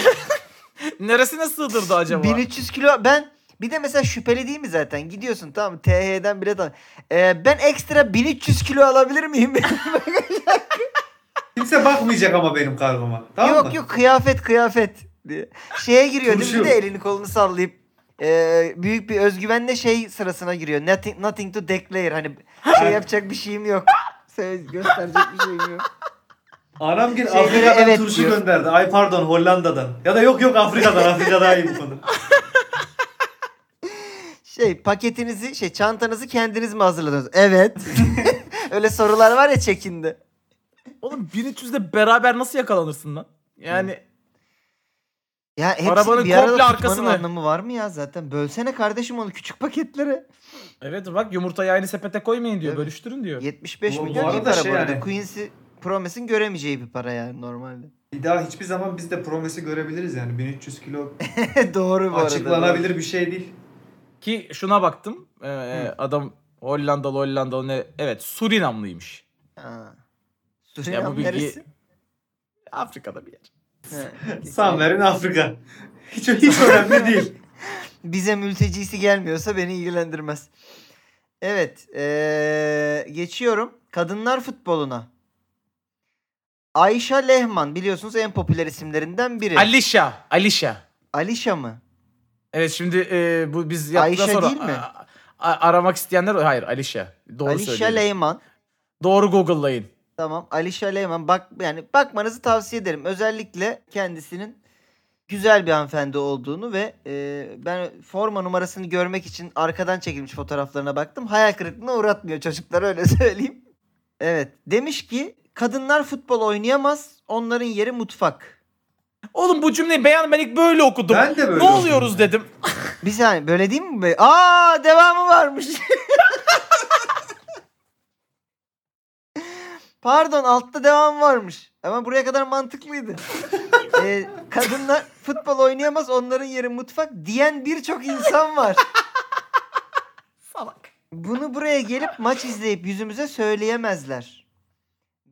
Speaker 4: Neresine sığdırdı acaba?
Speaker 3: 1300 kilo ben bir de mesela şüpheli değil mi zaten? Gidiyorsun tamam TH'den bilet al. Ee, ben ekstra 1300 kilo alabilir miyim?
Speaker 2: Kimse bakmayacak ama benim kargoma. Tamam
Speaker 3: yok
Speaker 2: mı?
Speaker 3: yok kıyafet kıyafet diye. Şeye giriyor değil mi? Bir de
Speaker 2: Konuşuyor.
Speaker 3: elini kolunu sallayıp ee, büyük bir özgüvenle şey sırasına giriyor. Nothing, nothing to declare. Hani şey yapacak bir şeyim yok. Söz gösterecek bir şeyim yok.
Speaker 2: Anam gir
Speaker 3: Şeylere
Speaker 2: Afrika'dan
Speaker 3: evet
Speaker 2: turşu
Speaker 3: diyor.
Speaker 2: gönderdi. Ay pardon Hollanda'dan. Ya da yok yok Afrika'dan. Afrika daha iyi bu konu.
Speaker 3: Şey paketinizi şey çantanızı kendiniz mi hazırladınız? Evet. Öyle sorular var ya çekinde.
Speaker 4: Oğlum 1300'de beraber nasıl yakalanırsın lan? Yani
Speaker 3: Ya hepsini
Speaker 4: Arabanın
Speaker 3: bir arada
Speaker 4: komple
Speaker 3: tutmanın
Speaker 4: arkasını.
Speaker 3: anlamı var mı ya zaten? Bölsene kardeşim onu küçük paketlere.
Speaker 4: evet bak yumurtayı aynı sepete koymayın diyor.
Speaker 3: Tabii.
Speaker 4: Bölüştürün diyor.
Speaker 3: 75
Speaker 2: Bu- bu
Speaker 3: milyon iyi
Speaker 2: arada
Speaker 3: para
Speaker 2: şey
Speaker 3: bu arada.
Speaker 2: yani-
Speaker 3: Quincy Promis'in göremeyeceği bir para yani normalde.
Speaker 2: Bir daha hiçbir zaman biz de promesi görebiliriz yani. 1300 kilo
Speaker 3: doğru bu arada.
Speaker 2: açıklanabilir bir şey değil.
Speaker 4: Ki şuna baktım. Ee, adam Hollandalı Hollandalı ne? Evet Surinamlıymış.
Speaker 3: doğru. Ha.
Speaker 4: Ya
Speaker 3: Surinam
Speaker 4: bu bilgi-
Speaker 3: neresi?
Speaker 4: Afrika'da bir yer.
Speaker 3: Ha.
Speaker 2: Samver'in Afrika. Hiç, hiç önemli değil.
Speaker 3: Bize mültecisi gelmiyorsa beni ilgilendirmez. Evet. eee, geçiyorum. Kadınlar futboluna. Ayşe Lehman biliyorsunuz en popüler isimlerinden biri.
Speaker 4: Alişa. Alişa.
Speaker 3: Alişa mı?
Speaker 4: Evet şimdi e, bu biz yaptıktan
Speaker 3: Ayşe
Speaker 4: sonra
Speaker 3: değil mi?
Speaker 4: a- a- aramak isteyenler hayır Alişa. Doğru
Speaker 3: Alişa
Speaker 4: söylüyorum.
Speaker 3: Lehman.
Speaker 4: Doğru Google'layın.
Speaker 3: Tamam. Alişa Leyman bak yani bakmanızı tavsiye ederim. Özellikle kendisinin güzel bir hanımefendi olduğunu ve e, ben forma numarasını görmek için arkadan çekilmiş fotoğraflarına baktım. Hayal kırıklığına uğratmıyor çocuklar öyle söyleyeyim. Evet. Demiş ki kadınlar futbol oynayamaz. Onların yeri mutfak.
Speaker 4: Oğlum bu cümleyi beyan ben ilk böyle okudum.
Speaker 2: Ben de böyle
Speaker 4: ne oluyoruz
Speaker 2: okudum.
Speaker 4: dedim.
Speaker 3: Bir saniye böyle değil mi? be? Aa devamı varmış. Pardon altta devam varmış. Ama buraya kadar mantıklıydı. Ee, kadınlar futbol oynayamaz onların yeri mutfak diyen birçok insan var.
Speaker 4: Salak.
Speaker 3: Bunu buraya gelip maç izleyip yüzümüze söyleyemezler.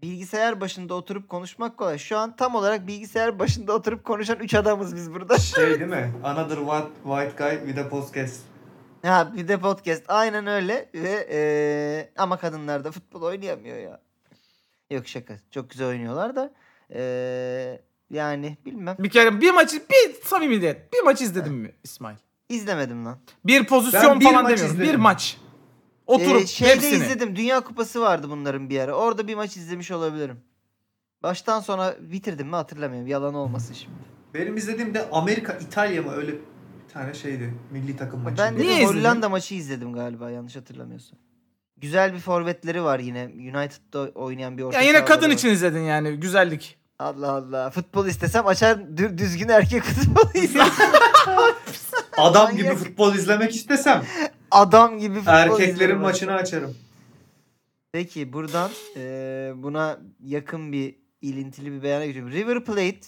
Speaker 3: Bilgisayar başında oturup konuşmak kolay. Şu an tam olarak bilgisayar başında oturup konuşan 3 adamız biz burada.
Speaker 2: Şey değil mi? Another white, white guy with a podcast.
Speaker 3: Ha bir de podcast aynen öyle ve eee, ama kadınlar da futbol oynayamıyor ya. Yok şaka çok güzel oynuyorlar da eee, yani bilmem
Speaker 4: Bir kere bir maçı bir samimiyet bir maç izledim mi İsmail?
Speaker 3: izlemedim lan.
Speaker 4: Bir pozisyon
Speaker 2: bir
Speaker 4: falan
Speaker 2: maç
Speaker 4: demiyorum. Bir
Speaker 2: izledim.
Speaker 4: maç. Oturup
Speaker 3: Eee, şeyde
Speaker 4: hepsini.
Speaker 3: izledim Dünya Kupası vardı bunların bir ara orada bir maç izlemiş olabilirim. Baştan sona bitirdim mi hatırlamıyorum yalan olmasın şimdi.
Speaker 2: Benim izlediğim de Amerika, İtalya mı öyle bir tane şeydi. Milli takım maçı.
Speaker 3: Ben de
Speaker 4: Niye
Speaker 3: de
Speaker 4: izledin?
Speaker 3: Hollanda maçı izledim galiba yanlış hatırlamıyorsam. Güzel bir forvetleri var yine United'da oynayan bir orta
Speaker 4: Ya yine
Speaker 3: sahaları
Speaker 4: kadın
Speaker 3: var.
Speaker 4: için izledin yani güzellik.
Speaker 3: Allah Allah. Futbol istesem açar dü- düzgün erkek futbolu izlerim.
Speaker 2: Adam
Speaker 3: Manyak.
Speaker 2: gibi futbol izlemek istesem
Speaker 3: Adam gibi futbol
Speaker 2: erkeklerin
Speaker 3: izlerim.
Speaker 2: maçını açarım.
Speaker 3: Peki buradan eee, buna yakın bir ilintili bir beyana geçiyorum. River Plate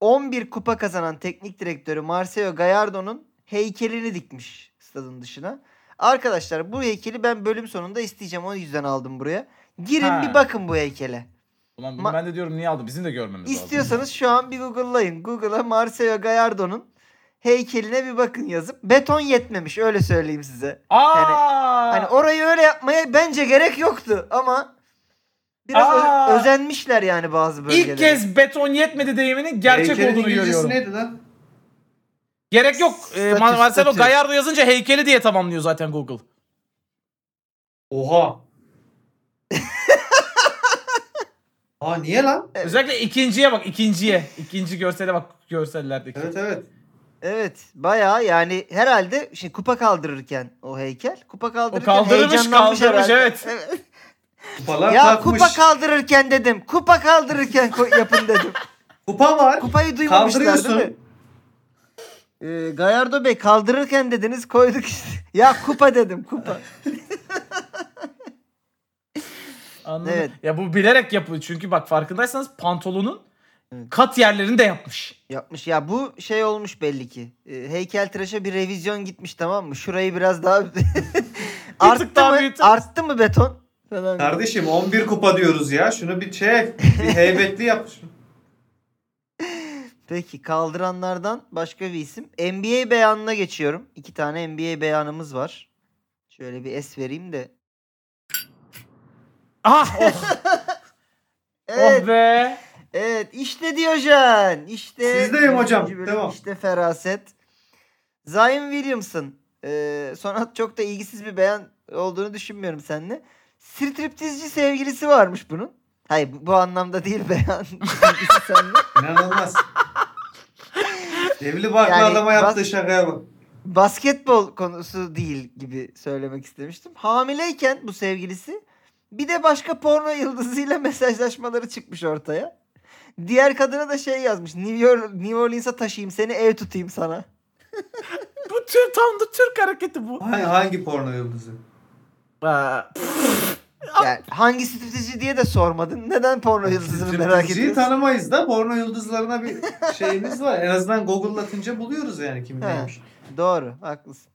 Speaker 3: 11 kupa kazanan teknik direktörü Marcelo Gallardo'nun heykelini dikmiş stadın dışına. Arkadaşlar bu heykeli ben bölüm sonunda isteyeceğim. O yüzden aldım buraya. Girin
Speaker 4: Ha.
Speaker 3: bir bakın bu heykele.
Speaker 4: Ulan
Speaker 3: Ma-
Speaker 4: ben de diyorum niye aldı? Bizim de görmemiz lazım.
Speaker 3: İstiyorsanız şu an bir Google'layın. Google'a Marcelo Gallardo'nun heykeline bir bakın yazıp beton yetmemiş öyle söyleyeyim size.
Speaker 4: Aa!
Speaker 3: Hani orayı öyle yapmaya bence gerek yoktu ama biraz ö-
Speaker 4: Aa!
Speaker 3: özenmişler yani bazı bölgelere.
Speaker 4: İlk kez beton yetmedi deyiminin gerçek
Speaker 2: Heykelin
Speaker 4: olduğunu
Speaker 2: İngilizcesi
Speaker 4: görüyorum.
Speaker 2: neydi lan?
Speaker 4: Gerek yok. Ee,
Speaker 3: Statü,
Speaker 4: Mar- Marcelo
Speaker 3: statü.
Speaker 4: Gallardo yazınca heykeli diye tamamlıyor zaten Google.
Speaker 2: Oha. Aa niye lan?
Speaker 4: Özellikle ikinciye bak ikinciye. İkinci görsele bak görsellerdeki.
Speaker 2: Evet evet.
Speaker 3: Evet bayağı yani herhalde şimdi kupa kaldırırken o heykel kupa
Speaker 4: O
Speaker 3: kaldırırken
Speaker 4: kaldırmış
Speaker 3: heyecanlanmış
Speaker 4: kaldırmış
Speaker 3: herhalde.
Speaker 4: evet.
Speaker 2: Kupalar
Speaker 3: Ya
Speaker 2: kalkmış.
Speaker 3: kupa kaldırırken dedim. Kupa kaldırırken ko- yapın dedim.
Speaker 2: Kupa var.
Speaker 3: Kupayı duymamışlar değil mi?
Speaker 2: Kaldırıyorsun.
Speaker 3: Ee, Gayardo Bey kaldırırken dediniz koyduk işte. Ya kupa dedim kupa.
Speaker 4: Anladım.
Speaker 3: Evet.
Speaker 4: Ya bu bilerek yapıyor. Çünkü bak farkındaysanız pantolonun
Speaker 3: Evet.
Speaker 4: kat yerlerini de yapmış.
Speaker 3: Yapmış ya bu şey olmuş belli ki. Ee, heykeltıraşa bir revizyon gitmiş tamam mı? Şurayı biraz daha arttı
Speaker 4: daha
Speaker 3: mı?
Speaker 4: büyütün.
Speaker 3: Arttı mı beton? Falan.
Speaker 2: Kardeşim 11 kupa diyoruz ya. Şunu bir çek. Bir heybetli yap. şunu.
Speaker 3: Peki kaldıranlardan başka bir isim. NBA beyanına geçiyorum. İki tane NBA beyanımız var. Şöyle bir es vereyim de.
Speaker 4: Ah oh,
Speaker 3: Evet,
Speaker 4: oh be.
Speaker 3: evet. İşte Diyojen. İşte.
Speaker 2: Sizdeyim hocam.
Speaker 3: Birinci bölüm,
Speaker 2: Devam.
Speaker 3: İşte feraset. Zion Williamson. Ee, sonat çok da ilgisiz bir beyan olduğunu düşünmüyorum seninle. Striptizci sevgilisi varmış bunun. Hayır bu, bu anlamda değil beyan. ilgisi seninle.
Speaker 2: İnanılmaz. Evli barklı
Speaker 3: Yani
Speaker 2: adama
Speaker 3: bas-
Speaker 2: yaptığı şakaya bak.
Speaker 3: basketbol konusu değil gibi söylemek istemiştim. Hamileyken bu sevgilisi bir de başka porno yıldızıyla mesajlaşmaları çıkmış ortaya. Diğer kadına da şey yazmış. New, York, New Orleans'a taşıyayım seni ev tutayım sana.
Speaker 4: Bu tür tam da Türk hareketi bu.
Speaker 2: Hangi, hangi porno yıldızı?
Speaker 4: Aa,
Speaker 3: Yani hangi striptizci diye de sormadın. Neden porno yıldızını merak
Speaker 2: Striptizciyi
Speaker 3: ediyorsun?
Speaker 2: tanımayız da porno yıldızlarına bir şeyimiz var. En azından Google'latınca buluyoruz yani kim
Speaker 3: He.
Speaker 2: neymiş.
Speaker 3: Doğru haklısın.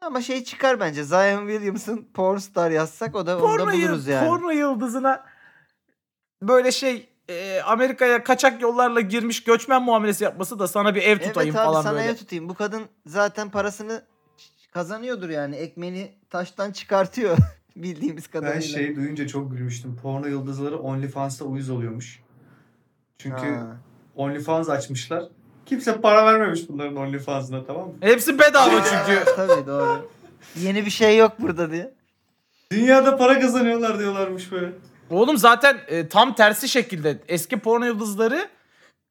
Speaker 3: Ama şey çıkar bence. Zion Williamson pornstar yazsak o da onu da
Speaker 4: porno, yıl-
Speaker 3: buluruz yani.
Speaker 4: porno yıldızına böyle şey e, Amerika'ya kaçak yollarla girmiş göçmen muamelesi yapması da sana bir ev tutayım
Speaker 3: evet abi
Speaker 4: falan
Speaker 3: sana
Speaker 4: böyle.
Speaker 3: ev tutayım. Bu kadın zaten parasını ç- kazanıyordur yani. Ekmeğini taştan çıkartıyor bildiğimiz kadarıyla.
Speaker 2: Ben şey duyunca çok gülmüştüm. Porno yıldızları OnlyFans'ta uyuz oluyormuş. Çünkü
Speaker 3: Ha.
Speaker 2: OnlyFans açmışlar. Kimse para vermemiş bunların OnlyFans'ına tamam mı?
Speaker 4: Hepsi bedava çünkü.
Speaker 3: Tabii doğru. Yeni bir şey yok burada diye.
Speaker 2: Dünyada para kazanıyorlar diyorlarmış böyle.
Speaker 4: Oğlum zaten e, tam tersi şekilde eski porno yıldızları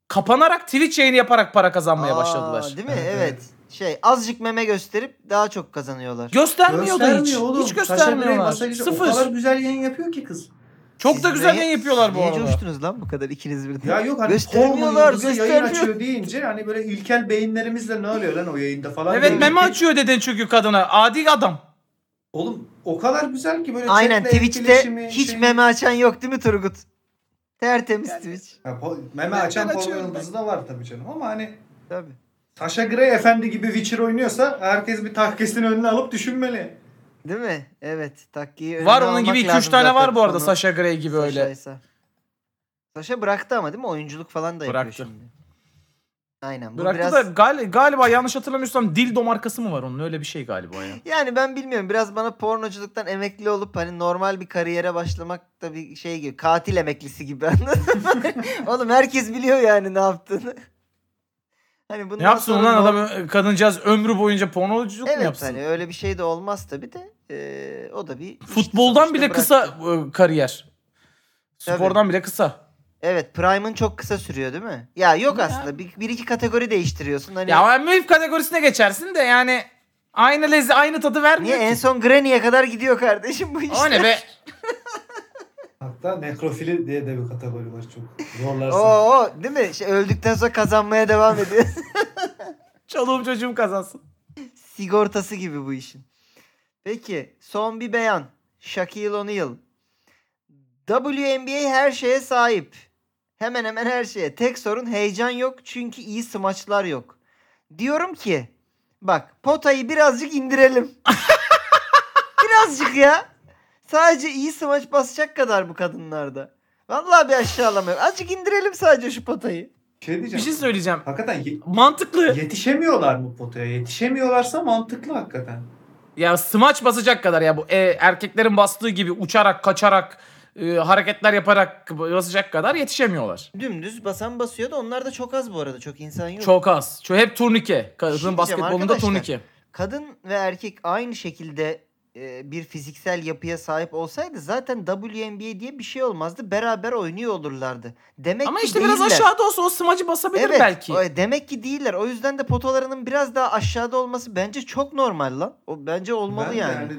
Speaker 4: kapanarak Twitch yayını yaparak para kazanmaya
Speaker 3: Aa,
Speaker 4: başladılar.
Speaker 3: Değil mi?
Speaker 2: Evet,
Speaker 3: Evet.
Speaker 2: evet.
Speaker 3: Şey azıcık meme gösterip daha çok kazanıyorlar.
Speaker 4: Göstermiyor, da hiç.
Speaker 2: Göstermiyor
Speaker 4: hiç
Speaker 2: Sacha Grey
Speaker 4: göstermiyorlar.
Speaker 2: masajı-
Speaker 4: Sıfır.
Speaker 2: O kadar güzel yayın yapıyor ki kız.
Speaker 4: Çok da
Speaker 3: Siz
Speaker 4: güzel
Speaker 3: neye-
Speaker 4: yayın yapıyorlar bu
Speaker 3: Niye
Speaker 4: arada.
Speaker 3: coştunuz lan bu kadar ikiniz birden?
Speaker 2: Ya yok hani porno
Speaker 3: göstermiyorlar,
Speaker 2: yıldızı yayın
Speaker 3: göstermiyor.
Speaker 2: açıyor deyince hani böyle ilkel beyinlerimizle ne oluyor lan o yayında falan.
Speaker 4: Evet
Speaker 2: diye.
Speaker 4: meme açıyor dedin çünkü kadına. Adi adam.
Speaker 2: Oğlum o kadar güzel ki böyle
Speaker 3: Aynen
Speaker 2: chatle
Speaker 3: Twitch'te
Speaker 2: etkileşimi,
Speaker 3: hiç
Speaker 2: şey-
Speaker 3: meme açan yok değil mi Turgut? Tertemiz Twitch.
Speaker 2: Ya, po- meme
Speaker 4: Ben-
Speaker 2: açan
Speaker 4: ben
Speaker 2: porno
Speaker 4: açıyorum
Speaker 2: yıldızı da var tabii canım ama hani
Speaker 3: Tabii.
Speaker 2: Taşa Grey efendi gibi Witcher oynuyorsa herkes bir tahkesini önüne alıp düşünmeli.
Speaker 3: Değil mi? Evet. Takkiyi önüne
Speaker 4: Var onun
Speaker 3: almak
Speaker 4: gibi 2-3
Speaker 3: lazım
Speaker 4: tane var
Speaker 3: zaten
Speaker 4: bu arada
Speaker 3: sonu.
Speaker 4: Sasha Grey gibi öyle.
Speaker 3: Saşa Saşa bıraktı ama değil mi? Oyunculuk falan da
Speaker 4: Bıraktı.
Speaker 3: yapıyor şimdi. Aynen. Bu
Speaker 4: Bıraktı
Speaker 3: biraz...
Speaker 4: da gal- galiba yanlış hatırlamıyorsam Dildo markası mı var onun? Öyle bir şey galiba ya.
Speaker 3: Yani ben bilmiyorum. Biraz bana pornoculuktan emekli olup hani normal bir kariyere başlamak da bir şey gibi. Katil emeklisi gibi anladın mı? Oğlum herkes biliyor yani ne yaptığını. Hani bundan
Speaker 4: Ne yapsın
Speaker 3: sonra
Speaker 4: lan
Speaker 3: nor-
Speaker 4: adam e, kadıncağız ömrü boyunca pornoculuk mu
Speaker 3: Evet
Speaker 4: yapsın?
Speaker 3: hani öyle bir şey de olmaz tabii de. Ee, o da bir...
Speaker 4: Futboldan
Speaker 3: sonuçta
Speaker 4: bile
Speaker 3: bıraktı.
Speaker 4: kısa e, kariyer.
Speaker 3: Tabii.
Speaker 4: Spordan bile kısa.
Speaker 3: Evet Prime'ın çok kısa sürüyor değil mi? Ya yok
Speaker 4: Ya.
Speaker 3: aslında. Bir, bir iki kategori değiştiriyorsun. Hani...
Speaker 4: Ya mühim kategorisine geçersin de yani aynı lezi aynı tadı
Speaker 3: Niye
Speaker 4: vermiyor
Speaker 3: en
Speaker 4: ki.
Speaker 3: son Granny'e kadar gidiyor kardeşim bu işte.
Speaker 4: O ne be?
Speaker 2: Hatta nekrofili diye de bir kategori var çok. Zorlarsa.
Speaker 3: Oo, değil mi? Şey, öldükten sonra kazanmaya devam ediyor.
Speaker 4: Çoluğum çocuğum kazansın.
Speaker 3: Sigortası gibi bu işin. Peki son bir beyan. Shaquille O'Neal. WNBA her şeye sahip. Hemen hemen her şeye. Tek sorun heyecan yok çünkü iyi smaçlar yok. Diyorum ki bak potayı birazcık indirelim. birazcık ya. Sadece iyi smaç basacak kadar bu kadınlarda. Vallahi bir aşağılamıyorum. Azıcık indirelim sadece şu potayı.
Speaker 2: Şey
Speaker 4: Bir
Speaker 2: diyeceğim.
Speaker 4: şey söyleyeceğim.
Speaker 2: Hakikaten ye-
Speaker 4: Mantıklı.
Speaker 2: yetişemiyorlar mı potaya? Yetişemiyorlarsa mantıklı hakikaten.
Speaker 4: Ya smaç basacak kadar ya bu e, erkeklerin bastığı gibi uçarak, kaçarak, e, hareketler yaparak basacak kadar yetişemiyorlar.
Speaker 3: Dümdüz basan basıyor da onlar da çok az bu arada. Çok insan yok.
Speaker 4: Çok az. Çok hep turnike.
Speaker 3: Bir şey
Speaker 4: Kadın
Speaker 3: diyeceğim
Speaker 4: basketbolunda
Speaker 3: arkadaşlar.
Speaker 4: turnike.
Speaker 3: Kadın ve erkek aynı şekilde e, bir fiziksel yapıya sahip olsaydı zaten WNBA diye bir şey olmazdı. Beraber oynuyor olurlardı. Demek
Speaker 4: Ama
Speaker 3: ki
Speaker 4: işte biraz
Speaker 3: değiller.
Speaker 4: aşağıda olsa o smacı basabilir
Speaker 3: Evet,
Speaker 4: belki.
Speaker 3: o- Demek ki değiller. O yüzden de potalarının biraz daha aşağıda olması bence çok normal lan. O bence olmalı
Speaker 2: Ben de
Speaker 3: yani.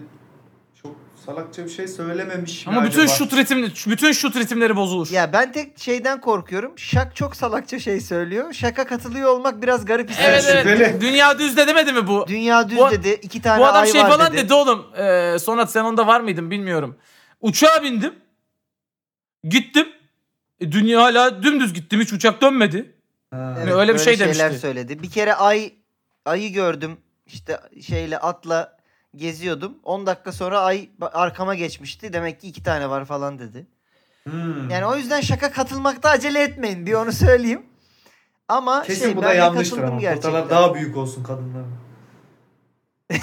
Speaker 2: Çok salakça bir şey söylememiş. mi
Speaker 4: Ama bütün
Speaker 2: acaba?
Speaker 4: şut ritim bütün şut ritimleri bozulur.
Speaker 3: Ya ben tek şeyden korkuyorum. Şak çok salakça şey söylüyor. Şaka katılıyor olmak biraz garip
Speaker 4: evet
Speaker 3: hissediyor.
Speaker 4: evet.
Speaker 2: Şüpheli.
Speaker 4: Dünya düzde demedi mi bu?
Speaker 3: Dünya düz
Speaker 4: Bu-
Speaker 3: dedi. iki tane
Speaker 4: bu adam
Speaker 3: ay
Speaker 4: şey
Speaker 3: var
Speaker 4: falan dedi,
Speaker 3: dedi.
Speaker 4: oğlum. Ee, Sonat sen onda var mıydın bilmiyorum. Uçağa bindim. Gittim. E, Dünya hala dümdüz gittim. Hiç uçak dönmedi.
Speaker 2: Ha.
Speaker 3: Evet,
Speaker 4: öyle bir
Speaker 3: böyle
Speaker 4: şey
Speaker 3: şeyler
Speaker 4: demişti.
Speaker 3: söyledi. Bir kere ay ayı gördüm. İşte şeyle atla geziyordum. 10 dakika sonra ay ba- arkama geçmişti. Demek ki iki tane var falan dedi.
Speaker 2: Hmm.
Speaker 3: Yani o yüzden şaka katılmakta acele etmeyin. Bir onu söyleyeyim. Ama
Speaker 2: Kesin
Speaker 3: şey,
Speaker 2: bu
Speaker 3: ben
Speaker 2: da
Speaker 3: de
Speaker 2: yanlıştır
Speaker 3: katıldım
Speaker 2: ama.
Speaker 3: gerçekten.
Speaker 2: Potalar daha büyük olsun kadınların.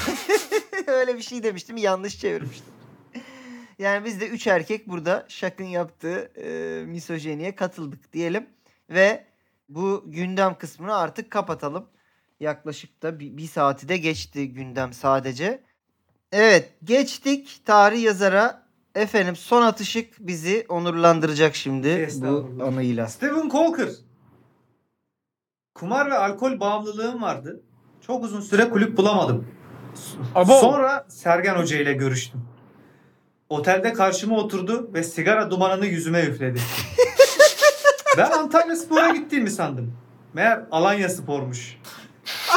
Speaker 3: Öyle bir şey demiştim yanlış çevirmiştim. Yani biz de üç erkek burada Şak'ın yaptığı e, misojeniye katıldık diyelim. Ve bu gündem kısmını artık kapatalım. Yaklaşık da bir, bir saati de geçti gündem sadece. Evet geçtik tarih yazara. Efendim son atışık bizi onurlandıracak şimdi bu
Speaker 2: Estağfurullah.
Speaker 3: anıyla.
Speaker 2: Stephen Colker. Kumar ve alkol bağımlılığım vardı. Çok uzun süre kulüp bulamadım.
Speaker 4: Abo.
Speaker 2: Sonra Sergen Hoca ile görüştüm. Otelde karşıma oturdu ve sigara dumanını yüzüme üfledi. ben Antalya Spor'a gittiğimi sandım. Meğer Alanya Spor'muş.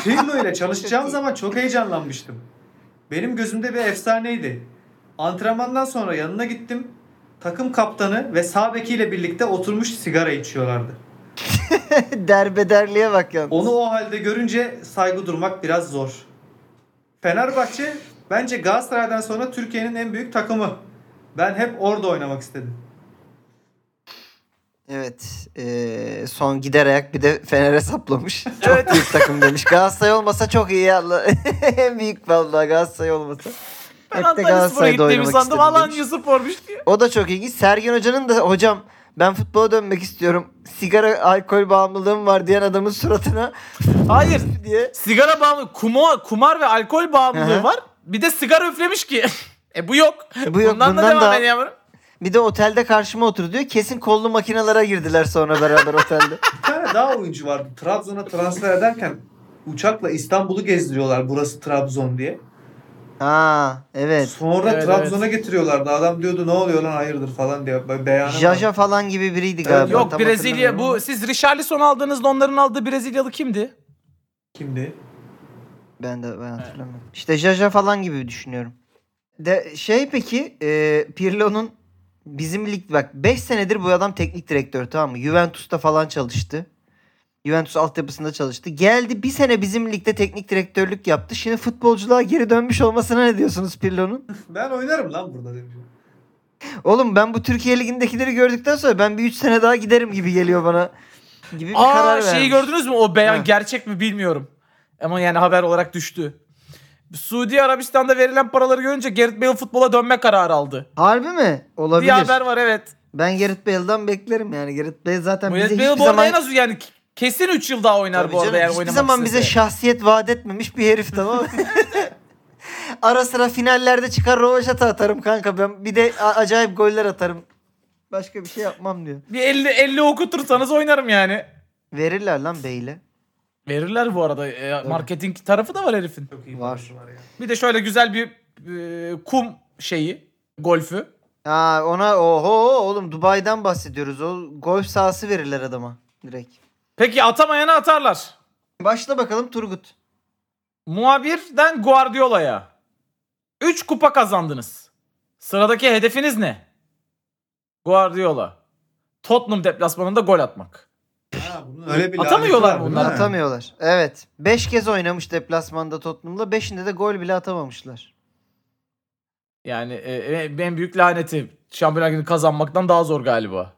Speaker 2: Pirlo ile çalışacağım zaman çok heyecanlanmıştım. Benim gözümde bir efsaneydi. Antrenmandan sonra yanına gittim. Takım kaptanı ve sağ bekiyle birlikte oturmuş sigara içiyorlardı.
Speaker 3: Derbederliğe bak yalnız.
Speaker 2: Onu o halde görünce saygı durmak biraz zor. Fenerbahçe bence Galatasaray'dan sonra Türkiye'nin en büyük takımı. Ben hep orada oynamak istedim.
Speaker 3: Evet. eee, son gider ayak bir de Fener'e saplamış. Çok büyük takım demiş. Galatasaray olmasa çok iyi Allah. en büyük vallahi Galatasaray olmasa.
Speaker 4: Ben
Speaker 3: Hep de
Speaker 4: Antalya Spor'a
Speaker 3: Galatasaray'da
Speaker 4: gittiğimi
Speaker 3: oynamak
Speaker 4: sandım.
Speaker 3: istedim demiş.
Speaker 4: Alanya Spor'muş diye.
Speaker 3: O da çok ilginç. Sergen Hoca'nın da hocam ben futbola dönmek istiyorum. Sigara, alkol bağımlılığım var diyen adamın suratına
Speaker 4: Hayır.
Speaker 3: diye.
Speaker 4: Sigara bağımlı, kumo, kumar ve alkol
Speaker 3: Hı
Speaker 4: bağımlılığı
Speaker 3: hı.
Speaker 4: var. Bir de sigara üflemiş ki. e bu yok.
Speaker 3: Bu yok,
Speaker 4: Bundan,
Speaker 3: bundan
Speaker 4: da devam
Speaker 3: da-
Speaker 4: edeyim yavrum.
Speaker 3: Bir de otelde karşıma otur diyor. Kesin kollu makinelere girdiler sonra beraber otelde.
Speaker 2: Bir tane daha oyuncu vardı. Trabzon'a transfer ederken uçakla İstanbul'u gezdiriyorlar burası Trabzon diye.
Speaker 3: Ha evet.
Speaker 2: Sonra
Speaker 4: Evet,
Speaker 2: Trabzon'a getiriyorlardı. Adam diyordu ne oluyor lan hayırdır falan diye. Böyle beyanı var.
Speaker 3: Jaja falan gibi biriydi galiba.
Speaker 4: Yok
Speaker 3: Tam
Speaker 4: Brezilya
Speaker 3: hatırlamıyorum
Speaker 4: bu siz Richarlison aldığınızda onların aldığı Brezilyalı kimdi?
Speaker 2: kimdi?
Speaker 3: Ben de ben hatırlamıyorum. İşte Jaja falan gibi düşünüyorum. De şey peki e, Pirlo'nun bizim lig bak 5 senedir bu adam teknik direktör tamam mı? Juventus'ta falan çalıştı. Juventus altyapısında çalıştı. Geldi bir sene bizim ligde teknik direktörlük yaptı. Şimdi futbolculuğa geri dönmüş olmasına ne diyorsunuz Pirlo'nun?
Speaker 2: Ben oynarım lan burada demiş.
Speaker 3: Oğlum ben bu Türkiye ligindekileri gördükten sonra ben bir 3 sene daha giderim gibi geliyor bana. Gibi bir karar
Speaker 4: Aa
Speaker 3: vermiş.
Speaker 4: şeyi gördünüz mü? O beyan
Speaker 3: Ha.
Speaker 4: gerçek mi bilmiyorum. Ama yani haber olarak düştü. Suudi Arabistan'da verilen paraları görünce Gareth Bale futbola dönme kararı aldı.
Speaker 3: Harbi mi?
Speaker 4: Bir
Speaker 3: Olabilir.
Speaker 4: haber var evet.
Speaker 3: Ben Gareth Bale'dan beklerim yani. Gareth Bale zaten
Speaker 4: Gareth
Speaker 3: bize
Speaker 4: Bale
Speaker 3: hiçbir
Speaker 4: bu arada
Speaker 3: zaman
Speaker 4: en az yani kesin 3 yıl daha oynar
Speaker 3: Tabii
Speaker 4: bu arada
Speaker 3: canım,
Speaker 4: yani
Speaker 3: hiçbir
Speaker 4: oynamak
Speaker 3: zaman bize
Speaker 4: istese.
Speaker 3: şahsiyet vaat etmemiş bir herif tamam mı? Ara sıra finallerde çıkar rovaşata atarım kanka ben. Bir de a- acayip goller atarım. Başka bir şey yapmam diyor.
Speaker 4: Bir 50 50 okutursanız oynarım yani.
Speaker 3: Verirler lan Bey'le.
Speaker 4: Verirler bu arada. E, marketing tarafı da var herifin.
Speaker 2: Çok iyi
Speaker 3: Var.
Speaker 2: parası var ya.
Speaker 4: Bir de şöyle güzel bir e, kum şeyi, golfü.
Speaker 3: Ha ona oho oğlum Dubai'den bahsediyoruz. O golf sahası verirler adama direkt.
Speaker 4: Peki atamayana atarlar.
Speaker 3: Başla bakalım Turgut.
Speaker 4: Muhabirden Guardiola'ya. 3 kupa kazandınız. Sıradaki hedefiniz ne? Guardiola. Tottenham deplasmanında gol atmak.
Speaker 2: Ha, bunun öyle bir
Speaker 4: Atamıyorlar
Speaker 2: laneti var,
Speaker 4: bunlar.
Speaker 2: değil mi?
Speaker 3: Atamıyorlar. Evet. 5 kez oynamış deplasmanda Tottenham'la. 5'inde de gol bile atamamışlar.
Speaker 4: Yani e, e, en büyük laneti Şampiyonlar Ligi'ni kazanmaktan daha zor galiba.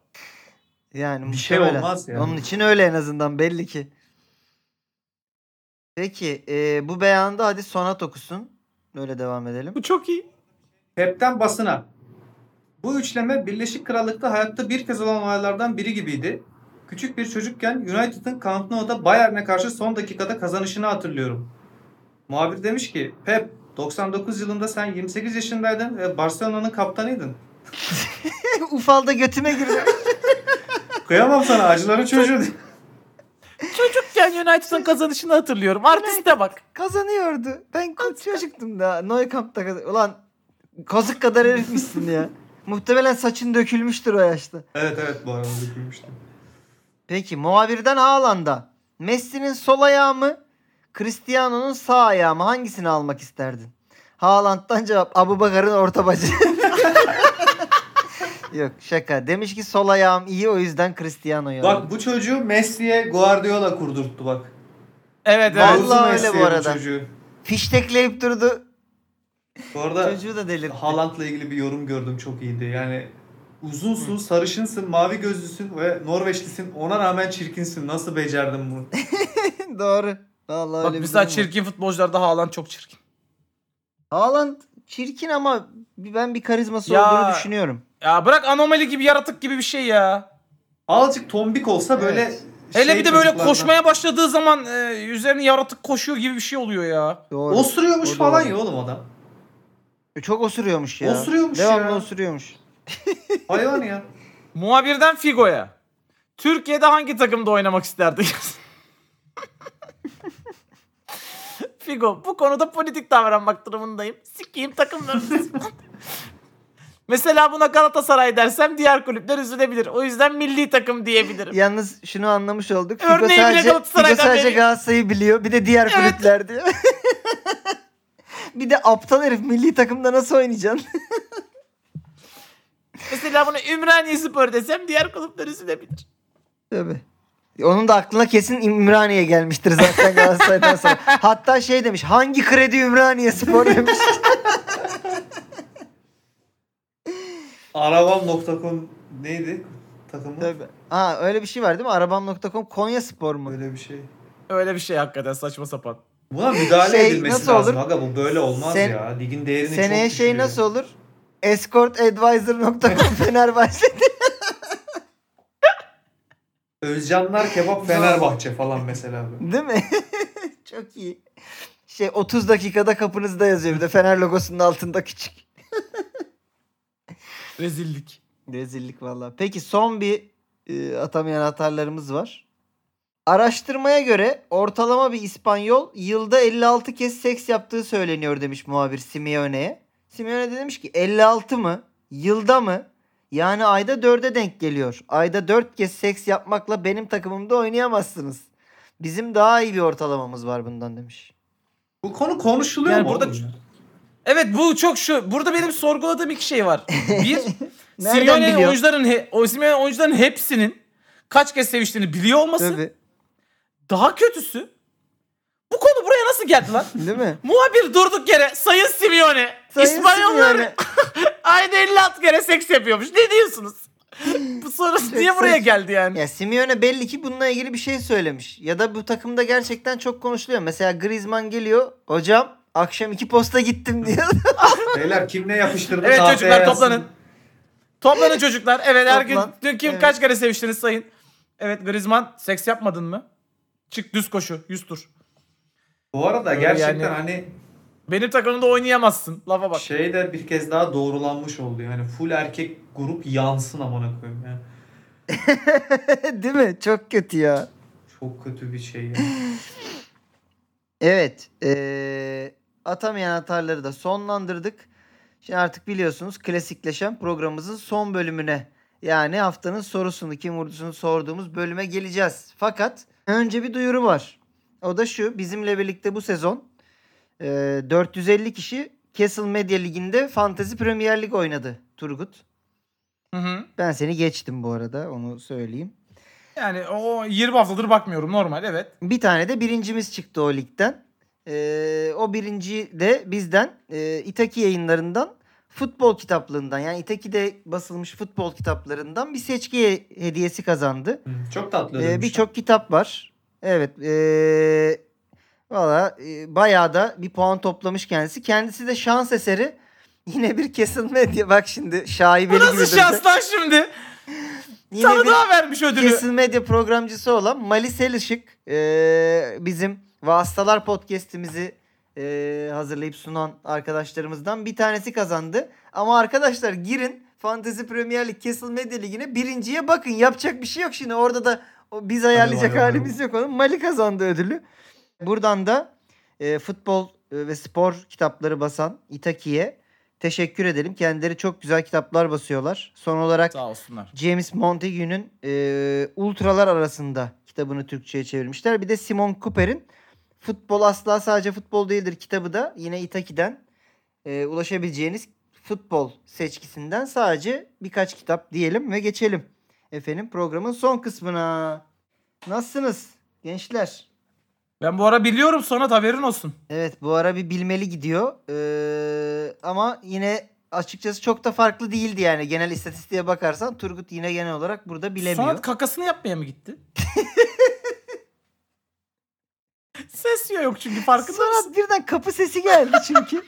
Speaker 3: Yani
Speaker 2: Bir şey
Speaker 3: muhtemelen.
Speaker 2: olmaz yani.
Speaker 3: Onun için öyle en azından belli ki. Peki e, bu beyanda hadi sona okusun. Böyle devam edelim.
Speaker 4: Bu çok iyi.
Speaker 2: Hepten basına. Bu üçleme Birleşik Krallık'ta hayatta bir kez olan olaylardan biri gibiydi. Küçük bir çocukken United'ın Camp Nou'da Bayern'e karşı son dakikada kazanışını hatırlıyorum. Muhabir demiş ki Pep 99 yılında sen 28 yaşındaydın ve Barcelona'nın kaptanıydın.
Speaker 3: Ufalda götüme girdi.
Speaker 2: Kıyamam sana acıların çocuğu.
Speaker 4: Çocukken United'ın kazanışını hatırlıyorum. Artiste bak.
Speaker 3: Kazanıyordu. Ben koç çocuktum da. Neukamp'ta kazan... Ulan kazık kadar herifmişsin ya. Muhtemelen saçın dökülmüştür o yaşta.
Speaker 2: evet evet bu arada dökülmüştü.
Speaker 3: Peki muhabirden Haaland'a. Messi'nin sol ayağı mı? Cristiano'nun sağ ayağı mı? Hangisini almak isterdin? Haaland'dan cevap Abu Bakar'ın orta bacı. Yok şaka. Demiş ki sol ayağım iyi o yüzden Cristiano'yu aldım.
Speaker 2: Bak bu çocuğu Messi'ye Guardiola kurdurttu bak.
Speaker 4: Evet evet.
Speaker 3: Vallahi öyle
Speaker 2: Messi'ye
Speaker 3: bu arada.
Speaker 2: çocuğu.
Speaker 3: Fiştekleyip durdu.
Speaker 2: Bu arada
Speaker 3: Çocuğu da delirtti.
Speaker 2: Haaland'la ilgili bir yorum gördüm çok iyiydi. Yani uzunsun, sarışınsın, mavi gözlüsün ve Norveçlisin. Ona rağmen çirkinsin. Nasıl becerdin bunu?
Speaker 3: Doğru. Vallahi
Speaker 4: Bak
Speaker 3: öyle bir
Speaker 4: mesela
Speaker 3: durum var.
Speaker 4: çirkin futbolcularda Haaland çok çirkin.
Speaker 3: Haaland çirkin ama ben bir karizması
Speaker 4: Ya.
Speaker 3: olduğunu düşünüyorum.
Speaker 4: Ya bırak anomali gibi yaratık gibi bir şey ya.
Speaker 2: Azıcık tombik olsa böyle
Speaker 3: Evet.
Speaker 2: şey
Speaker 4: Hele bir de böyle
Speaker 2: çocuklardan-
Speaker 4: koşmaya başladığı zaman e, üzerine yaratık koşuyor gibi bir şey oluyor ya.
Speaker 3: Doğru.
Speaker 2: Osuruyormuş
Speaker 3: O da
Speaker 2: falan
Speaker 3: var.
Speaker 2: ya oğlum adam.
Speaker 3: Çok osuruyormuş ya.
Speaker 2: Osuruyormuş
Speaker 3: Devamlı
Speaker 2: ya.
Speaker 3: osuruyormuş.
Speaker 2: Hayvan ya.
Speaker 4: Muhabirden Figo'ya. Türkiye'de hangi takımda oynamak isterdin? Figo bu konuda politik davranmak durumundayım. Sikeyim takımlarınızı. Mesela buna Galatasaray dersem diğer kulüpler üzülebilir. O yüzden milli takım diyebilirim.
Speaker 3: Yalnız şunu anlamış olduk. Figo
Speaker 4: Örneğin bile
Speaker 3: sadece,
Speaker 4: Galatasaray'dan
Speaker 3: Figo sadece
Speaker 4: beri-
Speaker 3: Galatasaray'ı biliyor. Bir de diğer
Speaker 4: Evet.
Speaker 3: kulüpler diyor. bir de aptal herif milli takımda nasıl oynayacaksın?
Speaker 4: Mesela buna Ümraniye Spor desem diğer kulüpler üzülebilir.
Speaker 3: Tabii. Onun da aklına kesin İmraniye gelmiştir zaten Galatasaray'dan sonra. Hatta şey demiş hangi kredi Ümraniye spor demiş.
Speaker 2: Arabam.com neydi? Takımı.
Speaker 3: Tabii. Ha öyle bir şey var değil mi? Arabam.com Konya spor mu?
Speaker 2: Böyle bir şey.
Speaker 4: Öyle bir şey hakikaten saçma sapan.
Speaker 2: Buna müdahale
Speaker 3: Şey,
Speaker 2: edilmesi
Speaker 3: nasıl
Speaker 2: lazım.
Speaker 3: olur?
Speaker 2: Aga bu böyle olmaz
Speaker 3: Sen-
Speaker 2: ya. Ligin değerini çok
Speaker 3: Seneye şey
Speaker 2: düşürüyor.
Speaker 3: nasıl olur? Escortadvisor.com Fenerbahçe.
Speaker 2: Özcanlar kebap Fenerbahçe falan mesela. böyle.
Speaker 3: Değil mi? Çok iyi. Şey 30 dakikada kapınızda yazıyor bir de Fener logosunun altında küçük.
Speaker 4: Rezillik.
Speaker 3: Rezillik valla. Peki son bir e, atamayan atarlarımız var. Araştırmaya göre ortalama bir İspanyol yılda 56 kez seks yaptığı söyleniyor demiş muhabir Simeone'ye. Simeone de demiş ki 56 mı? Yılda mı? Yani ayda 4'e denk geliyor. Ayda 4 kez seks yapmakla benim takımımda oynayamazsınız. Bizim daha iyi bir ortalamamız var bundan demiş.
Speaker 2: Bu konu konuşuluyor
Speaker 4: Yani
Speaker 2: mu?
Speaker 4: burada-
Speaker 2: oğlum ya?
Speaker 4: Evet bu çok şu. Burada benim sorguladığım iki şey var. Bir,
Speaker 3: Nereden
Speaker 4: Simeone
Speaker 3: biliyor?
Speaker 4: oyuncuların, he- o Simeone oyuncuların hepsinin kaç kez seviştiğini biliyor olması.
Speaker 3: Tabii.
Speaker 4: Daha kötüsü bu konu buraya nasıl geldi lan?
Speaker 3: Değil mi?
Speaker 4: Muhabir durduk yere Sayın Simeone
Speaker 3: Sayın
Speaker 4: İspanyollar
Speaker 3: Simeone.
Speaker 4: ayda 56 kere seks yapıyormuş. Ne diyorsunuz? Bu sorusu
Speaker 3: Çok
Speaker 4: niye buraya
Speaker 3: saçma.
Speaker 4: geldi yani?
Speaker 3: Ya Simeone belli ki bununla ilgili bir şey söylemiş. Ya da bu takımda gerçekten çok konuşuluyor. Mesela Griezmann geliyor. Hocam akşam iki posta gittim diyor.
Speaker 2: Beyler kim ne yapıştırdı?
Speaker 4: Evet
Speaker 2: tahtaya
Speaker 4: çocuklar
Speaker 2: yazsın.
Speaker 4: toplanın. Toplanın çocuklar. Evet her gün
Speaker 3: Toplan.
Speaker 4: dün kim
Speaker 3: Evet.
Speaker 4: kaç kere seviştiniz sayın. Evet Griezmann seks yapmadın mı? Çık düz koşu 100 tur.
Speaker 2: Bu arada
Speaker 4: Öyle
Speaker 2: gerçekten
Speaker 4: yani.
Speaker 2: hani
Speaker 4: Benim takımımda oynayamazsın. Lafa bak.
Speaker 2: şey de bir kez daha doğrulanmış oldu. Yani full erkek grup yansın amına koyayım ya.
Speaker 3: Değil mi? Çok kötü ya.
Speaker 2: Çok kötü bir şey ya.
Speaker 3: Evet. eee, atamayan atarları da sonlandırdık. Şimdi artık biliyorsunuz klasikleşen programımızın son bölümüne yani haftanın sorusunu kim vurdusunu sorduğumuz bölüme geleceğiz. Fakat önce bir duyuru var. O da şu bizimle birlikte bu sezon eee, 450 kişi Castle Media Ligi'nde Fantasy Premier Lig oynadı Turgut.
Speaker 4: Hı hı.
Speaker 3: Ben seni geçtim bu arada onu söyleyeyim.
Speaker 4: Yani o 20 haftadır bakmıyorum normal evet.
Speaker 3: Bir tane de birincimiz çıktı o ligden. Ee, o birinci de bizden e, İtaki yayınlarından futbol kitaplığından yani İteki'de basılmış futbol kitaplarından bir seçki hediyesi kazandı.
Speaker 2: Hı, Çok tatlı.
Speaker 3: Ee,
Speaker 2: ödülmüş.
Speaker 3: Birçok kitap var. Evet. ee, Valla ee, bayağı da bir puan toplamış kendisi. Kendisi de şans eseri yine bir kesilme diye bak şimdi şaibeli
Speaker 4: Bu
Speaker 3: gibi.
Speaker 4: nasıl
Speaker 3: durdu.
Speaker 4: şans lan şimdi?
Speaker 3: Yine
Speaker 4: Sana
Speaker 3: bir-
Speaker 4: daha vermiş ödülü.
Speaker 3: Kesin medya programcısı olan Mali Selışık eee, bizim Vastalar podcast'imizi eee, hazırlayıp sunan arkadaşlarımızdan bir tanesi kazandı. Ama arkadaşlar girin Fantasy Premier Lig Castle Media Ligi'ne birinciye bakın. Yapacak bir şey yok şimdi. Orada da o, biz ayarlayacak
Speaker 2: vay vay.
Speaker 3: halimiz yok onun. Mali kazandı ödülü. Buradan da eee, futbol e, ve spor kitapları basan İtaki'ye teşekkür edelim. Kendileri çok güzel kitaplar basıyorlar. Son olarak
Speaker 4: Sağ olsunlar.
Speaker 3: James Montagu'nun e, Ultralar arasında kitabını Türkçe'ye çevirmişler. Bir de Simon Cooper'in Futbol Asla Sadece Futbol Değildir kitabı da yine İtaki'den e, ulaşabileceğiniz futbol seçkisinden sadece birkaç kitap diyelim ve geçelim. Efendim programın son kısmına. Nasılsınız gençler?
Speaker 4: Ben bu ara biliyorum Sonat haberin olsun.
Speaker 3: Evet bu ara bir bilmeli gidiyor. Ee, ama yine açıkçası çok da farklı değildi yani. Genel istatistiğe bakarsan Turgut yine genel olarak burada bilemiyor.
Speaker 4: Sonat kakasını yapmaya mı gitti? Ses ya yok çünkü farkında
Speaker 3: Sonra
Speaker 4: mısın?
Speaker 3: birden kapı sesi geldi çünkü.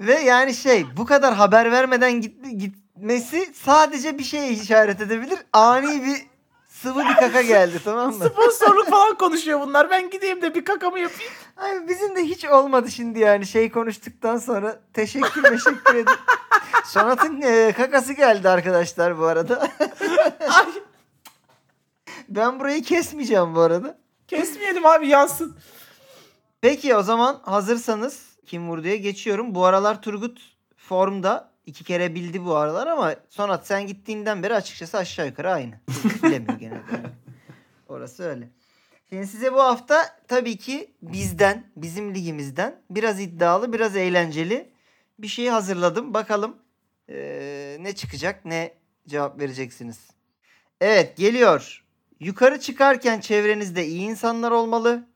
Speaker 3: Ve yani şey bu kadar haber vermeden git- gitmesi sadece bir şeye işaret edebilir. Ani bir sıvı bir kaka geldi tamam mı?
Speaker 4: Sponsorluk falan konuşuyor bunlar. Ben gideyim de bir kakamı yapayım.
Speaker 3: Ay bizim de hiç olmadı şimdi yani şey konuştuktan sonra teşekkür teşekkür edin. Sonat'ın e, kakası geldi arkadaşlar bu arada.
Speaker 4: Ay
Speaker 3: ben burayı kesmeyeceğim bu arada.
Speaker 4: kesmeyelim abi yansın.
Speaker 3: Peki o zaman hazırsanız kim vurduya geçiyorum. Bu aralar Turgut formda. iki kere bildi bu aralar ama Sonat sen gittiğinden beri açıkçası aşağı yukarı aynı. Turgut Bilemiyor genelde. Orası öyle. Şimdi size bu hafta tabii ki bizden, bizim ligimizden biraz iddialı, biraz eğlenceli bir şey hazırladım. Bakalım eee, ne çıkacak, ne cevap vereceksiniz. Evet geliyor. Yukarı çıkarken çevrenizde iyi insanlar olmalı.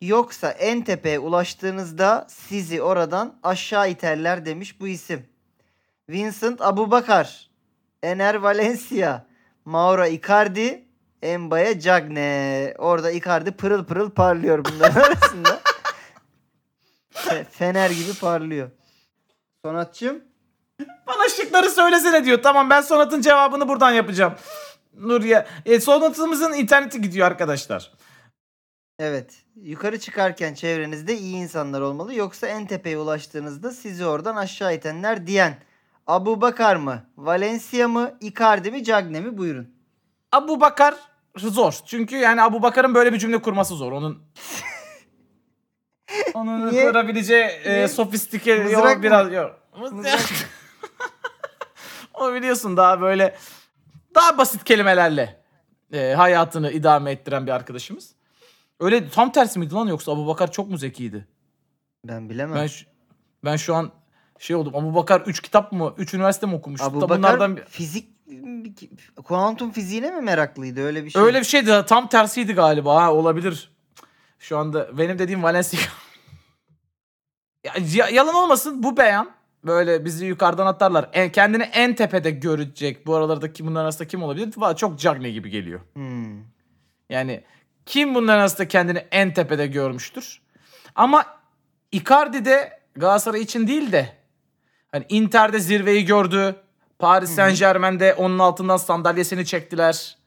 Speaker 3: Yoksa en tepeye ulaştığınızda sizi oradan aşağı iterler demiş bu isim. Vincent Abubakar, Ener Valencia, Mauro Icardi, Mbaye Cagne. Orada Icardi pırıl pırıl parlıyor bunların arasında. Fe- Fener gibi parlıyor. Sonatçım.
Speaker 4: Bana şıkları söylesene diyor. Tamam ben Sonat'ın cevabını buradan yapacağım. Nuriye. E, Sonat'ımızın interneti gidiyor arkadaşlar.
Speaker 3: Evet. Yukarı çıkarken çevrenizde iyi insanlar olmalı. Yoksa en tepeye ulaştığınızda sizi oradan aşağı itenler diyen. Abu Bakar mı? Valencia mı? Icardi mi? Cagne mi? Buyurun.
Speaker 4: Abu Bakar zor. Çünkü yani Abu Bakar'ın böyle bir cümle kurması zor. Onun onun
Speaker 3: Niye?
Speaker 4: kurabileceği e,
Speaker 3: Niye?
Speaker 4: sofistike yok,
Speaker 3: Mızrak mı?
Speaker 4: biraz yok.
Speaker 3: Mızrak.
Speaker 4: o biliyorsun daha böyle daha basit kelimelerle e, hayatını idame ettiren bir arkadaşımız. Öyle tam tersi miydi lan yoksa Abu Bakar çok mu zekiydi?
Speaker 3: Ben bilemem.
Speaker 4: Ben şu, ben şu an şey oldum. Abu Bakar 3 kitap mı? 3 üniversite mi okumuş?
Speaker 3: Abu
Speaker 4: Da
Speaker 3: Bakar
Speaker 4: bunlardan bir-
Speaker 3: fizik kuantum fiziğine mi meraklıydı? Öyle bir şey.
Speaker 4: Öyle bir şeydi. Tam tersiydi galiba. Ha, olabilir. Şu anda benim dediğim Valencia. ya, ya- yalan olmasın bu beyan. Böyle bizi yukarıdan atarlar. E, kendini en tepede görecek. Bu aralarda kim bunların arasında kim olabilir? Valla çok Cagne gibi geliyor.
Speaker 3: Hmm.
Speaker 4: Yani kim bunların arasında kendini en tepede görmüştür? Ama Icardi de Galatasaray için değil de hani Inter'de zirveyi gördü. Paris Saint Germain'de onun altından sandalyesini çektiler.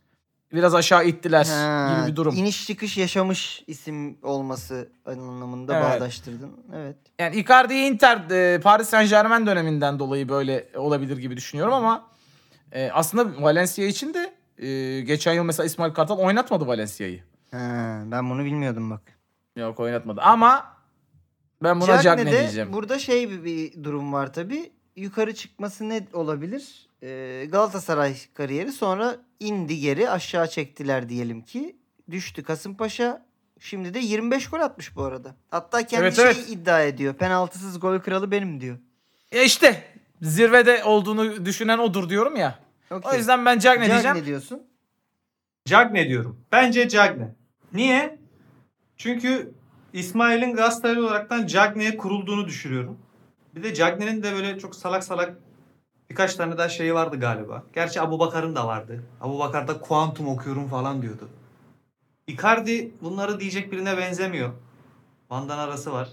Speaker 4: Biraz aşağı ittiler
Speaker 3: Ha,
Speaker 4: gibi bir durum.
Speaker 3: İniş çıkış yaşamış isim olması anlamında
Speaker 4: Evet.
Speaker 3: bağdaştırdın. Evet.
Speaker 4: Yani Icardi'yi Inter e, Paris Saint Germain döneminden dolayı böyle olabilir gibi düşünüyorum ama e, aslında Valencia için de e, geçen yıl mesela İsmail Kartal oynatmadı Valencia'yı.
Speaker 3: Ha, ben bunu bilmiyordum bak.
Speaker 4: Yok oynatmadı ama ben buna Cagne
Speaker 3: Cagne'de
Speaker 4: diyeceğim.
Speaker 3: Burada şey bir, bir durum var tabi. Yukarı çıkması ne olabilir? Ee, Galatasaray kariyeri sonra indi geri aşağı çektiler diyelim ki. Düştü Kasımpaşa. Şimdi de 25 gol atmış bu arada. Hatta kendi
Speaker 4: Evet,
Speaker 3: şey
Speaker 4: evet.
Speaker 3: iddia ediyor. Penaltısız gol kralı benim diyor.
Speaker 4: Ya işte zirvede olduğunu düşünen odur diyorum ya. O
Speaker 3: Okey.
Speaker 4: yüzden ben Cagne
Speaker 3: Cagne
Speaker 4: diyeceğim.
Speaker 3: diyorsun?
Speaker 2: Cagne diyorum. Bence Cagne. Niye? Çünkü İsmail'in Galatasaray olaraktan Cagne'ye kurulduğunu düşünüyorum. Bir de Cagney'in de böyle çok salak salak birkaç tane daha şeyi vardı galiba. Gerçi Abu Bakar'ın da vardı. Abu Bakar'da kuantum okuyorum falan diyordu. Icardi bunları diyecek birine benzemiyor. Van'dan arası var.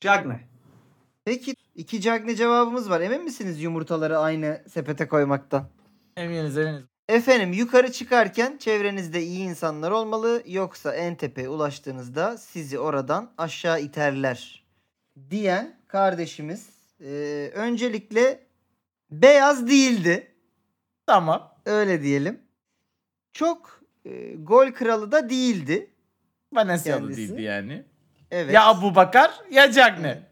Speaker 2: Cagney.
Speaker 3: Peki iki Cagney cevabımız var. Emin misiniz yumurtaları aynı sepete koymaktan?
Speaker 4: Eminiz eminiz.
Speaker 3: Efendim yukarı çıkarken çevrenizde iyi insanlar olmalı yoksa en tepeye ulaştığınızda sizi oradan aşağı iterler diyen kardeşimiz eee, öncelikle beyaz değildi
Speaker 4: Tamam.
Speaker 3: öyle diyelim. Çok eee, gol kralı da değildi.
Speaker 4: Valencia'da
Speaker 3: Kendisi.
Speaker 4: değildi yani.
Speaker 3: Evet.
Speaker 4: Ya Abu Bakar ya Cagne.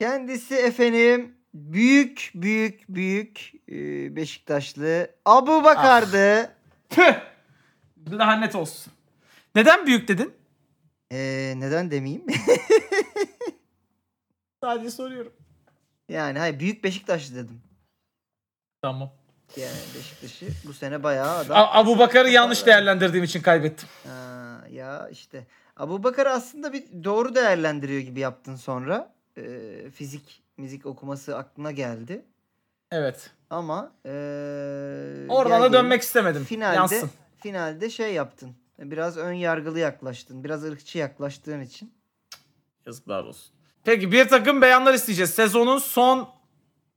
Speaker 3: Kendisi efendim büyük büyük büyük eee, Beşiktaşlı Abu Bakar'dı.
Speaker 4: Tüh. Lanet olsun. Neden büyük dedin?
Speaker 3: Eee, E, neden demeyeyim?
Speaker 4: Sadece soruyorum.
Speaker 3: yani hayır büyük Beşiktaşlı dedim.
Speaker 4: Tamam.
Speaker 3: Yani Beşiktaş'ı bu sene bayağı adam.
Speaker 4: A- Abu Bakar'ı yanlış değerlendirdiğim için kaybettim.
Speaker 3: Ha, ya işte. Abu Bakar aslında bir doğru değerlendiriyor gibi yaptın sonra. Ee, fizik, müzik okuması aklına geldi.
Speaker 4: Evet.
Speaker 3: Ama ee,
Speaker 4: Oradan
Speaker 3: gel
Speaker 4: da
Speaker 3: gelelim
Speaker 4: dönmek istemedim.
Speaker 3: finalde,
Speaker 4: Yansın.
Speaker 3: Finalde şey yaptın. Biraz ön yargılı yaklaştın. Biraz ırkçı yaklaştığın için.
Speaker 4: Yazıklar olsun. Peki bir takım beyanlar isteyeceğiz. Sezonun son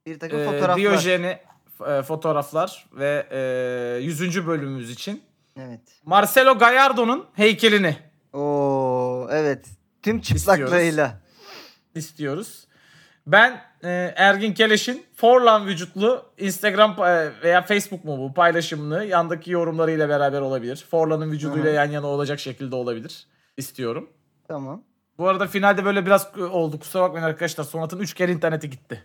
Speaker 3: Bir takım
Speaker 4: e,
Speaker 3: fotoğraflar.
Speaker 4: Diyojen'i e, fotoğraflar ve e, 100. bölümümüz için
Speaker 3: Evet.
Speaker 4: Marcelo Gallardo'nun heykelini
Speaker 3: Oo evet. Tüm çıplaklığıyla.
Speaker 4: istiyoruz. Ben e, Ergin Keleş'in Forlan vücutlu Instagram pa- veya Facebook mu bu paylaşımını yandaki yorumlarıyla beraber olabilir. Forlan'ın vücuduyla
Speaker 3: Hı hı.
Speaker 4: yan yana olacak şekilde olabilir istiyorum.
Speaker 3: Tamam.
Speaker 4: Bu arada finalde böyle biraz k- oldu. Kusura bakmayın arkadaşlar. Sonat'ın 3 kere interneti gitti.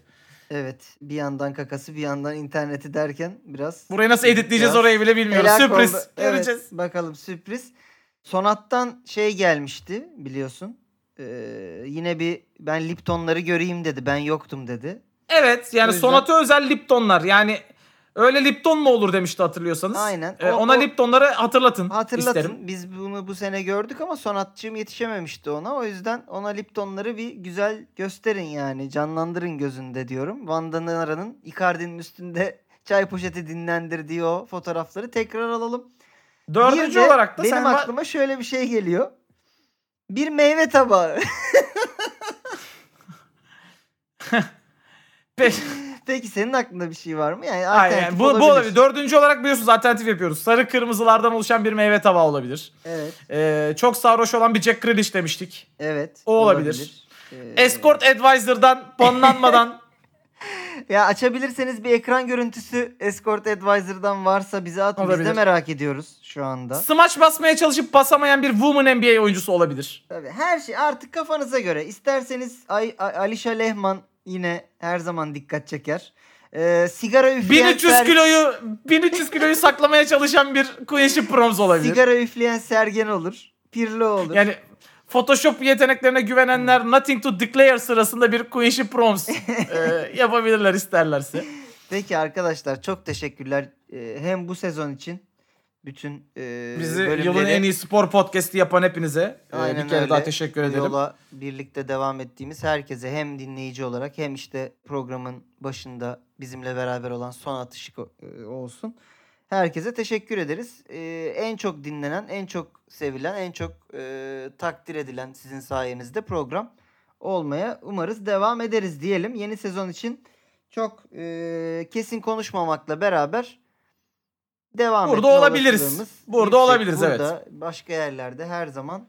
Speaker 3: Evet. Bir yandan kakası bir yandan interneti derken biraz
Speaker 4: Burayı nasıl editleyeceğiz
Speaker 3: Biraz
Speaker 4: orayı bile bilmiyoruz.
Speaker 3: Helak
Speaker 4: Sürpriz.
Speaker 3: oldu. Evet,
Speaker 4: Göreceğiz.
Speaker 3: bakalım sürpriz. Sonattan şey gelmişti biliyorsun. Ee, yine bir ben Liptonları göreyim dedi. Ben yoktum dedi.
Speaker 4: Evet
Speaker 3: O
Speaker 4: yani
Speaker 3: yüzden-
Speaker 4: Sonat'a özel Liptonlar. Yani öyle Lipton mu olur demişti hatırlıyorsanız.
Speaker 3: Aynen.
Speaker 4: Ee,
Speaker 3: O-
Speaker 4: ona
Speaker 3: o-
Speaker 4: Liptonları hatırlatın.
Speaker 3: Hatırlatın
Speaker 4: isterim.
Speaker 3: biz bunu bu sene gördük ama Sonatçığım yetişememişti ona. O yüzden ona Liptonları bir güzel gösterin yani canlandırın gözünde diyorum. Van Danara'nın Icardi'nin üstünde çay poşeti dinlendirdiği o fotoğrafları tekrar alalım.
Speaker 4: Dördüncü
Speaker 3: Bir de
Speaker 4: olarak da
Speaker 3: benim
Speaker 4: sen var-
Speaker 3: aklıma şöyle bir şey geliyor. Bir meyve tabağı. Peki senin aklında bir şey var mı? Yani
Speaker 4: Aynen.
Speaker 3: alternatif
Speaker 4: Bu,
Speaker 3: olabilir.
Speaker 4: bu olabilir. Dördüncü olarak biliyorsunuz alternatif yapıyoruz. Sarı kırmızılardan oluşan bir meyve tabağı olabilir.
Speaker 3: Evet,
Speaker 4: Ee, çok sarhoş olan bir Jack Grealish demiştik.
Speaker 3: evet.
Speaker 4: O olabilir.
Speaker 3: Ee,
Speaker 4: Escort Advisor'dan banlanmadan
Speaker 3: Ya açabilirseniz bir ekran görüntüsü Escort Advisor'dan varsa bize atın. Biz de
Speaker 4: Olabilir.
Speaker 3: merak ediyoruz şu anda.
Speaker 4: smaç basmaya çalışıp basamayan bir Woman NBA oyuncusu olabilir.
Speaker 3: Tabii her şey artık kafanıza göre. İsterseniz Ay, Ay- Alişa Lehman yine her zaman dikkat çeker. Ee, sigara üfleyen
Speaker 4: 1300
Speaker 3: Ser-
Speaker 4: kiloyu 1300 kiloyu saklamaya çalışan bir Quincy Proms olabilir.
Speaker 3: sigara üfleyen Sergen olur. Pirlo olur.
Speaker 4: Yani Photoshop yeteneklerine güvenenler Nothing to Declare sırasında bir Quincy Proms e, yapabilirler isterlerse.
Speaker 3: Peki arkadaşlar çok teşekkürler. Ee, hem bu sezon için bütün e,
Speaker 4: Bizi
Speaker 3: bölümleri
Speaker 4: yılın en iyi spor podcast'i yapan hepinize e,
Speaker 3: Aynen
Speaker 4: bir kere
Speaker 3: öyle.
Speaker 4: daha teşekkür
Speaker 3: bu
Speaker 4: ederim.
Speaker 3: yola birlikte devam ettiğimiz herkese hem dinleyici olarak hem işte programın başında bizimle beraber olan son atışı ko- e, olsun. Herkese teşekkür ederiz. Ee, en çok dinlenen, en çok sevilen, en çok e, takdir edilen sizin sayenizde program olmaya umarız devam ederiz diyelim. Yeni sezon için çok e, kesin konuşmamakla beraber devam
Speaker 4: Burada
Speaker 3: etme
Speaker 4: olabiliriz.
Speaker 3: olasılığımız
Speaker 4: Burada olabiliriz, evet.
Speaker 3: Burada başka yerlerde her zaman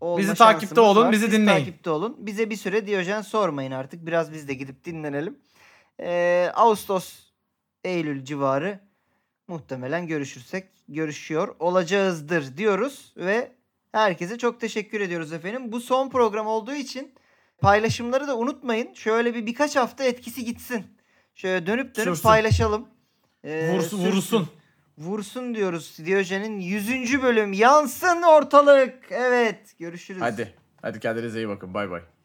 Speaker 3: olma
Speaker 4: Bizi takipte
Speaker 3: şansımız
Speaker 4: olun,
Speaker 3: var.
Speaker 4: bizi
Speaker 3: Siz
Speaker 4: dinleyin.
Speaker 3: takipte olun. Bize bir süre Diyojen sormayın artık. Biraz biz de gidip dinlenelim. Ee, Ağustos, Eylül civarı muhtemelen görüşürsek görüşüyor olacağızdır diyoruz ve herkese çok teşekkür ediyoruz efendim. Bu son program olduğu için paylaşımları da unutmayın. Şöyle bir birkaç hafta etkisi gitsin. Şöyle dönüp dönüp
Speaker 4: Sürsün.
Speaker 3: paylaşalım. Ee,
Speaker 4: Vursun,
Speaker 3: sürsün.
Speaker 4: vursun.
Speaker 3: Vursun diyoruz. Diyojen'in 100. bölüm yansın ortalık. Evet görüşürüz.
Speaker 4: Hadi. Hadi kendinize iyi bakın. Bay bay.